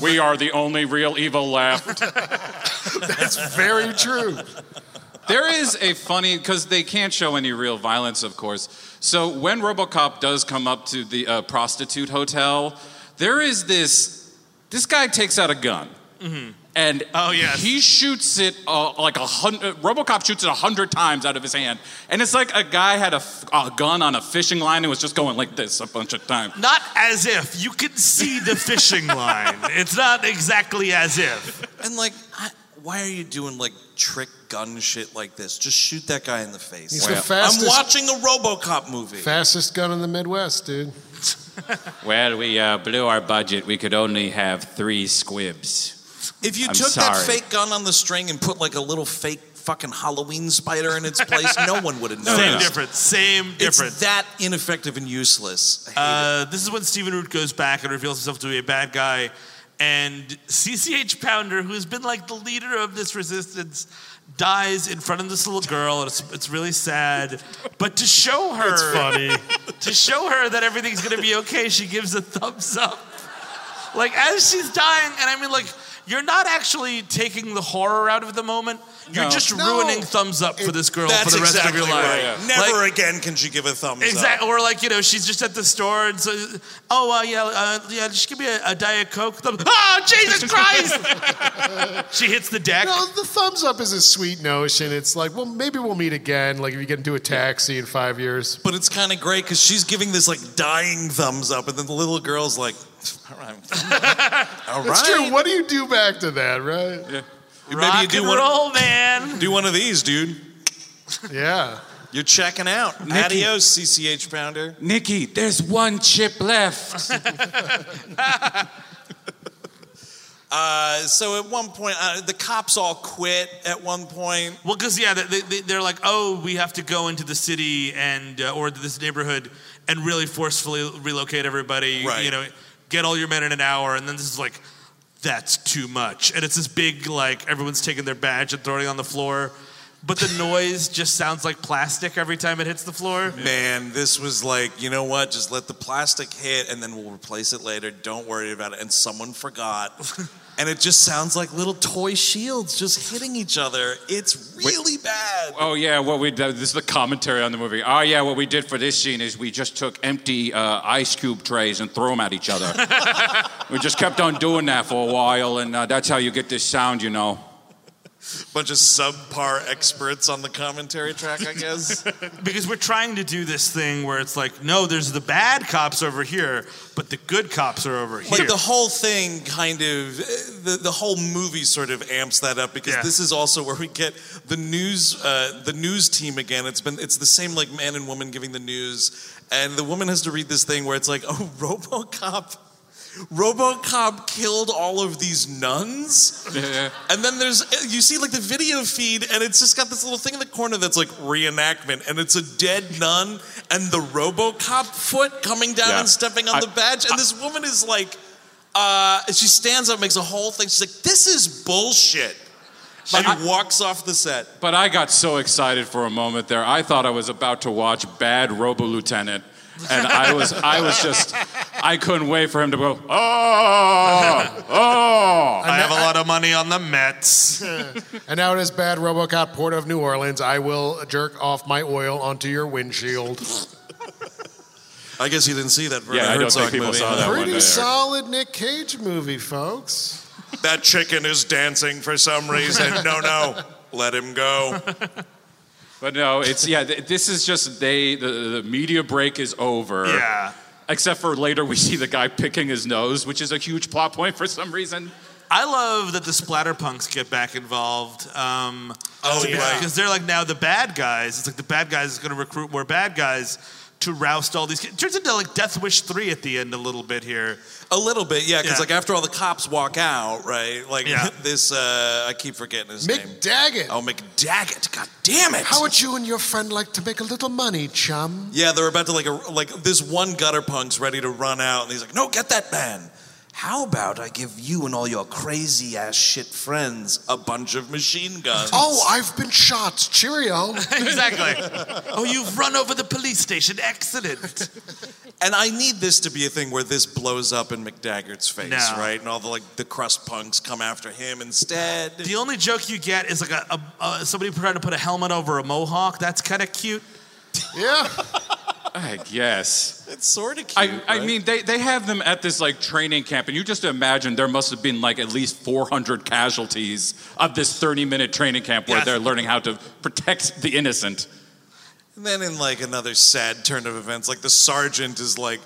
We are the only real evil left.
That's very true.
there is a funny because they can't show any real violence, of course. So when RoboCop does come up to the uh, prostitute hotel, there is this. This guy takes out a gun. And
Oh, yes.
he shoots it uh, like a hundred. RoboCop shoots it a hundred times out of his hand, and it's like a guy had a, f- a gun on a fishing line and was just going like this a bunch of times.
Not as if you can see the fishing line. It's not exactly as if.
And like, I, why are you doing like trick gun shit like this? Just shoot that guy in the face.
He's the
I'm
fastest,
watching a RoboCop movie.
fastest gun in the Midwest, dude.
Well, we uh, blew our budget. We could only have three squibs.
If you
I'm
took that
sorry.
fake gun on the string and put like a little fake fucking Halloween spider in its place, no one would have
Same
noticed.
difference. Same
It's
difference.
that ineffective and useless. I hate
Uh, this is when Steven Root goes back and reveals himself to be a bad guy. And CCH Pounder, who's been like the leader of this resistance, dies in front of this little girl. And it's, it's really sad. But to show her, to show her that everything's going to be okay, she gives a thumbs up. Like as she's dying, and I mean, like you're not actually taking the horror out of the moment. You're
No.
just
No.
ruining thumbs up for this girl
That's
for the rest
exactly
of your life.
right.
Like,
Never again can she give a thumbs
Exactly,
up.
or like you know, she's just at the store and so, oh uh, yeah, uh, yeah, just give me a, a diet coke. The- oh Jesus Christ! she hits the deck.
No, the thumbs up is a sweet notion. It's like, well, maybe we'll meet again. Like if you get into a taxi in five years.
But it's kind of great because she's giving this like dying thumbs up, and then the little girl's like, "All right, all right."
It's true. What do you do back to that, right?
Maybe
Rock
you do
and
one,
roll, Oh, man.
do one of these, dude.
Yeah.
You're checking out. Adios, CCH Pounder.
Nikki, there's one chip left.
Uh, so at one point, uh, the cops all quit. At one point,
Well, because yeah, they, they, they're like, oh, we have to go into the city and uh, or this neighborhood and really forcefully relocate everybody.
Right.
You know, get all your men in an hour, and then this is like, that's too much, and it's this big like everyone's taking their badge and throwing it on the floor. But the noise just sounds like plastic every time it hits the floor.
man, this was like, you know what? Just let the plastic hit, and then we'll replace it later. Don't worry about it. And someone forgot. And it just sounds like little toy shields just hitting each other. It's really bad.
Oh yeah, what we did, this is the commentary on the movie. Oh yeah, what we did for this scene is we just took empty uh, ice cube trays and threw them at each other. we just kept on doing that for a while, and uh, that's how you get this sound, you know.
bunch of subpar experts on the commentary track, I guess.
because we're trying to do this thing where it's like, no, there's the bad cops over here, but the good cops are over here.
but the whole thing kind of, uh, the, the whole movie sort of amps that up because
Yeah.
this is also where we get the news, uh, the news team again. It's been, it's the same like man and woman giving the news, and the woman has to read this thing where it's like, oh, RoboCop. RoboCop killed all of these nuns, and then there's you see like the video feed, and it's just got this little thing in the corner that's like reenactment, and it's a dead nun and the RoboCop foot coming down
Yeah.
and stepping on
I-
the badge, and this woman is like, uh, she stands up, makes a whole thing. She's like, "This is bullshit," and walks off the set.
But I got so excited for a moment there. I thought I was about to watch Bad Robo Lieutenant. And I was, I was just, I couldn't wait for him to go, oh, oh.
I have a lot of money on the Mets.
And now it is bad Robocop, Port of New Orleans. I will jerk off my oil onto your windshield.
I guess you didn't see that. Werner
Yeah, I don't
Herzog
think people
movie.
saw that one.
Pretty
there.
solid Nick Cage movie, folks.
That chicken is dancing for some reason. No, no, let him go.
But no, it's, yeah, th- this is just, they, the, the media break is over.
Yeah.
Except for later we see the guy picking his nose, which is a huge plot point for some reason.
I love that the Splatterpunks get back involved. Um,
Oh, right.
Because they're like now the bad guys. It's like the bad guys is going to recruit more bad guys to roust all these kids. Turns into like Death Wish 3 at the end a little bit here.
A little bit, yeah, because
Yeah.
like after all the cops walk out, right? Like
Yeah.
this, uh, I keep forgetting his name.
Mick Daggett.
Oh, McDaggett! God damn it!
How would you and your friend like to make a little money, chum?
yeah, they're about to like a, like this one gutter punk's ready to run out, and he's like, "No, get that man." How about I give you and all your crazy ass shit friends a bunch of machine guns?
Oh, I've been shot. Cheerio.
exactly. oh, you've run over the police station. Excellent.
and I need this to be a thing where this blows up in McDaggett's face,
No.
right? And all the like the crust punks come after him instead.
The only joke you get is like a, a, a somebody trying to put a helmet over a mohawk. That's kind of cute.
Yeah.
I guess.
It's sort of cute.
I, I
right?
mean, they, they have them at this like training camp, and you just imagine there must have been like at least 400 casualties of this 30 minute training camp where
Yes.
they're learning how to protect the innocent.
And then in like another sad turn of events, like the sergeant is like,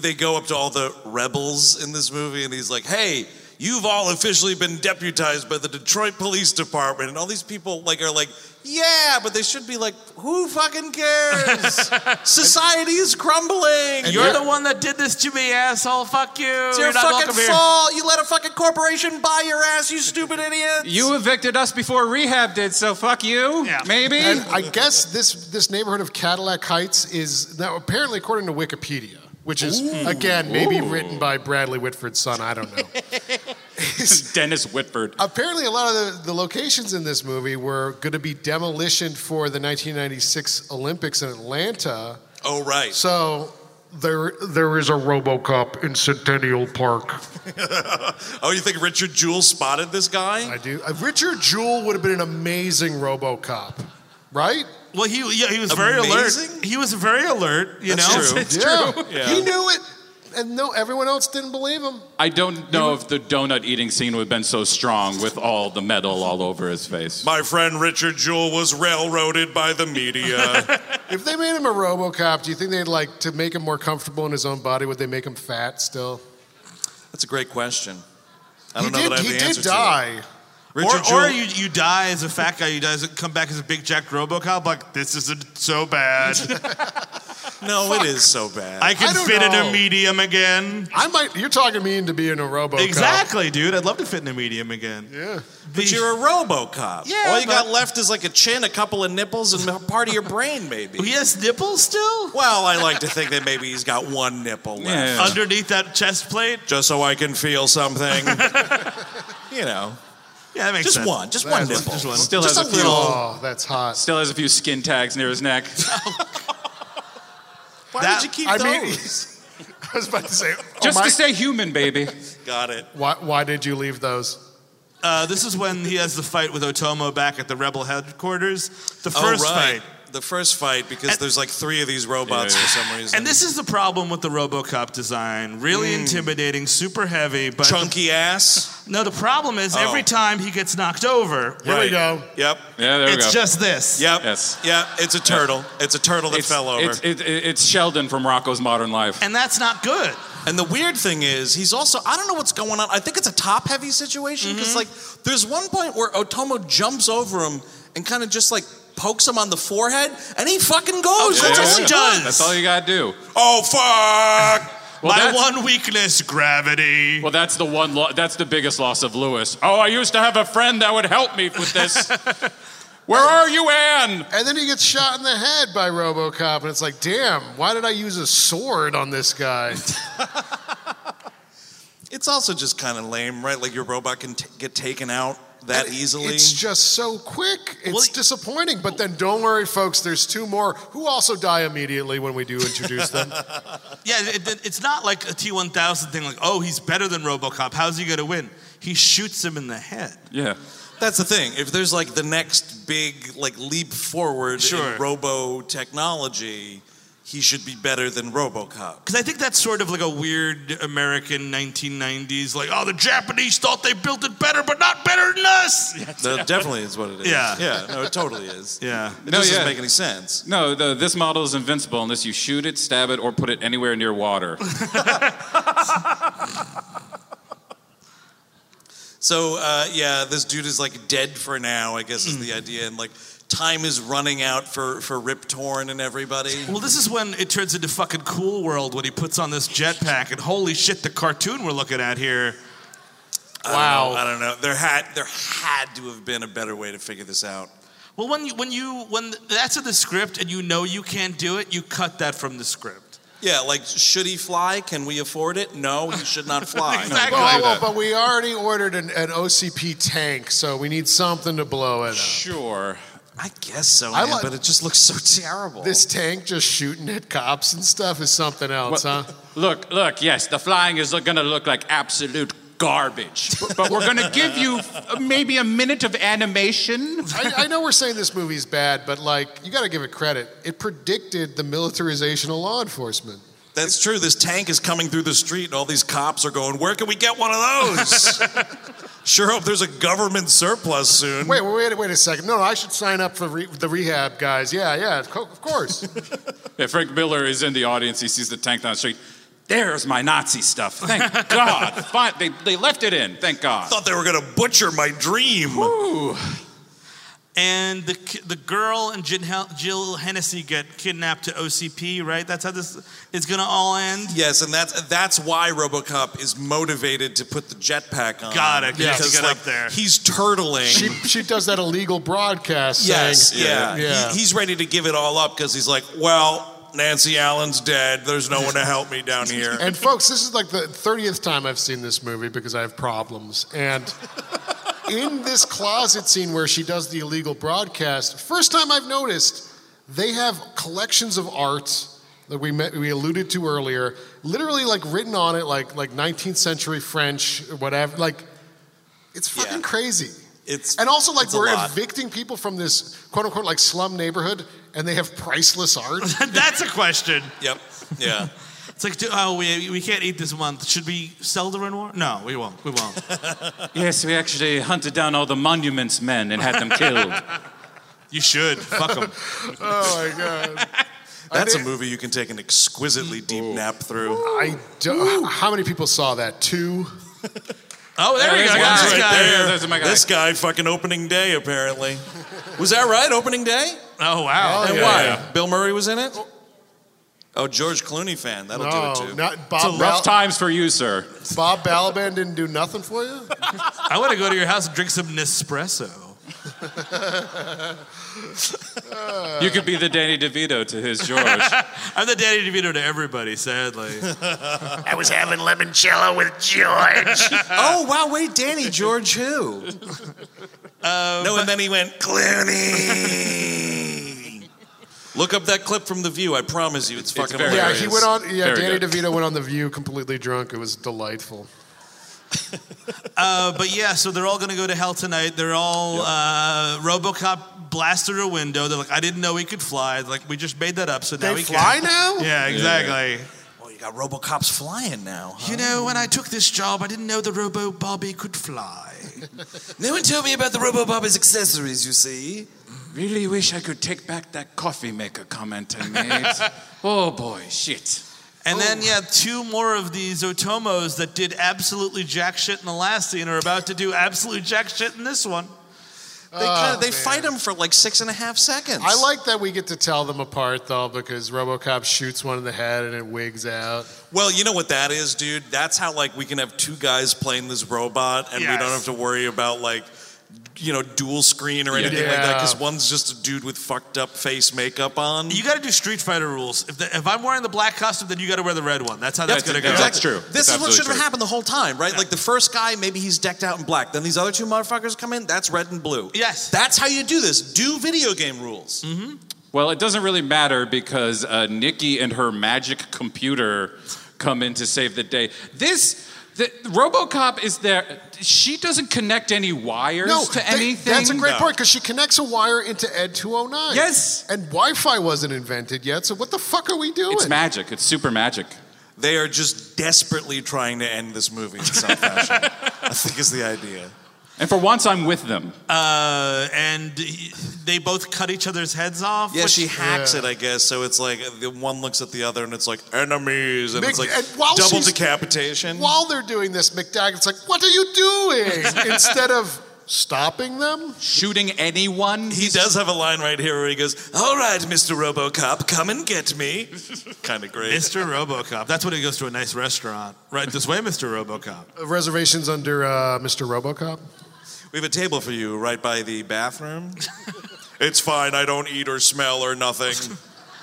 they go up to all the rebels in this movie, and he's like, "Hey, you've all officially been deputized by the Detroit Police Department," and all these people like are like, "Yeah," but they should be like, "Who fucking cares? Society is crumbling.
You're
You're
the one that did this to me, asshole. Fuck you.
it's your
You're not
fucking
welcome here.
fault. You let a fucking corporation buy your ass, you stupid idiots."
You evicted us before rehab did, so fuck you,
Yeah.
maybe?
And I guess this this neighborhood of Cadillac Heights is now apparently according to Wikipedia, which is again maybe written by Bradley Whitford's son. I don't know.
Dennis Whitford.
apparently, a lot of the, the locations in this movie were going to be demolition for the 1996 Olympics in Atlanta.
oh right.
So there
There is a RoboCop in Centennial Park.
oh, you think Richard Jewell spotted this guy?
I do. uh, Richard Jewell would have been an amazing RoboCop, right?
Well, he yeah, he was very
Amazing?
alert. He was very alert. You
That's
know,
true.
yeah. He knew it, and no, everyone else didn't believe him.
I don't know if the donut eating scene would have been so strong with all the metal all over his face.
My friend Richard Jewell was railroaded by the media.
If they made him a RoboCop, do you think they'd like to make him more comfortable in his own body? Would they make him fat still?
That's a great question.
He
I don't know
did.
that I have
he
the
did
answer to
die.
that. Richard
or, or
Jewell,
you you die as a fat guy. You die as a, come back as a big Jack RoboCop. Like this isn't so bad.
no, it is so bad.
I can
I don't
fit in
know.
a medium again.
I might. You're talking me into being a RoboCop.
Exactly, dude. I'd love to fit in a medium again.
Yeah.
but you're a RoboCop.
Yeah,
All you got
but-
left is like a chin, a couple of nipples, and part of your brain, maybe.
He has nipples still
Well, I like to think that maybe he's got one nipple left,
Yeah.
underneath that chest plate.
just so I can feel something. you know,
Yeah, that makes
just
sense.
one, just one nipple.
Just one.
Still has, a few,
Oh, that's hot.
still has a few skin tags near his neck.
Why
That-
did you keep
I mean-
those?
I was about to say.
Just
oh my,
to stay human, baby.
got it.
why, why did you leave those?
Uh, this is when he has the fight with Otomo back at the Rebel headquarters. The first
oh, right.
fight.
The first fight because
And-
there's like three of these robots for some reason.
And this is the problem with the RoboCop design. Really intimidating, super heavy, but
chunky ass.
no, the problem is every time he gets knocked over,
Here we go.
Yep.
Yeah, there we go.
it's just this.
Yep.
Yes.
Yeah, it's a turtle. It's a turtle that fell over.
It's, it, it- it's Sheldon from Rocco's Modern Life.
And that's not good.
and the weird thing is, he's also I don't know what's going on. I think it's a top heavy situation because like there's one point where Otomo jumps over him and kind of just like pokes him on the forehead, and he fucking goes.
course
Oh, That's all
he
he
does.
does.
Oh, That's all you gotta do.
Oh fuck!
Well,
My
that's,
one weakness, gravity.
well, that's the one. Lo- that's the biggest loss of Lewis. Oh, I used to have a friend that would help me with this. Where are you, Anne?
And then he gets shot in the head by RoboCop, and it's like, damn, why did I use a sword on this guy?
It's also just kind of lame, right? Like your robot can t- get taken out that
And
easily.
It's just so quick. It's disappointing. But then don't worry, folks. There's two more who also die immediately when we do introduce them.
Yeah, it, it- it's not like a T1000 thing, like, oh, he's better than Robocop. How's he going to win? He shoots him in the head.
Yeah. That's the thing. If there's like the next big like leap forward
Sure.
in robo technology, he should be better than RoboCop.
Because I think that's sort of like a weird American 1990s, like, oh, the Japanese thought they built it better, but not better than us.
That definitely is what it is.
Yeah.
Yeah. No, it totally is.
Yeah.
It
No,
doesn't
yeah.
make any sense.
No, the, this model is invincible unless you shoot it, stab it, or put it anywhere near water.
So uh, yeah, this dude is like dead for now. I guess is the
Hmm.
idea, and like time is running out for for Rip Torn and everybody.
Well, this is when it turns into fucking Cool World when he puts on this jetpack, and holy shit, the cartoon we're looking at here.
wow. I don't know. There had there had to have been a better way to figure this out.
Well, when you, when you when that's in the script and you know you can't do it, you cut that from the script.
Yeah, like should he fly? Can we afford it? No, he should not fly.
Exactly.
Whoa, whoa, but we already ordered an, an OCP tank, so we need something to blow it up.
sure.
I guess so,
I
man,
like-
but it just looks so terrible.
This tank just shooting at cops and stuff is something else, huh?
Look, look, yes, the flying is going to look like absolute garbage. But, but we're going to give you f- uh, maybe a minute of animation.
I, I know we're saying this movie's bad, but like you got to give it credit. It predicted the militarization of law enforcement.
That's true. This tank is coming through the street, and all these cops are going, "Where can we get one of those?" sure hope there's a government surplus soon.
Wait, wait, wait, wait a second. No, no, I should sign up for re- the rehab guys. Yeah, yeah, of co- of course.
Yeah, Frank Miller is in the audience. He sees the tank down the street. There's my Nazi stuff. Thank God. Fine. They, they left it in. Thank God.
thought they were gonna butcher my dream.
And the ki- the girl and Jin Hel- Jill Hennessy get kidnapped to OCP, right? That's how this is gonna all end.
Yes, and that's that's why RoboCop is motivated to put the jetpack on.
Got it, 'cause he
Because,
got
like,
up there.
He's turtling.
she she does that illegal broadcast.
yes,
saying,
yeah.
yeah.
He- he's ready to give it all up because he's like, well, Nancy Allen's dead. There's no one to help me down here.
and folks, this is like the 30th time I've seen this movie because I have problems. And in this closet scene where she does the illegal broadcast, first time I've noticed they have collections of art that we met, we alluded to earlier, literally like written on it like like 19th century French or whatever. Like it's fucking
Yeah.
crazy.
It's
And also, like,
it's a
we're
lot.
evicting people from this quote unquote like slum neighborhood and they have priceless art.
That's a question.
Yep. Yeah.
It's like, do- oh, we, we can't eat this month. Should we sell the Renoir? No, we won't. We won't.
Yes, we actually hunted down all the monuments men and had them killed.
you should. Fuck them.
oh my God.
That's a
did-
movie you can take an exquisitely deep nap through.
I don't, how many people saw that? Two?
Oh, there we go. I got
That's
this
right
guy.
there.
There's my guy.
This guy, fucking opening day, apparently. Was that right? Opening day?
Oh, wow.
And why? Bill Murray was in it? Oh, George Clooney fan. That'll do it
No,
too.
Oh, not
It's a
Bob,
rough
Bal-
times for you, sir.
Bob Balaban didn't do nothing for you?
I want to go to your house and drink some Nespresso.
You could be the Danny DeVito to his George.
I'm the Danny DeVito to everybody, sadly.
I was having limoncello with George.
Oh wow! Wait, Danny George who?
Uh,
no, and then he went Clooney. Look up that clip from The View. I promise you, it's fucking
very-
Yeah,
hilarious.
he went on. Yeah,
Very
Danny
good.
DeVito went on The View completely drunk. It was delightful.
Uh, but yeah, so they're all going to go to hell tonight. They're all uh, RoboCop blasts through a window. They're like, I didn't know he could fly. Like, we just made that up, so now
They
he
fly
can.
now?
Yeah, exactly.
Oh, you got RoboCops flying now. Huh?
You know, when I took this job, I didn't know the Robo Bobby could fly.
No one told me about the RoboBob's accessories. You see,
Really wish I could take back that coffee maker comment I made. oh boy, shit.
And then, yeah, two more of these Otomos that did absolutely jack shit in the last scene are about to do absolutely jack shit in this one.
they
Ah,
kinda, they fight him for like six and a half seconds.
I like that we get to tell them apart, though, because Robocop shoots one in the head and it wigs out.
Well, you know what that is, dude. That's how like we can have two guys playing this robot, and we
Yes.
don't have to worry about like you know, dual screen or anything like that
Yeah.
because one's just a dude with fucked up face makeup on.
You got to do Street Fighter rules. If, the, if I'm wearing the black costume, then you got to wear the red one. That's how that's, going to go.
Exactly. This is what should have happened the whole time, right? Like the first guy, maybe he's decked out in black. Then these other two motherfuckers come in, that's red and blue.
Yes. Mm.
That's how you do this. Do video game rules.
Well, it doesn't really matter because uh, Nikki and her magic computer come in to save the day. This. The, RoboCop is there. She doesn't connect any wires
No,
to
they-
anything.
That's a great point because she connects a wire into Ed 209.
Yes.
And Wi Fi wasn't invented yet, so what the fuck are we doing?
It's magic. It's super magic.
They are just desperately trying to end this movie in some fashion, I think is the idea.
And for once, I'm with them.
Uh, and he- they both cut each other's heads off.
Yeah,
which-
she hacks it, I guess. So it's like the one looks at the other and it's like enemies and
Big-
it's like
and while
double
she's-
decapitation.
While they're doing this, McDaggett's like, what are you doing? Instead of stopping them?
Shooting anyone.
he does have a line right here where he goes, All right, Mr. Robocop, come and get me. kind of great.
Mr. Robocop. That's when he goes to a nice restaurant. Right this way, Mr. Robocop.
Reservations under uh, Mr. Robocop?
We have a table for you right by the bathroom. it's fine. I don't eat or smell or nothing.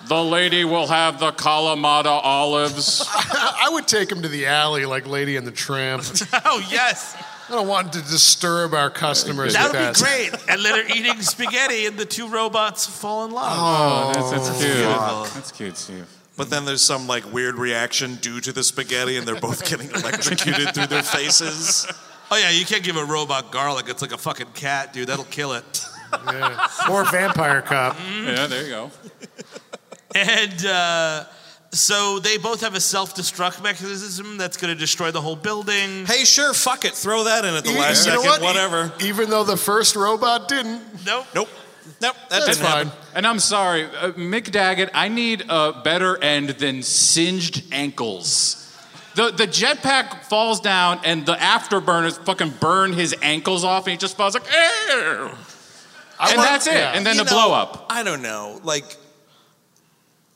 The lady will have the Kalamata olives.
I would take him to the alley like Lady and the Tramp.
Oh yes,
I don't want to disturb our customers
that
with that.
would be great. And then they're eating spaghetti, and the two robots fall in love.
oh, that's, that's cute.
Beautiful.
That's cute, Steve.
But then there's some like weird reaction due to the spaghetti, and they're both getting electrocuted through their faces.
Oh yeah, you can't give a robot garlic. It's like a fucking cat, dude. That'll kill it.
Or Vampire Cop.
Yeah, there you go.
And uh, so they both have a self-destruct mechanism that's going to destroy the whole building.
Hey, sure, fuck it, throw that in at the
You-
last
you know what?
second,
E
whatever.
Even though the first robot didn't.
Nope.
Nope, nope, that
That's
didn't happen.
fine.
And I'm sorry, uh, Mick Daggett, I need a better end than singed ankles. The, the jetpack falls down and the afterburners fucking burn his ankles off and he just falls like, Ew! and
want-
that's it.
yeah.
And then
You
the
know,
blow up.
I don't know. Like,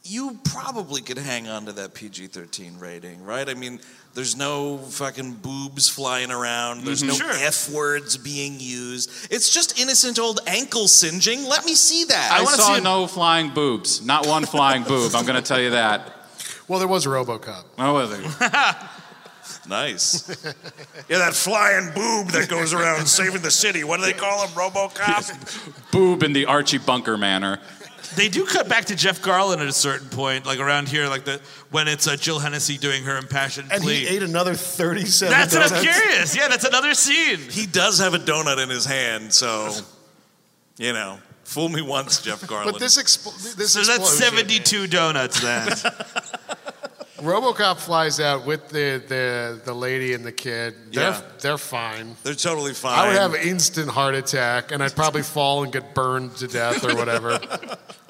you probably could hang on to that PG 13 rating, right? I mean, there's no fucking boobs flying around, there's no F words being used. It's just innocent old ankle singing. Let me see that.
I,
wanna
saw
see a-
no flying boobs. Not one flying boob. I'm going to tell you that.
Well, there was Robocop.
Oh, was it?
Nice.
Yeah, that flying boob that goes around saving the city. What do they call him? Robocop?
Boob in the Archie Bunker manner.
They do cut back to Jeff Garland at a certain point, like around here, like the when it's uh, Jill Hennessy doing her impassioned
And
plea.
he ate another 37
that's what I'm
donuts.
curious. Yeah, that's another scene.
he does have a donut in his hand, so, you know, fool me once, Jeff Garland.
But this expl- this
So that's 72 donuts then.
RoboCop flies out with the the, the lady and the kid. They're
Yeah.
they're fine.
They're totally fine.
I would have instant heart attack, and I'd probably fall and get burned to death or whatever.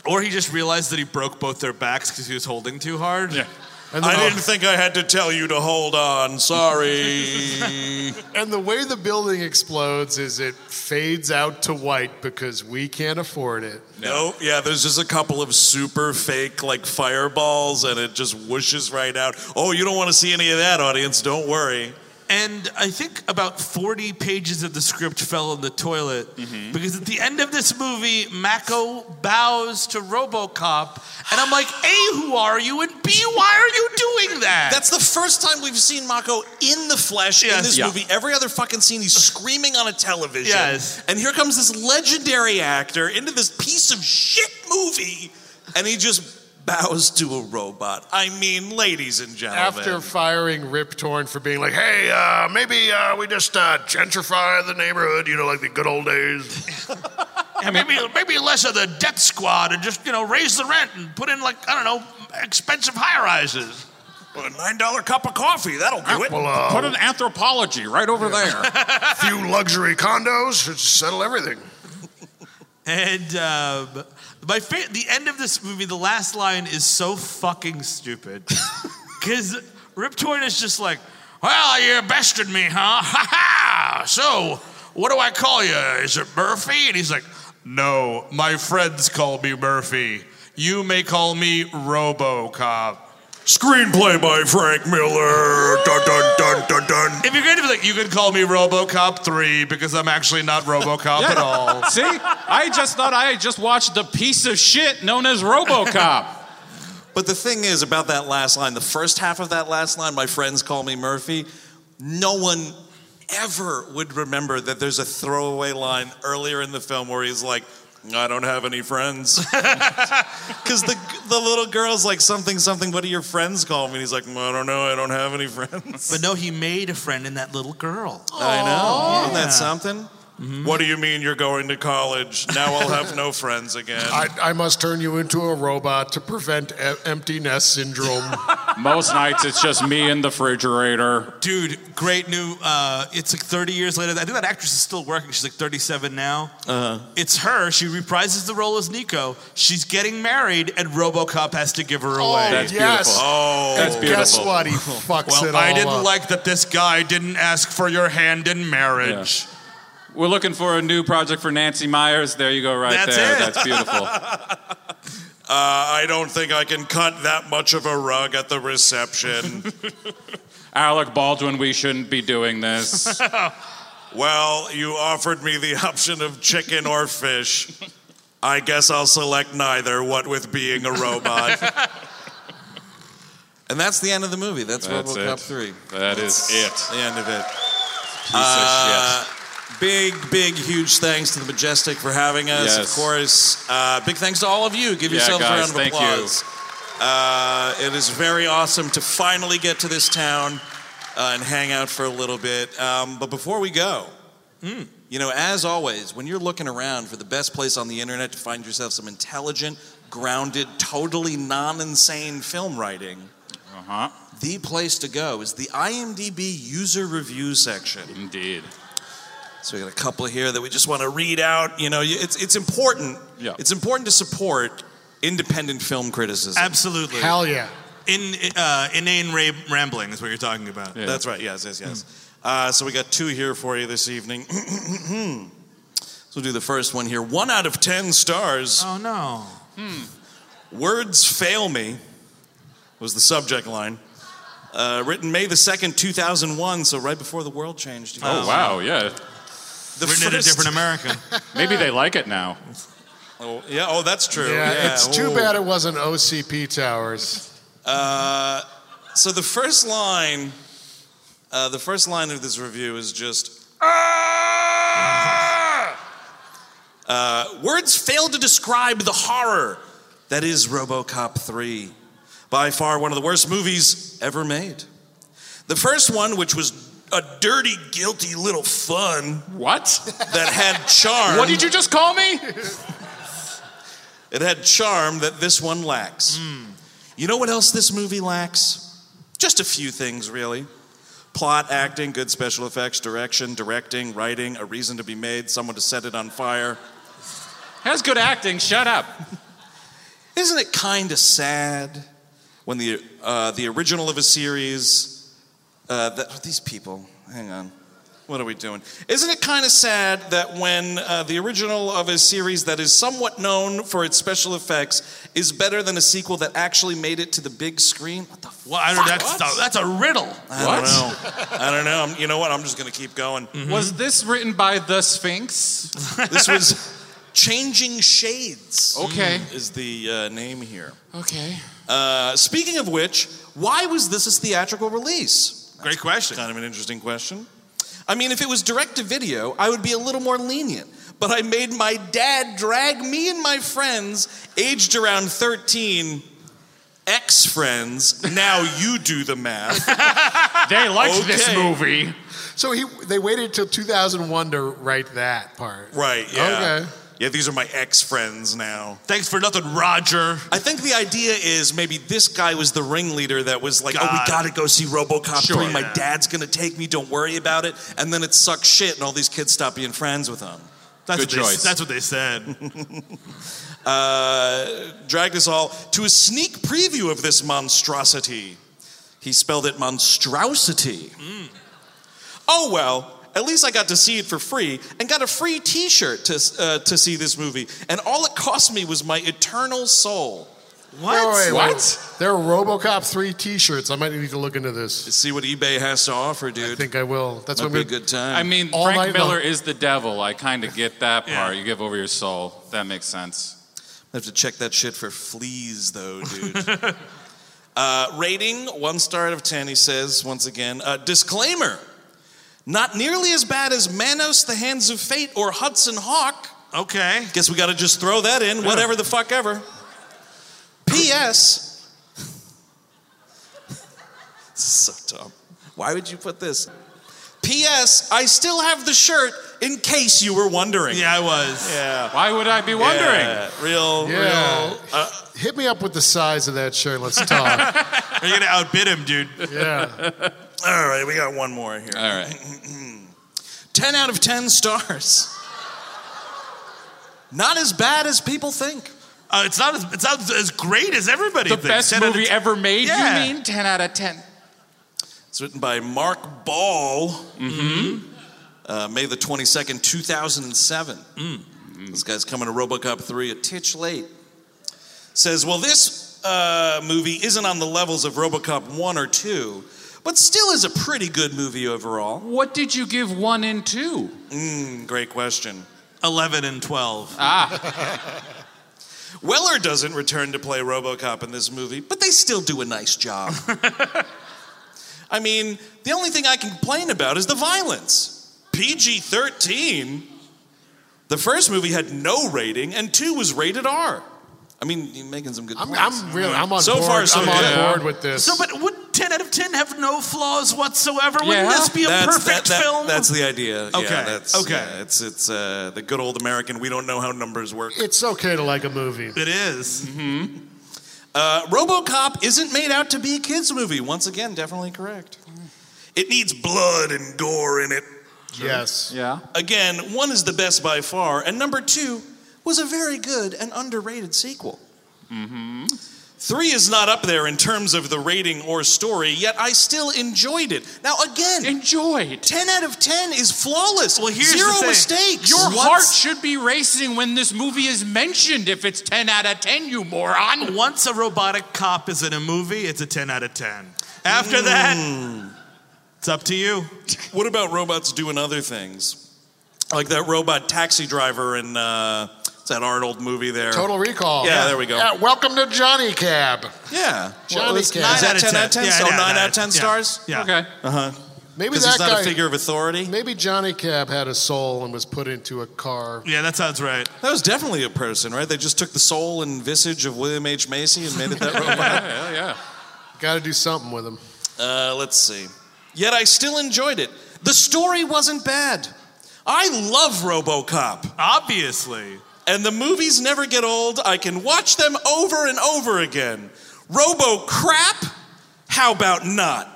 or he just realized that he broke both their backs because he was holding too hard. Yeah.
And,
I
then-
didn't think I had to tell you to hold on. Sorry.
and the way the building explodes is it fades out to white because we can't afford it.
No, yeah, there's just a couple of super fake like fireballs and it just whooshes right out. Oh, you don't want to see any of that, audience. Don't worry.
And I think about 40 pages of the script fell in the toilet
Mm-hmm.
because at the end of this movie, Mako bows to Robocop. And I'm like, A, who are you? And B, why are you doing that?
That's the first time we've seen Mako in the flesh in this
Yeah.
movie. Every other fucking scene, he's screaming on a television.
Yes.
And here comes this legendary actor into this piece of shit movie and he just bows to a robot. I mean, ladies and gentlemen.
After firing Rip Torn for being like, hey,
Hey, uh, maybe uh, we just uh, gentrify the neighborhood, you know, like the good old days.
And maybe, maybe less of the death squad and just, you know, raise the rent and put in, like, I don't know, expensive high rises.
Well, a $9 cup of coffee, that'll do it. Well, uh,
Put an anthropology right over there.
a few luxury condos should settle everything.
And um, my fa- the end of this movie, the last line is so fucking stupid. Because Rip Torn is just like, well, you bested me, huh? Ha ha! So, what do I call you? Is it Murphy? And he's like, no, my friends call me Murphy. You may call me Robocop.
Screenplay by Frank Miller. Dun, dun, dun, dun, dun.
If you're going to be like, you could call me RoboCop 3 because I'm actually not RoboCop at all.
See, I just thought I had just watched the piece of shit known as RoboCop.
But the thing is about that last line, the first half of that last line, my friends call me Murphy, no one ever would remember that there's a throwaway line earlier in the film where he's like, I don't have any friends. Because the, the little girl's like, something, something, what do your friends call me? And he's like, I don't know, I don't have any friends.
But no, he made a friend in that little girl.
I know. Mm-hmm. Isn't
Yeah.
that something? What do you mean you're going to college? Now I'll have no friends again.
I, I must turn you into a robot to prevent e- empty nest syndrome.
Most nights it's just me in the refrigerator.
Dude, great new. Uh, it's like 30 years later. I think that actress is still working. She's like 37 now. Uh-huh. It's her. She reprises the role as Nico. She's getting married, and Robocop has to give her away.
That's
yes.
beautiful.
oh,
That's beautiful.
Guess what? He fucks Oh. it
well,
all
I didn't
up.
like that this guy didn't ask for your hand in marriage.
We're looking for a new project for Nancy Myers. There you go, right
That's
there.
it.
That's beautiful.
I don't think I can cut that much of a rug at the reception.
Alec Baldwin, we shouldn't be doing this.
Well, you offered me the option of chicken or fish. I guess I'll select neither, what with being a robot. and that's the end of the movie. That's,
That's
RoboCop 3.
it. That is it.
The end of it.
Piece
Uh,
of shit.
Big, big, huge thanks to the Majestic for having us,
Yes.
of course. Uh, big thanks to all of you. Give
Yeah,
yourselves
guys,
a round of
thank you.
applause. Uh, it is very awesome to finally get to this town uh, and hang out for a little bit. Um, but before we go,
Hmm.
you know, as always, when you're looking around for the best place on the internet to find yourself some intelligent, grounded, totally non insane film writing,
Uh huh.
the place to go is the IMDb user review section.
Indeed.
So we got a couple here that we just want to read out. You know, you- it's it's important.
Yeah.
It's important to support independent film criticism.
Absolutely.
Hell yeah.
in uh, inane ra- rambling is what you're talking about.
That's right. Yes, yes, yes.
Hmm.
Uh, so we got two here for you this evening. so we'll do the first one here. One out of ten stars.
Oh no.
Words fail me was the subject line. Uh, written May the second, two thousand one. So right before the world changed.
Oh, wow. Yeah.
The
Written in a
first-
different America.
Maybe they like it now.
Oh, yeah. Oh, that's true.
Yeah, it's too
Ooh.
bad it wasn't OCP Towers.
Uh, So the first line, uh, the first line of this review is just. "Ah!" Uh, words fail to describe the horror that is RoboCop 3. By far one of the worst movies ever made. The first one, which was a dirty, guilty little fun
What?
that had charm.
What did you just call me?
It had charm that this one lacks. You know what else this movie lacks? Just a few things, really. Plot, acting, good special effects, direction, directing, writing, a reason to be made, someone to set it on fire.
Has good acting. Shut up.
Isn't it kind of sad when the, uh, the original of a series, uh, that, these people, hang on, what are we doing? Isn't it kind of sad that when uh, the original of a series that is somewhat known for its special effects is better than a sequel that actually made it to the big screen? What the f-
Well, I don't, that's, a, that's a riddle.
I don't know. I don't know. I'm- you know what? I'm just going to keep going.
Was this written by the Sphinx?
This was Changing Shades.
Okay.
Is the uh, name here.
Okay.
Uh, speaking of which, why was this a theatrical release?
Great question.
Kind of an interesting question. I mean, if it was direct to video, I would be a little more lenient. But I made my dad drag me and my friends, aged around 13, ex friends. Now you do the math.
They liked this
Okay.
movie.
So he they waited till 2001 to write that part.
right, yeah.
Okay.
Yeah, these are my ex friends now.
Thanks for nothing, Roger.
I think the idea is maybe this guy was the ringleader that was like, oh, we gotta go see Robocop 3. My dad's gonna take me, don't worry about it. And then it sucks shit, and all these kids stop being friends with him.
That's
Good
what
choice.
They, that's what they said.
Uh, dragged us all to a sneak preview of this monstrosity. He spelled it monstrosity.
Mm.
Oh well, at least I got to see it for free and got a free T-shirt to uh, to see this movie, and all it cost me was my eternal soul.
What?
What? There are RoboCop three T-shirts. I might need to look into this. See what eBay has to offer, dude. I think I will. That's
Might
what
be
I'm
a good time.
I mean,
All
Frank
night
Miller
long.
is the devil. I kind of get that part. You give over your soul. That makes sense.
I have to check that shit for fleas, though, dude. uh, rating one star out of ten. He says once again. Uh, disclaimer: not nearly as bad as Manos, The Hands of Fate, or Hudson Hawk.
Okay.
Guess we got to just throw that in. Whatever the fuck ever. P.S. so dumb. Why would you put this? P.S. I still have the shirt. In case you were wondering.
Yeah, I was.
Yeah.
Why would I be wondering?
real,
Yeah.
real. Uh,
Hit me up with the size of that shirt. Let's talk.
Are you gonna outbid him, dude?
Yeah.
All right, we got one more here.
All right.
10 out of 10 stars. Not as bad as people think.
Uh, it's not as it's not as great as everybody
The
thinks.
best
10 out of
movie
10.
ever made,
Yeah.
you mean? 10 out of 10.
It's written by Mark Ball. Mm-hmm. Uh, May the 22nd, 2007. This guy's coming to RoboCop 3 at Titch Late. Says, well, this uh, movie isn't on the levels of RoboCop 1 or 2, but still is a pretty good movie overall.
What did you give 1 and 2?
Mm, great question.
11 and 12.
Ah. Weller doesn't return to play Robocop in this movie, but they still do a nice job. I mean, the only thing I can complain about is the violence. PG 13. The first movie had no rating, and two was rated R. I mean, you're making some good
I'm-
points.
I'm really- I'm on
so
board.
Far, so
I'm on
good.
board with this.
So, but would 10 out of 10 have no flaws whatsoever? Wouldn't
Yeah.
this be a
That's-
perfect
that- that-
film?
That's the idea. Yeah,
Okay,
that's,
okay.
yeah, it's it's uh, the good old American. We don't know how numbers work.
it's okay to like a movie.
It is.
Uh, RoboCop isn't made out to be a kids movie. Once again, definitely correct. It needs blood and gore in it.
Yes.
Yeah.
Again, one is the best by far, and number two was a very good and underrated sequel.
Mm-hmm.
Three is not up there in terms of the rating or story, yet I still enjoyed it. Now, again,
enjoyed.
Ten out of ten is flawless. Well,
here's
zero
the thing.
mistakes.
Your
Once-
heart should be racing when this movie is mentioned if it's 10 out of 10, you moron.
Once a robotic cop is in a movie, it's a 10 out of 10. After
Mm.
that, it's up to you.
What about robots doing other things? Like that robot taxi driver in uh, it's that Arnold movie there.
Total Recall.
Yeah, there we go.
Yeah, welcome to Johnny Cab.
Yeah.
Johnny
Well, it's
Cab.
Nine
Is that
out
a
of 10
10?
out of 10?
Yeah,
so
yeah,
9
nine
out
out
of
of
10
10,
stars?
yeah.
Okay.
Uh huh.
Maybe
'Cause
that
he's not a
guy-
figure of authority.
Maybe Johnny Cab had a soul and was put into a car.
Yeah, that sounds right.
That was definitely a person, right? They just took the soul and visage of William H. Macy and made it that robot.
Yeah, yeah.
Got to do something with him.
Uh, let's see. Yet I still enjoyed it. The story wasn't bad. I love Robocop.
Obviously.
And the movies never get old. I can watch them over and over again. Robo crap? How about not?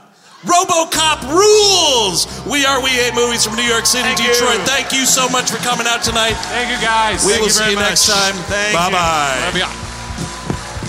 RoboCop rules! We are We Hate Movies from New York City,
Thank you.
Detroit. Thank you so much for coming out tonight.
Thank you guys.
We
Thank
will
you
see
very
you next
much.
time.
Thank
bye
you.
bye.
Love ya.